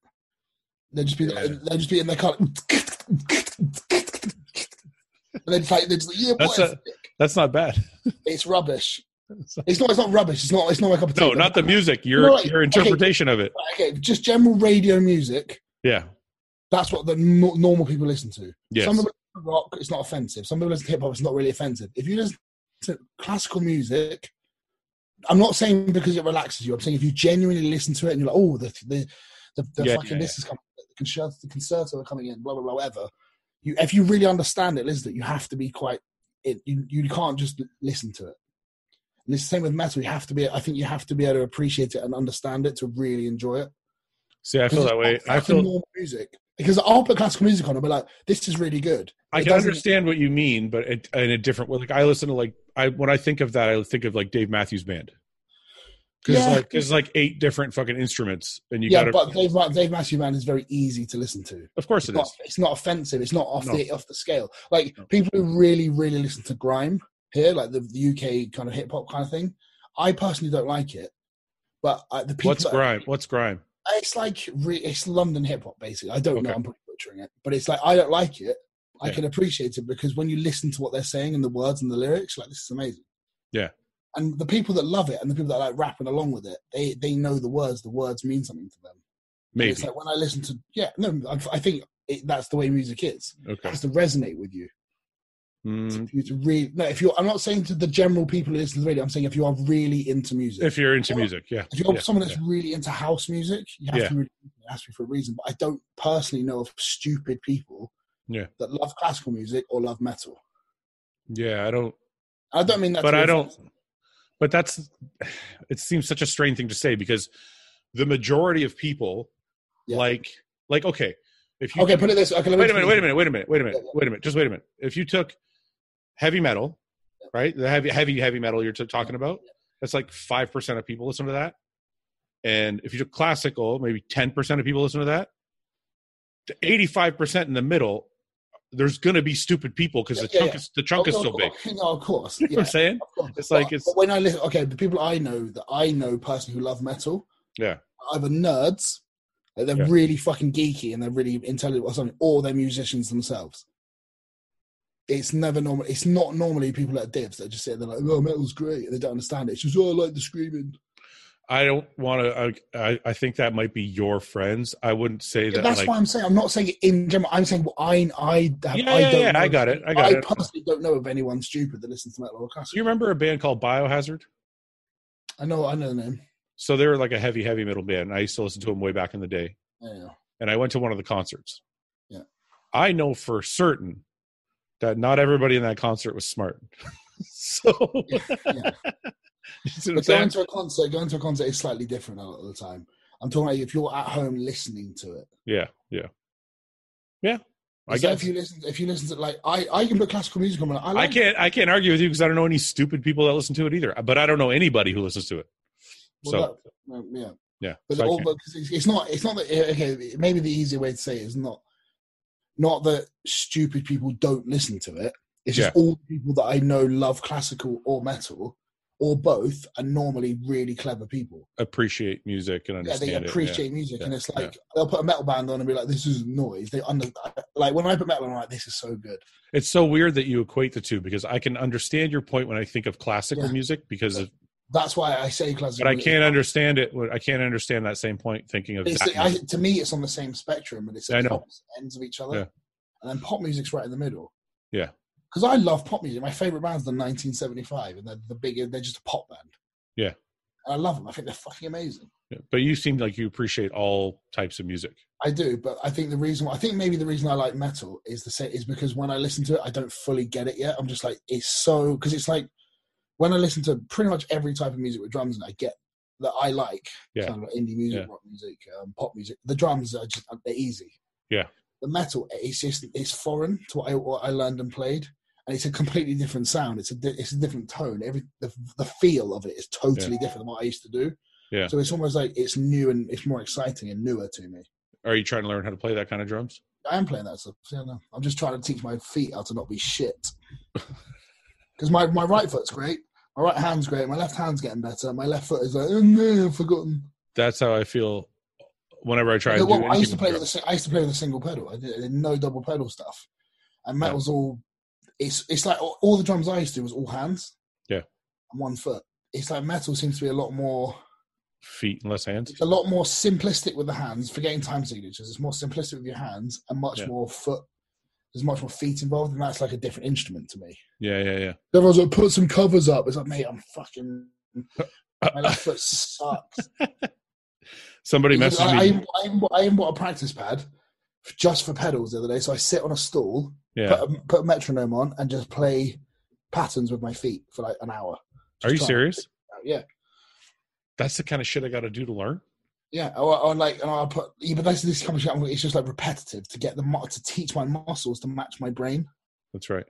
S2: They'll just be
S1: Yeah.
S2: like, they'll just be in their car. Like, and they're just like, they're just like, yeah, boy,
S1: That's a- that's not bad.
S2: it's rubbish. It's not. It's not rubbish. It's not. It's not my cup of tea.
S1: No, not the music. Your
S2: No, like-
S1: your interpretation of it.
S2: Okay, just general radio music.
S1: Yeah.
S2: That's what the no- normal people listen to.
S1: Yes.
S2: Some people listen to rock, it's not offensive. Some people listen to hip hop, it's not really offensive. If you listen to classical music, I'm not saying because it relaxes you. I'm saying if you genuinely listen to it and you're like, oh, the the, the, the
S1: Yeah,
S2: fucking
S1: yeah,
S2: this is coming, the concerto, the concerto are coming in, blah blah blah, whatever. You, if you really understand it, listen to it. You have to be quite. It, you you can't just listen to it. And it's the same with metal. You have to be. I think you have to be able to appreciate it and understand it to really enjoy it.
S1: See, I feel that way. I
S2: Fucking
S1: feel
S2: normal music because I'll put classical music on and be like, this is really good.
S1: I
S2: It
S1: can
S2: doesn't-
S1: understand what you mean, but it, in a different way. Like I listen to like I when I think of that, I think of like Dave Matthews Band. Because
S2: Yeah.
S1: like there's like eight different fucking instruments, and you
S2: yeah,
S1: got
S2: but
S1: to.
S2: Dave, Ma- Dave Matthew Band is very easy to listen to.
S1: Of course
S2: It's
S1: it
S2: not,
S1: is.
S2: it's not offensive. It's not off
S1: No.
S2: the off the scale. Like
S1: No.
S2: people who really really listen to grime here, like the, the UK kind of hip hop kind of thing. I personally don't like it, but uh, the people
S1: What's
S2: that-
S1: grime? What's grime?
S2: It's like re- it's London hip hop basically. I don't know.
S1: Okay.
S2: I'm probably butchering it, but it's like I don't like it. I
S1: Yeah.
S2: can appreciate it because when you listen to what they're saying and the words and the lyrics, like this is amazing.
S1: Yeah.
S2: And the people that love it and the people that like rapping along with it, they they know the words. The words mean something to them. And
S1: Maybe.
S2: It's like when I listen to yeah no I, I think it, that's the way music is. It
S1: Okay.
S2: has to resonate with you.
S1: Mm,
S2: For you to really no if you're I'm not saying to the general people who listen to the radio. I'm saying if you are really into music.
S1: if you're into music, yeah.
S2: If you're
S1: Yeah,
S2: someone that's really into house music, you have
S1: Yeah.
S2: to really ask me for a reason. But I don't personally know of stupid people
S1: Yeah.
S2: that love classical music or love metal.
S1: yeah, I don't.
S2: I don't mean that.
S1: but
S2: to be
S1: I don't.
S2: offensive.
S1: But that's. It seems such a strange thing to say because the majority of people,
S2: Yeah.
S1: like, like, okay, if you
S2: Okay, put it this. Okay, let me
S1: wait a minute, wait a minute, wait a minute, wait a minute,
S2: Yeah, yeah.
S1: wait a minute, just wait a minute. If you took heavy metal, right, the heavy, heavy, heavy metal you're t- talking about, that's like five percent of people listen to that. And if you took classical, maybe ten percent of people listen to that. The eighty-five percent in the middle, there's going to be stupid people because the
S2: Yeah, yeah,
S1: chunk
S2: yeah.
S1: is the chunk is
S2: Oh, no,
S1: so
S2: of
S1: big.
S2: course. No, of course.
S1: You know what
S2: Yeah,
S1: I'm saying?
S2: of course.
S1: It's like
S2: But-
S1: it's-
S2: but when I listen, okay, the people I know that I know personally who love metal,
S1: Yeah.
S2: are either nerds Like they're
S1: Yeah.
S2: really fucking geeky and they're really intelligent or something, or they're musicians themselves. It's never normal. It's not normally people at divs that just sit there like, "Oh, metal's great," and they don't understand it. It's just, "Oh, I like the screaming."
S1: I don't want to. I, I I think that might be your friends. I wouldn't say that.
S2: That's
S1: like,
S2: why I'm saying I'm not saying it in general. I'm saying what I I have,
S1: yeah,
S2: I
S1: yeah,
S2: don't
S1: yeah,
S2: know.
S1: I got it. I got it.
S2: personally don't know of anyone stupid that listens to metal or classical.
S1: Do you remember a band called Biohazard?
S2: I know I know the name.
S1: So they were like a heavy, heavy metal band. I used to listen to them way back in the day.
S2: Yeah.
S1: and I went to one of the concerts.
S2: Yeah.
S1: I know for certain that not everybody in that concert was smart. so
S2: Yeah, yeah.
S1: You see what I'm saying?
S2: But going to a concert, going to a concert is slightly different a lot of the time. I'm talking about if you're at home listening to it.
S1: yeah, yeah. Yeah. I
S2: I so
S1: guess
S2: if you listen, if you listen to like I, I can put classical music on. and I,
S1: I
S2: like
S1: can't I can't argue with you because I don't know any stupid people that listen to it either. But I don't know anybody who listens to it.
S2: Well,
S1: so
S2: that- no, yeah,
S1: yeah.
S2: but
S1: so I
S2: all,
S1: can't-
S2: but 'cause it's, it's not. It's not that. eh, Okay, maybe the easier way to say it is not, not that stupid people don't listen to it. It's just all the people that I know love classical or metal or both are normally really clever people.
S1: appreciate music and
S2: Yeah,
S1: understand
S2: they
S1: it, yeah.
S2: appreciate music,
S1: yeah,
S2: and it's
S1: yeah.
S2: like they'll put a metal band on and be like, "This is noise." They under like when I put metal on, I'm like, "This is so good."
S1: It's so weird that you equate the two because I can understand your point when I think of classical
S2: Yeah.
S1: music because
S2: Yeah.
S1: of,
S2: That's why I say classical.
S1: but I
S2: music.
S1: can't understand it. I can't understand that same point thinking of
S2: It's
S1: that
S2: the, I,
S1: music.
S2: to me, it's on the same spectrum, but it's at
S1: I
S2: the
S1: know.
S2: opposite ends of each other.
S1: Yeah.
S2: And then pop music's right in the middle.
S1: Yeah.
S2: Because I love pop music. My favorite band's the 1975, and they're the big. They're just a pop band.
S1: Yeah.
S2: And I love them. I think they're fucking amazing.
S1: Yeah, but you seem like you appreciate all types of music.
S2: I do, but I think the reason. I think maybe the reason I like metal is the same. Is because when I listen to it, I don't fully get it yet. I'm just like it's so because it's like when I listen to pretty much every type of music with drums, and I get that I like
S1: Yeah.
S2: kind of indie music,
S1: Yeah.
S2: rock music, um, pop music. The drums are just they're easy.
S1: Yeah.
S2: The metal, it's just it's foreign to what I, what I learned and played, and it's a completely different sound. It's a di- it's a different tone. Every the, the feel of it is totally different than what I used to do.
S1: Yeah.
S2: So it's almost like it's new and it's more exciting and newer to me.
S1: Are you trying to learn how to play that kind of drums?
S2: I am playing that stuff. so, yeah, no. I'm just trying to teach my feet how to not be shit. Because my, my right foot's great, my right hand's great, my left hand's getting better, my left foot is like, oh no, I've forgotten.
S1: That's how I feel whenever I try
S2: No,
S1: to
S2: well,
S1: do
S2: I
S1: anything
S2: used to
S1: with
S2: play with a,
S1: drums.
S2: si- I used to play with a single pedal. I did, I did no double pedal stuff, and that
S1: Yeah.
S2: was all. It's it's like all, all the drums I used to do was all hands.
S1: Yeah.
S2: and one foot. It's like metal seems to be a lot more.
S1: feet and less hands.
S2: It's a lot more simplistic with the hands, forgetting time signatures. It's more simplistic with your hands and much
S1: Yeah.
S2: more foot. There's much more feet involved, and that's like a different instrument to me.
S1: Yeah, yeah,
S2: Everyone's like, put some covers up. It's like, mate, I'm fucking. My
S1: yeah.
S2: left foot sucks.
S1: Somebody
S2: I,
S1: messaged
S2: I,
S1: me.
S2: even- I, even bought- I even bought a practice pad f- just for pedals the other day. So I sit on a stool,
S1: Yeah.
S2: put, a, put a metronome on, and just play patterns with my feet for like an hour.
S1: Are you
S2: try-
S1: serious?
S2: Yeah,
S1: That's the kind of shit I got to do to learn.
S2: yeah. Or, or like, and I'll put. Yeah, but that's this kind of shit. I'm- It's just like repetitive to get the mu- to teach my muscles to match my brain.
S1: That's right.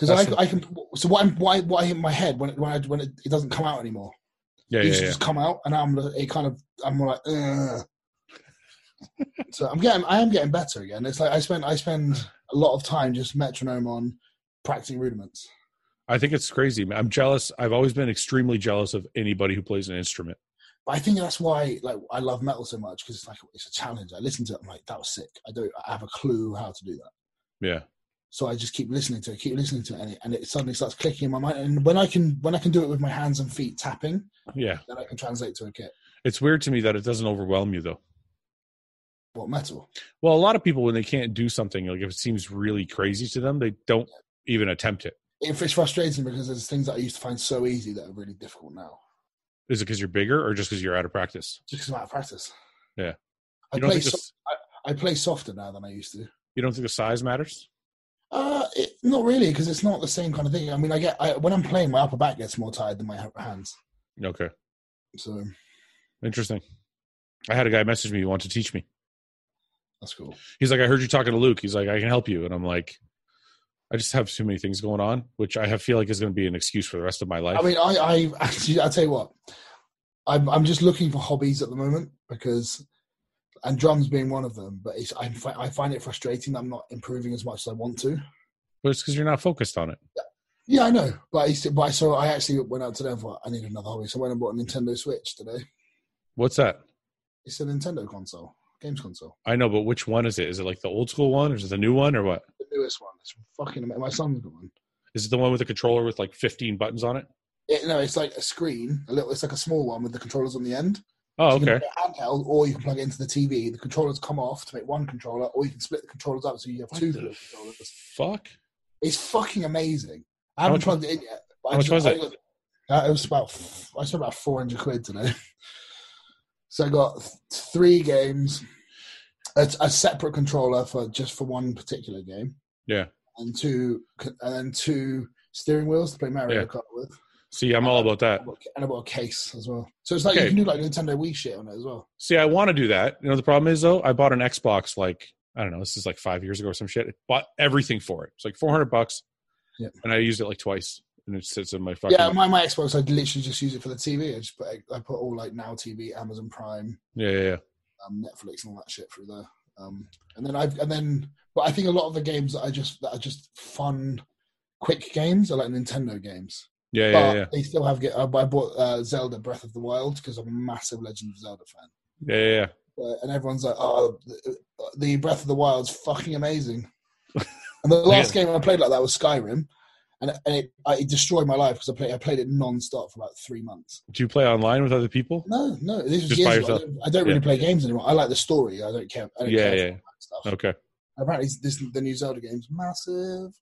S2: Because
S1: That's
S2: I, I can. So what? I'm, why? Why in my head when it, when, I, when it, it doesn't come out anymore?
S1: Yeah,
S2: it
S1: yeah,
S2: used to
S1: yeah.
S2: just come out, and I'm it kind of I'm more like. Ugh. so I'm getting I am getting better again. It's like I spend I spend a lot of time just metronome on practicing rudiments.
S1: I think it's crazy. man. I'm jealous. I've always been extremely jealous of anybody who plays an instrument.
S2: But I think that's why like I love metal so much because it's like it's a challenge. I listen to it. I'm like that was sick. I don't I have a clue how to do that.
S1: Yeah.
S2: So I just keep listening to it, keep listening to it, and it, and it suddenly starts clicking in my mind. And when I can when I can do it with my hands and feet tapping,
S1: Yeah.
S2: then I can translate to a kit.
S1: It's weird to me that it doesn't overwhelm you, though.
S2: What metal?
S1: Well, a lot of people, when they can't do something, like if it seems really crazy to them, they don't even attempt it.
S2: If it's frustrating because there's things that I used to find so easy that are really difficult now.
S1: Is it because you're bigger or just because you're out of practice?
S2: just because I'm out of practice.
S1: Yeah.
S2: I
S1: You don't,
S2: play
S1: think
S2: so-
S1: the,
S2: I play softer now than I used to.
S1: you don't think the size matters?
S2: Uh, it, not really, because it's not the same kind of thing. I mean, I get I, when I'm playing, my upper back gets more tired than my h- hands.
S1: Okay.
S2: So
S1: Interesting. I had a guy message me, he wanted to teach me.
S2: that's cool.
S1: He's like, I heard you talking to Luke. He's like, I can help you. And I'm like, I just have too many things going on, which I have, feel like is going to be an excuse for the rest of my life.
S2: I mean, I, I actually, I tell you what, I'm, I'm just looking for hobbies at the moment because, and drums being one of them. But it's, I'm, fi- I find it frustrating. that I'm not improving as much as I want to.
S1: but it's because you're not focused on it.
S2: Yeah, I know. But I, but I so I actually went out today and thought I need another hobby. So I went and bought a Nintendo Switch today.
S1: What's that?
S2: It's a Nintendo console. games console.
S1: I know, but which one is it? Is it like the old school one, or is it the new one, or what?
S2: The newest one. It's fucking amazing. My son's got one.
S1: Is it the one with the controller with like 15 buttons on it?
S2: It, no, it's like a screen. A little. It's like a small one with the controllers on the end.
S1: Oh,
S2: So You
S1: okay.
S2: can play it handheld, or you can plug it into the TV. The controllers come off to make one controller, or you can split the controllers up so you have
S1: What
S2: two
S1: the
S2: little controllers.
S1: Fuck.
S2: It's fucking amazing. I
S1: How
S2: haven't
S1: much-
S2: plugged it in yet. but I
S1: how much
S2: just-
S1: was
S2: I
S1: it?
S2: got- uh, it was about f- I spent about four hundred quid today. so I got th- three games, a, a separate controller for just for one particular game,
S1: Yeah.
S2: and two c- and then two steering wheels to play Mario
S1: Yeah.
S2: Kart with,
S1: See, I'm all about that.
S2: and I got- and I got a case as well. So it's like
S1: Okay.
S2: you can do like Nintendo Wii shit on it as well.
S1: See, I want to do that. You know, the problem is though, I bought an Xbox like I don't know, this is like five years ago or some shit. I bought everything for it. It's like four hundred bucks,
S2: Yeah.
S1: and I used it like twice, and it sits in my fucking.
S2: Yeah, my, my Xbox, I literally just use it for the TV. I just put I put all like Now TV, Amazon Prime,
S1: yeah, yeah, yeah.
S2: um, Netflix and all that shit through there. Um, and then I've and then, but I think a lot of the games that I just that are just fun, quick games are like Nintendo games.
S1: yeah, yeah,
S2: but
S1: yeah,
S2: they still have. Get, I I bought uh, Zelda Breath of the Wild because I'm a massive Legend of Zelda fan.
S1: yeah, yeah, yeah.
S2: Uh, and everyone's like, "Oh, the, the Breath of the Wild's fucking amazing." and the last game I played like that was Skyrim, and, and it, I, it destroyed my life because I played I played it non-stop for like three months.
S1: Do you play online with other people?
S2: No, no, this was
S1: Just by
S2: years ago. I
S1: yourself?
S2: don't, I don't really play games anymore. I like the story. I don't care. I don't
S1: Yeah,
S2: care
S1: yeah.
S2: for all that stuff.
S1: Okay,
S2: Apparently, this the new Zelda game's massive.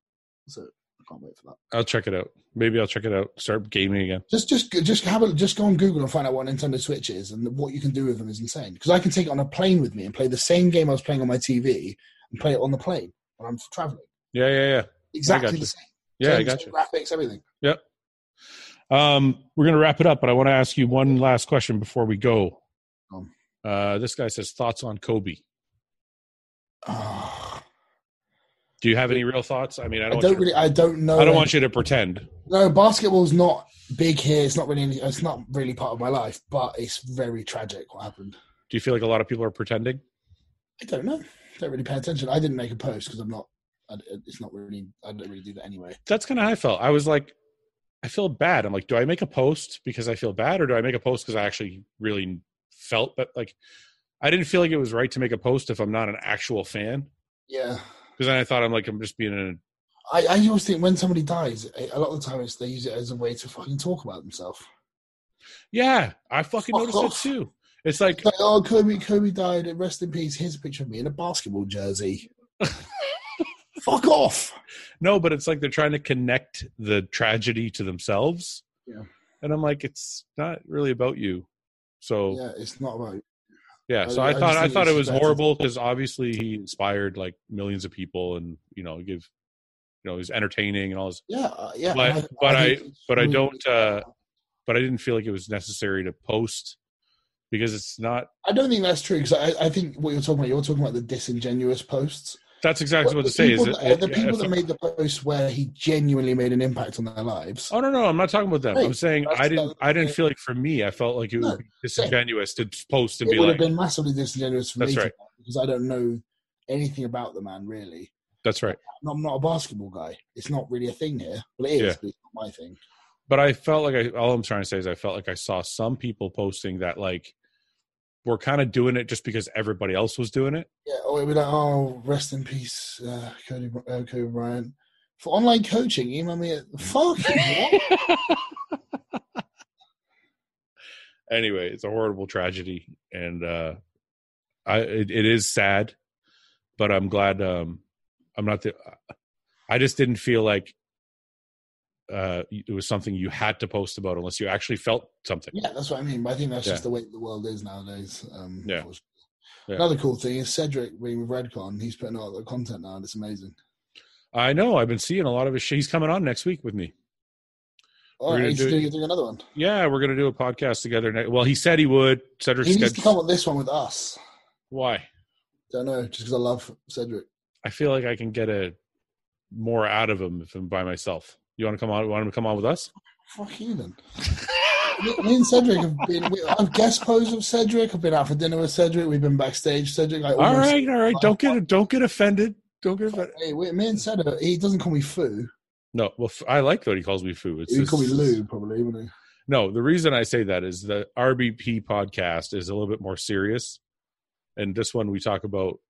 S2: So I can't wait for that.
S1: I'll check it out. Maybe I'll check it out. Start gaming again.
S2: Just, just, just have a just go on Google and find out what Nintendo Switch is and what you can do with them is insane. Because I can take it on a plane with me and play the same game I was playing on my TV and play it on the plane when I'm traveling.
S1: Yeah, yeah, yeah,
S2: Exactly
S1: you.
S2: the same.
S1: yeah. I
S2: Same
S1: got you.
S2: Graphics, everything.
S1: Um, we're gonna wrap it up, but I want to ask you one last question before we go.
S2: Um.
S1: Uh, this guy says thoughts on Kobe.
S2: Ah,
S1: Do you have any real thoughts? I mean, I
S2: I
S1: don't.
S2: don't,
S1: want you
S2: really. I don't know.
S1: to- I don't want you to pretend.
S2: No, basketball's not big here. It's not really. any- It's not really part of my life, but it's very tragic what happened.
S1: Do you feel like a lot of people are pretending?
S2: I don't know. Don't really pay attention. I didn't make a post because I'm not. I, it's not really. I don't really do that anyway.
S1: That's kind of how I felt. I was like, I feel bad. I'm like, do I make a post because I feel bad, or do I make a post because I actually really felt that? Like, I didn't feel like it was right to make a post if I'm not an actual fan.
S2: Yeah.
S1: Because then I thought I'm like, I'm just being an.
S2: I, I always think when somebody dies, a a lot of the time it's, they use it as a way to fucking talk about themselves.
S1: Yeah, I fucking
S2: Fuck
S1: noticed
S2: off.
S1: it too. It's like,
S2: It's like, oh, Kobe, Kobe died, and rest in peace. Here's a picture of me in a basketball jersey. Fuck off.
S1: no, but it's like they're trying to connect the tragedy to themselves.
S2: Yeah.
S1: And I'm like, it's not really about you. So
S2: Yeah, it's not about.
S1: Yeah, so
S2: I-
S1: I,
S2: I
S1: thought
S2: just
S1: I
S2: think
S1: thought
S2: it's
S1: it was
S2: expensive.
S1: horrible because obviously he inspired like millions of people, and you know, give you know, he's entertaining and all this.
S2: Yeah, uh, yeah.
S1: But-
S2: and
S1: but
S2: think it's
S1: But I
S2: really-
S1: don't, uh but I didn't feel like it was necessary to post because it's not.
S2: I don't think that's true because I, I think what you're talking about, you're talking about the disingenuous posts.
S1: That's exactly
S2: Well,
S1: what to
S2: the
S1: say. Is
S2: people
S1: it,
S2: that- the people that made the post where he genuinely made an impact on their lives?
S1: Oh no, no, I'm not talking about them.
S2: Hey,
S1: I'm saying
S2: that's-
S1: I didn't. I didn't feel like for me, I felt like it
S2: No,
S1: would be disingenuous to post and
S2: it
S1: be
S2: would
S1: like,
S2: have been massively disingenuous for
S1: That's
S2: me to
S1: right.
S2: know, because I don't know anything about the man really.
S1: "That's right."
S2: And I'm not a basketball guy. It's not really a thing here. Well, it is,
S1: Yeah.
S2: but it's not my thing.
S1: but I felt like I all I'm trying to say is I felt like I saw some people posting that like were kind of doing it just because everybody else was doing it.
S2: Yeah, or it'd be like, oh, rest in peace, uh, Cody, Br- uh, Kobe Bryant. For online coaching, email me at
S1: Mm.
S2: fuck. what?
S1: anyway, it's a horrible tragedy, and uh, I it, it is sad, but I'm glad um, I'm not the. I just didn't feel like uh, it was something you had to post about unless you actually felt something.
S2: Yeah, that's what I mean. But I think that's
S1: Yeah.
S2: just the way the world is nowadays. Um,
S1: Yeah.
S2: unfortunately.
S1: Yeah.
S2: Another cool thing is Cedric being with Redcon. He's putting out the content now, and it's amazing.
S1: I know I've been seeing a lot of his. shit. He's coming on next week with me.
S2: Oh,
S1: We're gonna
S2: he's
S1: do it-
S2: doing, doing another one.
S1: Yeah, we're gonna do a podcast together. Next. Well, he said he would. Cedric
S2: He needs to
S1: scheduled-
S2: come on this one with us.
S1: Why?
S2: Don't know, just because I love Cedric.
S1: I feel like I can get a more out of him if I'm by myself. You want to come on? Want him to come on with us?
S2: Fuck you then. me me and Cedric have been. We, I've guest posed with Cedric. I've been out for dinner with Cedric. We've been backstage. Cedric, like,
S1: All
S2: almost-
S1: right, all right. Don't get don't get offended. Don't get offended.
S2: Hey, we, me and Cedric. He doesn't call me foo.
S1: No, well, f- I like that he calls me foo. It's
S2: He would
S1: just-
S2: call me Lou, probably. Wouldn't he?
S1: No, the reason I say that is the RBP podcast is a little bit more serious, and this one we talk about,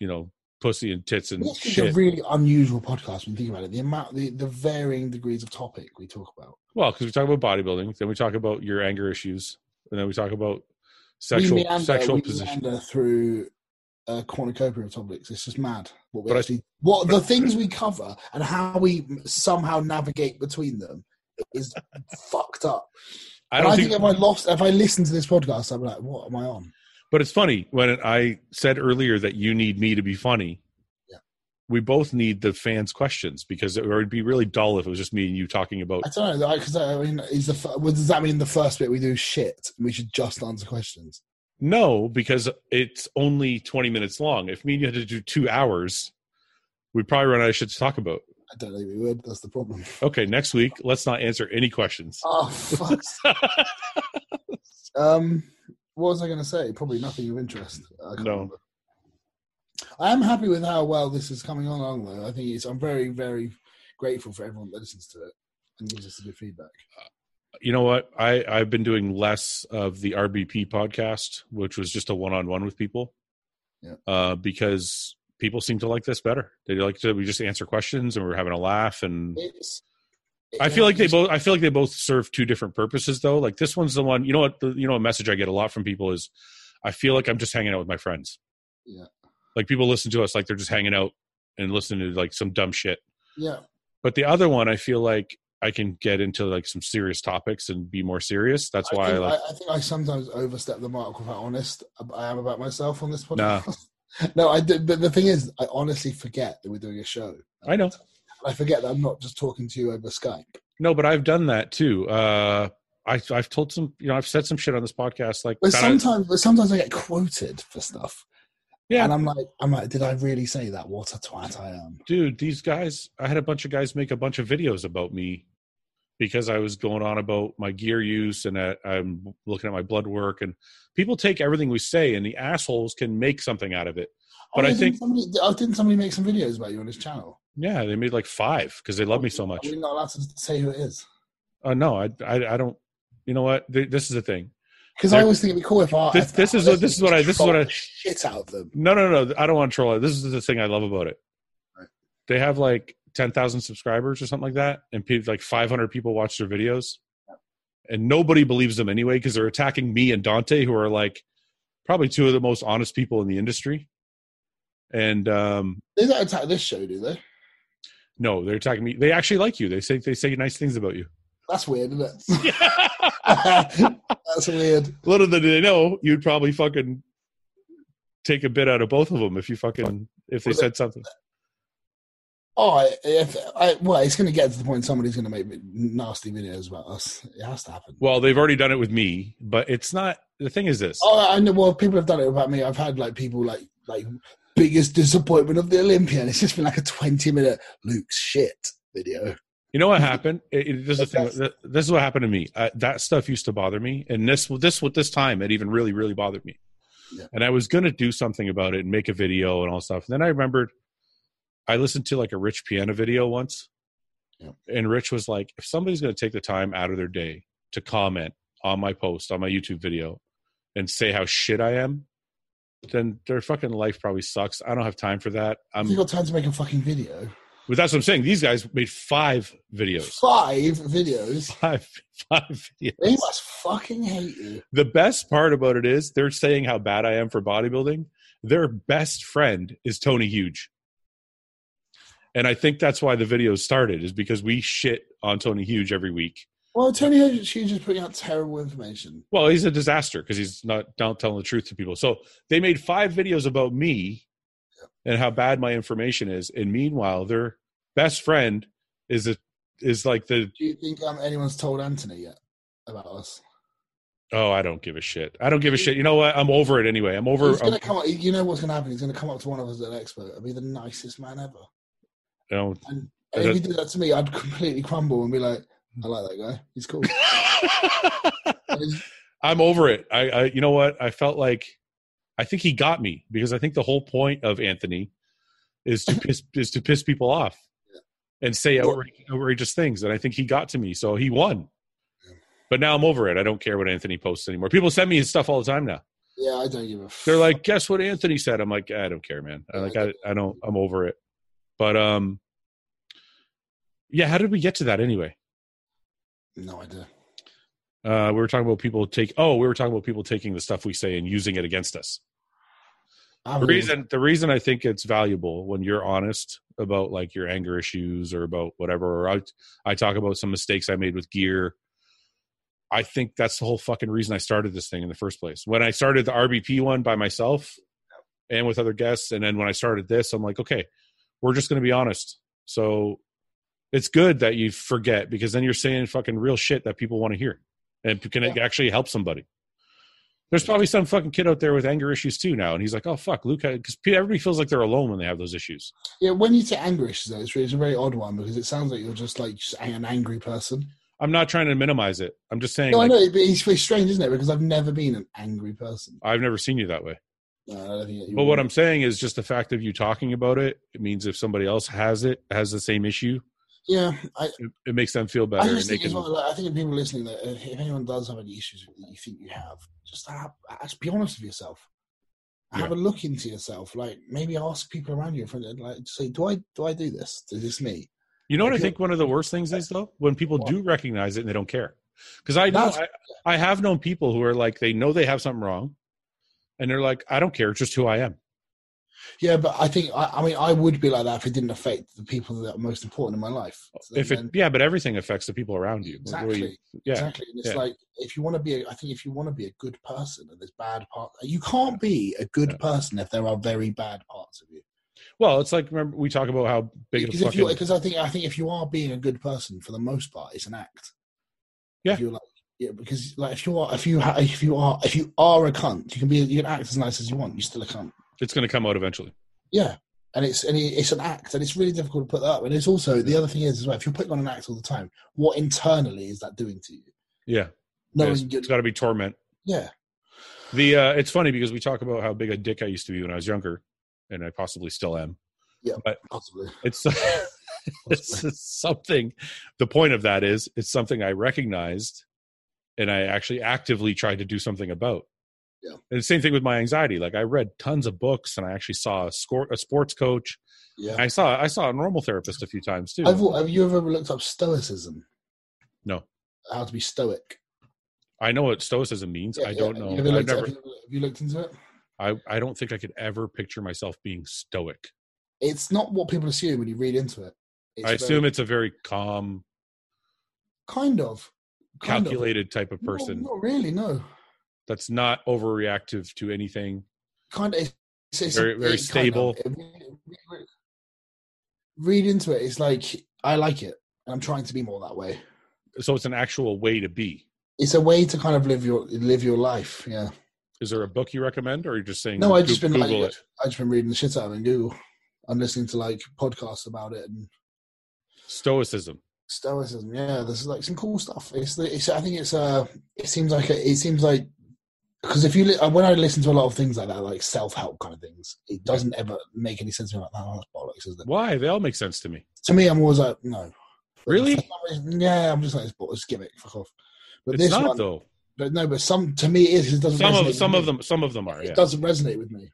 S1: you know, pussy and tits and
S2: This is a
S1: shit.
S2: really unusual podcast when you think about it. The amount, the, the varying degrees of topic we talk about.
S1: Well, because we talk about bodybuilding, then we talk about your anger issues, and then we talk about
S2: We
S1: sexual
S2: meander-
S1: sexual
S2: uh, we
S1: position.
S2: meander through a cornucopia of topics. It's just mad. What we
S1: But I-
S2: actually, what the things we cover and how we somehow navigate between them is fucked up.
S1: I
S2: And
S1: don't think,
S2: if I lost, if I listened to this podcast, I'd be like, what am I on?
S1: but it's funny when I said earlier that you need me to be funny.
S2: Yeah.
S1: We both need the fans' questions because it would be really dull if it was just me and you talking about.
S2: I don't know because I, mean, is the fir- well, does that mean the first bit we do shit? and We should just answer questions.
S1: No, because it's only twenty minutes long. If me and you had to do two hours, we'd probably run out of shit to talk about.
S2: I don't think we would. That's the problem.
S1: Okay, next week let's not answer any questions.
S2: Oh fuck. um, what was I going to say? Probably nothing of interest. I can't
S1: No.
S2: remember. I am happy with how well this is coming along, though. I think it's. I'm very, very grateful for everyone that listens to it and gives us the good feedback.
S1: you know what i i've been doing less of the rbp podcast which was just a one-on-one with people
S2: Yeah.
S1: uh because people seem to like this better they like to we just answer questions and we're having a laugh and
S2: It's.
S1: i feel like they both i feel like they both serve two different purposes though like this one's the one you know what the, you know a message i get a lot from people is i feel like i'm just hanging out with my friends
S2: Yeah.
S1: like people listen to us like they're just hanging out and listening to like some dumb shit
S2: Yeah.
S1: but the other one i feel like i can get into like some serious topics and be more serious that's why
S2: I
S1: i
S2: think
S1: like
S2: I, I think I sometimes overstep the mark with how honest I am about myself on this
S1: Nah.
S2: podcast. no, I do, but the thing is, I honestly forget that we're doing a show.
S1: I know.
S2: I forget that I'm not just talking to you over Skype.
S1: No, but I've done that too. Uh, I, I've told some, you know, I've said some shit on this podcast, like,
S2: But
S1: that I-
S2: sometimes, but sometimes I get quoted for stuff.
S1: Yeah.
S2: and I'm like, I'm like, did I really say that? What a twat I am.
S1: dude, these guys, I had a bunch of guys make a bunch of videos about me because I was going on about my gear use and I, I'm looking at my blood work and people take everything we say and the assholes can make something out of it. But I
S2: didn't
S1: think-
S2: somebody, oh, didn't somebody make some videos about you on his channel?
S1: Yeah. They made like five because they love me so much.
S2: We're not allowed to say who it is
S1: Uh, no, I, I, I don't, you know what? Th- This is the thing.
S2: because I
S1: There-
S2: always think it'd be cool if I.
S1: This-
S2: if
S1: this
S2: I
S1: is what-
S2: listened
S1: this is what I-
S2: to
S1: this is what I-
S2: troll the shit out of them.
S1: No, no, no. I don't want to troll it. This is the thing I love about it.
S2: Right.
S1: They have like 10,000 subscribers or something like that, and pe- like 500 people watch their videos, and nobody believes them anyway because they're attacking me and Dante, who are like probably two of the most honest people in the industry. And um,
S2: They don't attack this show, do they?
S1: no, they're attacking me. They actually like you. They say they say nice things about you.
S2: That's weird, isn't it? That's weird.
S1: Little did they know, you'd probably fucking take a bit out of both of them if you fucking if they said something.
S2: Oh, if I, well, it's going to get to the point somebody's going to make nasty videos about us. It has to happen.
S1: Well, they've already done it with me, but it's not. The thing is this.
S2: Oh, I know. Well, people have done it about me. I've had like people like like biggest disappointment of the Olympian. It's just been like a twenty minute Luke's shit video.
S1: You know what happened? It, it, this, is the
S2: Yes.
S1: thing, th- this is what happened to me. Uh, that stuff used to bother me, and this this what this time it even really really bothered me.
S2: Yeah.
S1: And I was gonna do something about it and make a video and all stuff. And then I remembered I listened to like a Rich Piana video once,
S2: Yeah.
S1: and Rich was like, "If somebody's gonna take the time out of their day to comment on my post on my YouTube video and say how shit I am." Then their fucking life probably sucks. I don't have time for that. I'm
S2: Have you got time to make a fucking video?
S1: But that's what I'm saying. These guys made five videos.
S2: Five videos.
S1: Five, five videos.
S2: They must fucking hate you.
S1: The best part about it is they're saying how bad I am for bodybuilding. Their best friend is Tony Huge. And I think that's why the videos started, is because we shit on Tony Huge every week.
S2: Well, Tony Hodges, she's just putting out terrible information.
S1: Well, he's a disaster because he's not, not telling the truth to people. So they made five videos about me and how bad my information is. And meanwhile, their best friend is a is like the
S2: Do you think um, anyone's told Anthony yet about us?
S1: Oh, I don't give a shit. I don't give a shit. You know what? I'm over it anyway. I'm over. um,
S2: he's gonna
S1: I'm-
S2: come. Up, you know what's gonna happen? He's gonna come up to one of us as an expert and be the nicest man ever.
S1: you know.
S2: And if he did that to me, I'd completely crumble and be like, "I like that guy. He's cool." And
S1: I'm over it. I, I, you know what? I felt like, I think he got me because I think the whole point of Anthony is to piss is to piss people off and say
S2: Well-
S1: outrage- outrageous things, and I think he got to me, so he won. But now I'm over it. I don't care what Anthony posts anymore. People send me his stuff all the time now.
S2: Yeah, I don't give a.
S1: They're
S2: fuck.
S1: like, guess what Anthony said? I'm like, I don't care, man. I like, I, I don't, I'm over it. But um, yeah. How did we get to that anyway?
S2: no idea.
S1: Uh, we were talking about people take. Oh, we were talking about people taking the stuff we say and using it against us.
S2: I
S1: The
S2: haven't even-
S1: reason, the reason I think it's valuable when you're honest about like your anger issues or about whatever. Or I, I talk about some mistakes I made with gear. I think that's the whole fucking reason I started this thing in the first place. When I started the RBP one by myself and with other guests, and then when I started this, I'm like, okay, we're just going to be honest. So it's good that you forget because then you're saying fucking real shit that people want to hear and can it actually help somebody. There's probably some fucking kid out there with anger issues too now, and he's like, oh fuck, Luke, because everybody feels like they're alone when they have those issues.
S2: Yeah, when you say anger issues, though, it's, it's a very odd one because it sounds like you're just like just an angry person.
S1: I'm not trying to minimize it. I'm just saying,
S2: No,
S1: like,
S2: I know, but it's, it's strange, isn't it? Because I've never been an angry person.
S1: I've never seen you that way.
S2: No, I don't think you
S1: But what I'm saying is just the fact of you talking about it, it means if somebody else has it, has the same issue,
S2: yeah, I,
S1: it, it makes them feel
S2: I
S1: better. And
S2: just
S1: they
S2: think as
S1: can,
S2: well, like, I think if people listening that if if anyone does have any issues that you think you have, just have, uh, just be honest with yourself. Have a look into yourself. Like maybe ask people around you, friend, like just say, do I do I do this? Is this me?
S1: you know what I
S2: If you-
S1: think one of the worst things is though? When people do recognize it and they don't care. Because I know,
S2: That's-
S1: I, I have known people who are like, they know they have something wrong and they're like, I don't care. It's just who I am.
S2: Yeah, but I think I, I mean I would be like that if it didn't affect the people that are most important in my life. So
S1: If it,
S2: then-
S1: yeah, but everything affects the people around you. Like, what do you-
S2: exactly,
S1: yeah.
S2: exactly, and it's
S1: yeah.
S2: like if you want to be, a, I think if you want to be a good person, and there's bad parts, you can't be a good
S1: Yeah.
S2: person if there are very bad parts of you.
S1: Well, it's like, remember, we talk about how big
S2: because
S1: a
S2: if you
S1: fucking.
S2: because I think I think if you are being a good person for the most part, it's an act.
S1: Yeah.
S2: If you're like, yeah, because like if you are if you ha- if you are if you are a cunt, you can be you can act as nice as you want. You're still a cunt.
S1: It's going to come out eventually.
S2: Yeah. And it's and it- it's an act, and it's really difficult to put that up. And it's also the other thing is as well, if you're putting on an act all the time, what internally is that doing to you?
S1: Yeah.
S2: No,
S1: it's- it's got to be torment.
S2: yeah,
S1: The uh, it's funny because we talk about how big a dick I used to be when I was younger, and I possibly still am.
S2: possibly.
S1: It's, it's something. The point of that is it's something I recognized, and I actually actively tried to do something about.
S2: Yeah.
S1: And the same thing with my anxiety. Like I read tons of books, and I actually saw a, score, a sports coach.
S2: Yeah.
S1: I saw I saw a normal therapist a few times too.
S2: I've, al- have you ever looked up stoicism?
S1: No.
S2: How to be stoic?
S1: I know what stoicism means. I don't
S2: yeah.
S1: know.
S2: Have you, ever
S1: I've
S2: looked,
S1: never.
S2: have, you, have you looked into it?
S1: I I don't think I could ever picture myself being stoic.
S2: It's not what people assume when you read into it. It's
S1: I
S2: very-
S1: assume it's a very calm,
S2: kind of kind of.
S1: calculated type of
S2: No,
S1: person
S2: Not, really, no.
S1: that's not overreactive to anything.
S2: Kind of. It's, it's
S1: Very- very
S2: it kind
S1: stable.
S2: of- it really- read into it. It's like I like it, and I'm trying to be more that way.
S1: So it's an actual way to be.
S2: It's a way to kind of live your live your life. Yeah.
S1: Is there a book you recommend, or are you just saying?
S2: No, I've just
S1: Goo-
S2: been like,
S1: Google it.
S2: I've just been reading the shit out of it in Google. I'm listening to like podcasts about it and
S1: Stoicism.
S2: stoicism. Yeah, there's like some cool stuff. It's the. It's, I think it's uh It seems like a, it seems like because if you li- uh, when I listen to a lot of things like that, like self help kind of things, it doesn't ever make any sense to me. Like, oh, that's bollocks, isn't it?
S1: Why they all make sense to me.
S2: to me, I'm always like, no.
S1: Really?
S2: For some reason- Yeah, I'm just like, it's, bo- it's gimmick. Fuck off. But
S1: It's
S2: this
S1: not
S2: one,
S1: though.
S2: but no, but some to me it is. 'cause It doesn't
S1: Some
S2: resonate
S1: of
S2: with
S1: some of
S2: me.
S1: them some of them are.
S2: It
S1: Yeah.
S2: doesn't resonate with me.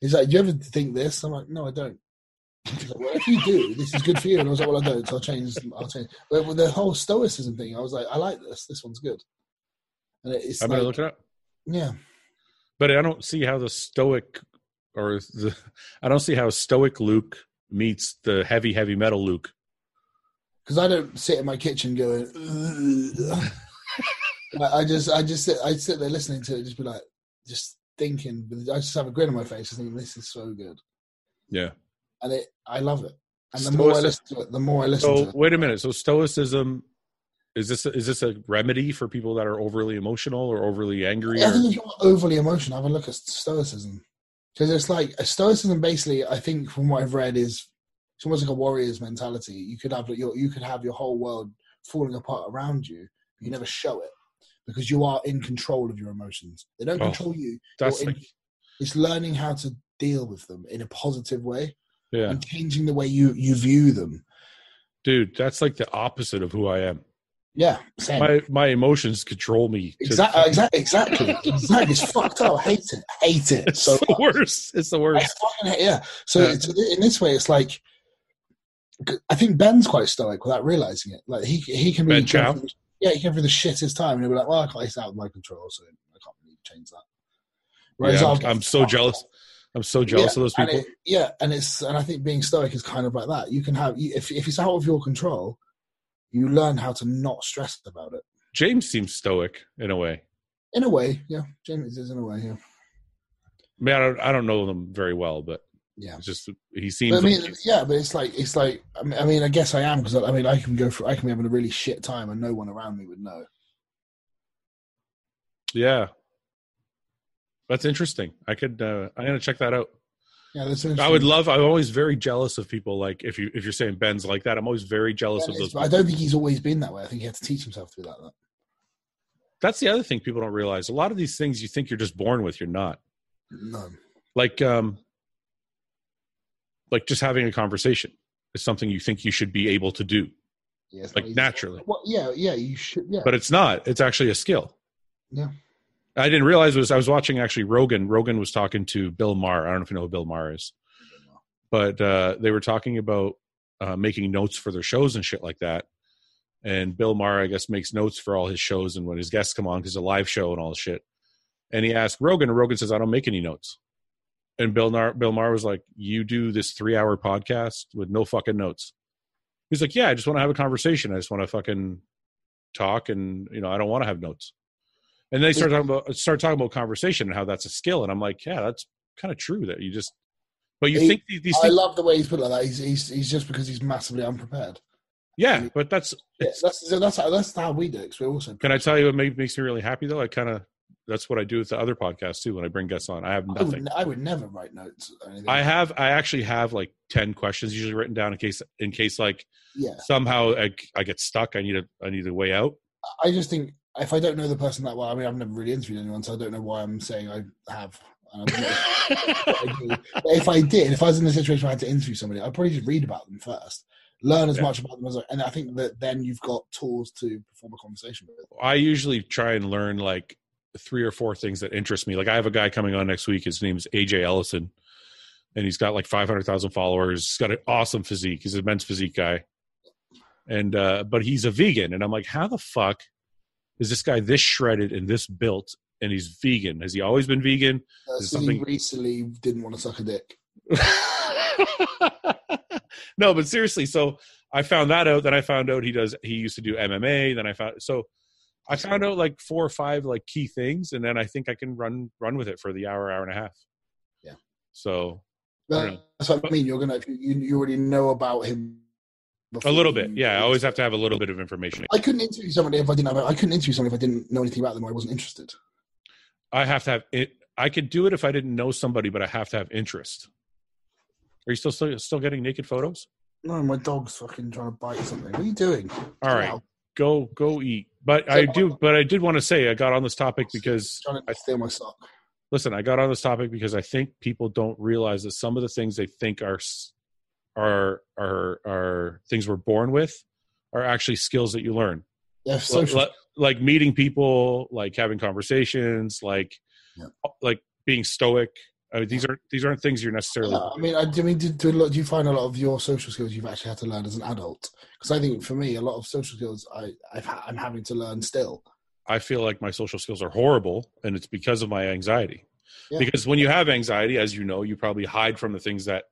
S2: He's like, do you ever think this? I'm like, no, I don't. He's like, well, if you do, this is good for you. And I was like, well, I don't. So I'll change. I'll change. But with the whole stoicism thing, I was like, I like this. This one's good. And it- it's
S1: I'm
S2: like,
S1: gonna look it up,
S2: yeah,
S1: but I don't see how the stoic or the I don't see how stoic Luke meets the heavy heavy metal Luke.
S2: because I don't sit in my kitchen going. "Ugh." Like, I just, I just sit, I sit there listening to it, just be like, just thinking. But I just have a grin on my face, just thinking, this is so good,
S1: Yeah.
S2: and it, I love it. And the more I
S1: Stoicism-
S2: listen to it, the more I listen
S1: So
S2: to it.
S1: wait a minute. So stoicism is this is this a remedy for people that are overly emotional or overly angry?
S2: I
S1: Or,
S2: think if you're overly emotional, have a look at stoicism, because it's like a stoicism. Basically, I think from what I've read is it's almost like a warrior's mentality. You could have your, you could have your whole world falling apart around you, but you never show it because you are in control of your emotions. They don't
S1: Oh.
S2: control you.
S1: that's
S2: in-
S1: like,
S2: it's learning how to deal with them in a positive way
S1: yeah.
S2: and changing the way you you view them
S1: Dude, that's like the opposite of who I am.
S2: Yeah, same.
S1: My my emotions control me. to-
S2: exactly, exactly, exactly. exactly. It's fucked up. I hate it. I hate it.
S1: It's
S2: So
S1: the worst. It's the
S2: I
S1: worst.
S2: fucking hate, yeah. So
S1: Yeah.
S2: it's- in this way, it's like I think Ben's quite stoic without realizing it. Like he he can really
S1: Ben
S2: go
S1: Chow?
S2: through- yeah, he can through the shittest time, and he'll be like, "Well, I can't, it's out of my control, so I can't really change that."
S1: Yeah,
S2: I'll
S1: I'm,
S2: get
S1: I'm so
S2: fucked
S1: jealous. I'm so jealous of those
S2: and
S1: people.
S2: it- yeah, and it's and I think being stoic is kind of like that. You can have you- if if it's out of your control, you learn how to not stress about it.
S1: James seems stoic in a way.
S2: In a way, yeah, James is in a way, yeah.
S1: I mean, I don't, I don't know them very well, but
S2: Yeah.
S1: it's just he
S2: But
S1: seems.
S2: I mean,
S1: like-
S2: yeah, but it's like it's like I mean, I, mean, I guess I am because I, I mean I can go through I can be having a really shit time and no one around me would know.
S1: yeah, that's interesting. I could. Uh, I'm gonna check that out.
S2: Yeah, that's an
S1: I would
S2: interesting-
S1: love. I'm always very jealous of people. Like if you if you're saying Ben's like that, I'm always very jealous
S2: Ben
S1: of
S2: is,
S1: those.
S2: but I
S1: People.
S2: don't think he's always been that way. I think he had to teach himself to be like that.
S1: That's the other thing people don't realize. A lot of these things you think you're just born with, you're not.
S2: No,
S1: Like um, like just having a conversation is something you think you should be able to do,
S2: yeah, it's not
S1: like
S2: easy.
S1: naturally.
S2: Well, yeah, yeah, you should. Yeah,
S1: but it's not. It's actually a skill.
S2: Yeah.
S1: I didn't realize it was I was watching actually Rogan. Rogan was talking to Bill Maher. I don't know if you know who Bill Maher is, but uh, they were talking about uh, making notes for their shows and shit like that. And Bill Maher, I guess, makes notes for all his shows and when his guests come on because it's a live show and all this shit. And he asked Rogan, and Rogan says, "I don't make any notes." And Bill Maher, Bill Maher was like, "You do this three-hour podcast with no fucking notes." He's like, "Yeah, I just want to have a conversation. I just want to fucking talk and you know i don't want to have notes and they start talking about start talking about conversation and how that's a skill and i'm like yeah that's kind of true that you just but you
S2: Hey,
S1: think these, these
S2: I
S1: things
S2: love the way he's put it like that. He's he's, he's just because he's massively unprepared.
S1: yeah but that's
S2: Yeah, that's that's how, that's how we do it. 'cause we're also
S1: can i tell you what ma- makes me really happy though i kind of that's what i do with the other podcast too when i bring guests on i have
S2: I would,
S1: nothing
S2: I would never write notes. Or anything.
S1: i have i actually have like 10 questions usually written down in case in case like
S2: yeah.
S1: somehow i, I get stuck i need a i need a way out
S2: I just think if I don't know the person that well, I mean, I've never really interviewed anyone, so I don't know why I'm saying I have. And I'm not- I do. But if I did, if I was in a situation where I had to interview somebody, I'd probably just read about them first, learn as
S1: Yeah.
S2: much about them as I. And I think that then you've got tools to perform a conversation with.
S1: I usually try and learn like three or four things that interest me. Like I have a guy coming on next week. His name's AJ Ellison, and he's got like five hundred thousand followers. He's got an awesome physique. He's a men's physique guy, and uh, but he's a vegan. And I'm like, how the fuck is this guy this shredded and this built? And he's vegan. Has he always been vegan?
S2: Uh,
S1: There's
S2: Susie
S1: something-
S2: recently didn't want to suck a dick.
S1: no, but seriously. So I found that out. Then I found out he does. He used to do MMA. Then I found so I found out like four or five like key things, and then I think I can run run with it for the hour, hour and a half.
S2: Yeah.
S1: So
S2: But that's what I mean. You're gonna if you, you already know about him.
S1: a
S2: before
S1: little bit,
S2: you-
S1: yeah. I always have to have a little bit of information.
S2: I couldn't interview somebody if I didn't have. I couldn't interview somebody if I didn't know anything about them. or I wasn't interested.
S1: I have to have it. I could do it if I didn't know somebody, but I have to have interest. Are you still still, still getting naked photos?
S2: No, my dog's fucking trying to bite something. What are you doing?
S1: All right,
S2: Wow,
S1: go go eat. But I do. But I did want to say I got on this topic because
S2: trying to steal my sock.
S1: listen, I got on this topic because I think people don't realize that some of the things they think are s- are are are things we're born with are actually skills that you learn.
S2: Yeah,
S1: Li-
S2: social.
S1: li- like meeting people, like having conversations, like uh,
S2: Yeah.
S1: like being stoic. I mean, these aren't these aren't things you're necessarily.
S2: Yeah, Uh, I mean, I, do- I mean, do, do, a lot, do you find a lot of your social skills you've actually had to learn as an adult? Because I think for me, a lot of social skills I I've, ha- I'm having to learn still.
S1: I feel like my social skills are horrible, and it's because of my anxiety.
S2: Yeah.
S1: Because when you have anxiety, as you know, you probably hide from the things that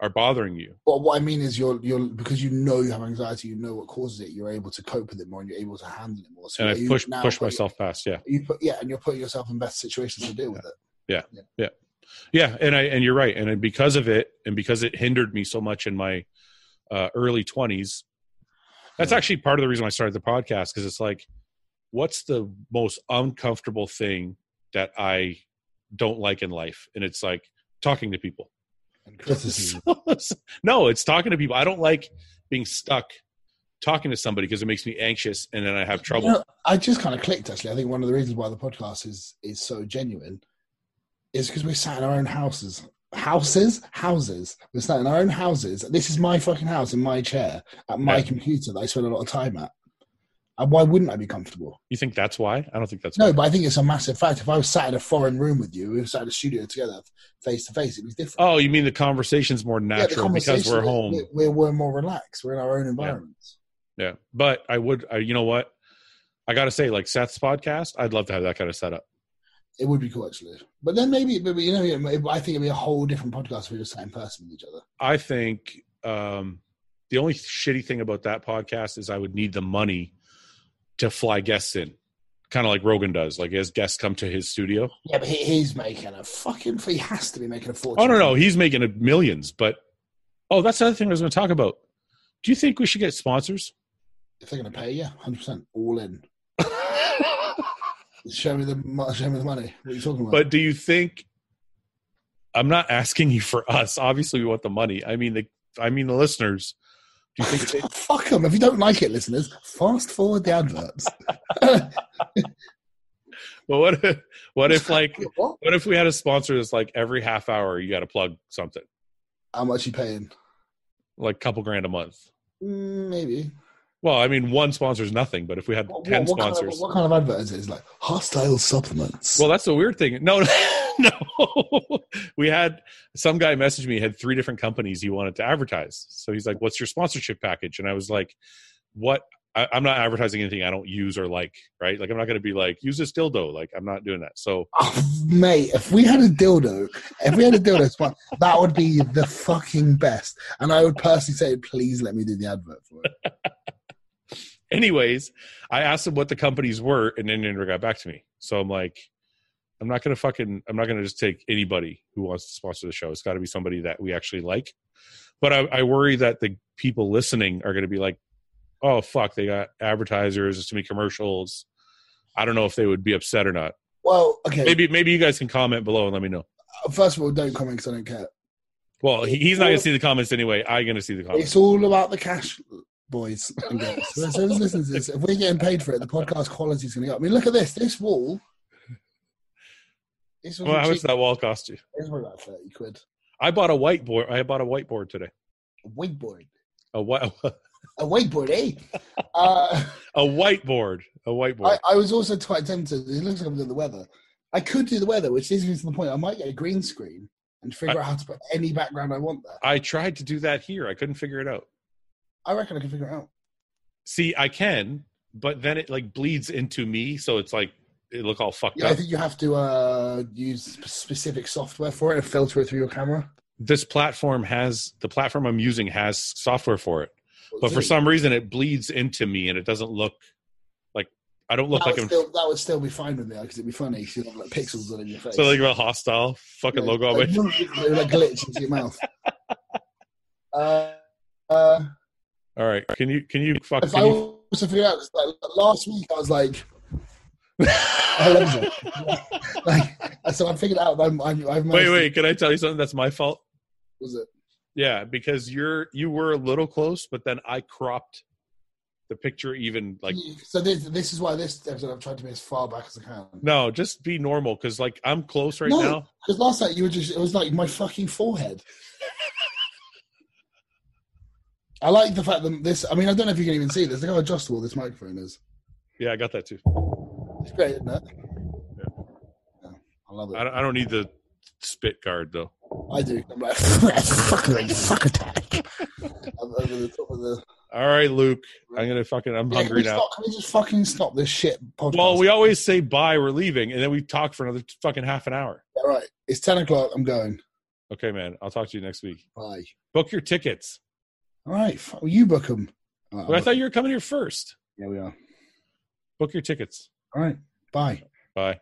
S1: are bothering you.
S2: But what I mean is, you're you're because you know you have anxiety, you know what causes it, you're able to cope with it more, and you're able to handle it more. So
S1: And
S2: you
S1: I push
S2: now
S1: push
S2: put-
S1: myself past. Yeah.
S2: You put yeah, and you're putting yourself in best situations to deal with it.
S1: Yeah, and I and you're right, and because of it, and because it hindered me so much in my uh, early twenties, that's
S2: Yeah.
S1: actually part of the reason why I started the podcast because it's like, what's the most uncomfortable thing that I don't like in life, and it's like talking to people.
S2: And criticism.
S1: no, it's talking to people. I don't like being stuck talking to somebody because it makes me anxious, and then I have trouble.
S2: You know, I just kind of clicked actually. I think one of the reasons why the podcast is is so genuine is because we're sat in our own houses. Houses, houses. We're sat in our own houses. This is my fucking house in my chair at my
S1: Yeah.
S2: computer that I spend a lot of time at. And why wouldn't I be comfortable?
S1: You think that's why? I don't think that's
S2: No,
S1: why.
S2: but I think it's a massive fact. If I was sat in a foreign room with you, we were sat in a studio together, face to face, it'd be different.
S1: Oh, you mean the conversation's more
S2: Yeah, the
S1: natural because we're
S2: conversation,
S1: home.
S2: we- We're, we're more relaxed. We're in our own environments.
S1: Yeah, but I would. I, you know what? I gotta say, like Seth's podcast, I'd love to have that kind of setup.
S2: It would be cool, actually. But then maybe, maybe you know, it- I think it'd be a whole different podcast if we just sat in person with each other.
S1: I think um, the only shitty thing about that podcast is I would need the money to fly guests in, kind of like Rogan does. Like his guests come to his studio.
S2: Yeah, but he, he's making a fucking. He has to be making a fortune.
S1: Oh no, no, he's making a millions. But oh, that's the other thing I was going to talk about. Do you think we should get sponsors?
S2: If they're going to pay, yeah, hundred percent, all in. Show me the mo- show me the money. What are you talking about?
S1: But do you think? I'm not asking you for us. Obviously, we want the money. I mean the. I mean the listeners. Do you think? they-
S2: Fuck them. If you don't like it, listeners, fast forward the adverts.
S1: But what? If, what if like?
S2: What?
S1: What if we had a sponsor that's like every half hour you got to plug something,
S2: How much are you paying?
S1: like a couple grand a month?
S2: Mm, Maybe.
S1: Well, I mean, one sponsor is nothing, but if we had
S2: What,
S1: ten
S2: what, what, kind
S1: sponsors,
S2: of, what kind of advert is it? It's like hostile supplements.
S1: well, that's the weird thing. No, no, we had some guy message me had three different companies he wanted to advertise. So he's like, "What's your sponsorship package?" And I was like, "What? I, I'm not advertising anything I don't use or like, right? Like, I'm not going to be like use this dildo. Like, I'm not doing that." So
S2: Oh, mate, if we had a dildo, if we had a dildo spot, that would be the fucking best. And I would personally say, please let me do the advert for it.
S1: anyways, I asked him what the companies were, and then they never got back to me. So I'm like, I'm not gonna fucking, I'm not gonna just take anybody who wants to sponsor the show. It's got to be somebody that we actually like. But I, I worry that the people listening are gonna be like, oh fuck, they got advertisers, there's too many commercials. I don't know if they would be upset or not.
S2: Well, okay. uh,
S1: Maybe, maybe you guys can comment below and let me know.
S2: First of all, don't comment because I don't care.
S1: Well, he, he's not gonna see the comments anyway. I'm gonna see the comments.
S2: It's all about the cash, boys and girls. So let's- let's listen to this. If we're getting paid for it, the podcast quality is going to go up. I mean, look at this. This wall. This was
S1: Well, how much that wall cost you?
S2: This was about 30 quid.
S1: I bought a whiteboard. I bought a whiteboard today.
S2: A wakeboard.
S1: A white,
S2: A wakeboard, eh? uh,
S1: a whiteboard, a whiteboard.
S2: I, I was also quite tempted. It looks like I'm doing the weather. I could do the weather, which leads me to the point I might get a green screen and figure out how to put any background I want there.
S1: I tried to do that here. I couldn't figure it out.
S2: I reckon I can figure it out.
S1: See, I can, but then it like bleeds into me, so it's like it look all fucked
S2: Yeah, I
S1: up.
S2: think you have to uh, use sp- specific software for it and filter it through your camera.
S1: This platform has the platform I'm using has software for it, but for some reason it bleeds into me and it doesn't look like I don't
S2: that
S1: look like
S2: would
S1: I'm
S2: still, that would still be fine with me because it'd be funny. 'cause You'd have like pixels on your face.
S1: so like a hostile fucking
S2: Yeah,
S1: logo. on
S2: like,
S1: my-
S2: it would, like glitch into your mouth. Uh, uh,
S1: All right, can you can you fuck?
S2: if I
S1: Can you,
S2: also figure out, like, last week I was like, I love it. like, so I figured out. I'm, I'm, I've
S1: wait,
S2: managed to-
S1: wait. Can I tell you something? That's my fault.
S2: Was it?
S1: Yeah, because you're you were a little close, but then I cropped the picture even like
S2: so this, this is why this episode I've tried to be as far back as I can.
S1: No, just be normal because like I'm close right
S2: No.
S1: now.
S2: Because last night you were just, it was like my fucking forehead. I like the fact that this, I mean, I don't know if you can even see this. Look how adjustable this microphone is.
S1: Yeah, I got that too.
S2: It's great, isn't it? Yeah, I love it.
S1: I
S2: I,
S1: don't, I don't need the spit guard though.
S2: do. I'm like, fucking fuck attack. I'm over the top of the.
S1: All right, Luke, I'm gonna fucking I'm
S2: Yeah, can,
S1: hungry
S2: we
S1: now.
S2: stop, can we just fucking stop this shit podcast?
S1: Well, we always say bye, we're leaving, and then we talk for another t- fucking half an hour.
S2: All right. It's 10 o'clock. I'm going.
S1: Okay, man. I'll talk to you next week.
S2: Bye.
S1: Book your tickets.
S2: All right. Fuck, well, you book them.
S1: Well, I thought you were coming here first.
S2: yeah, we are.
S1: Book your tickets.
S2: All right. Bye.
S1: Bye.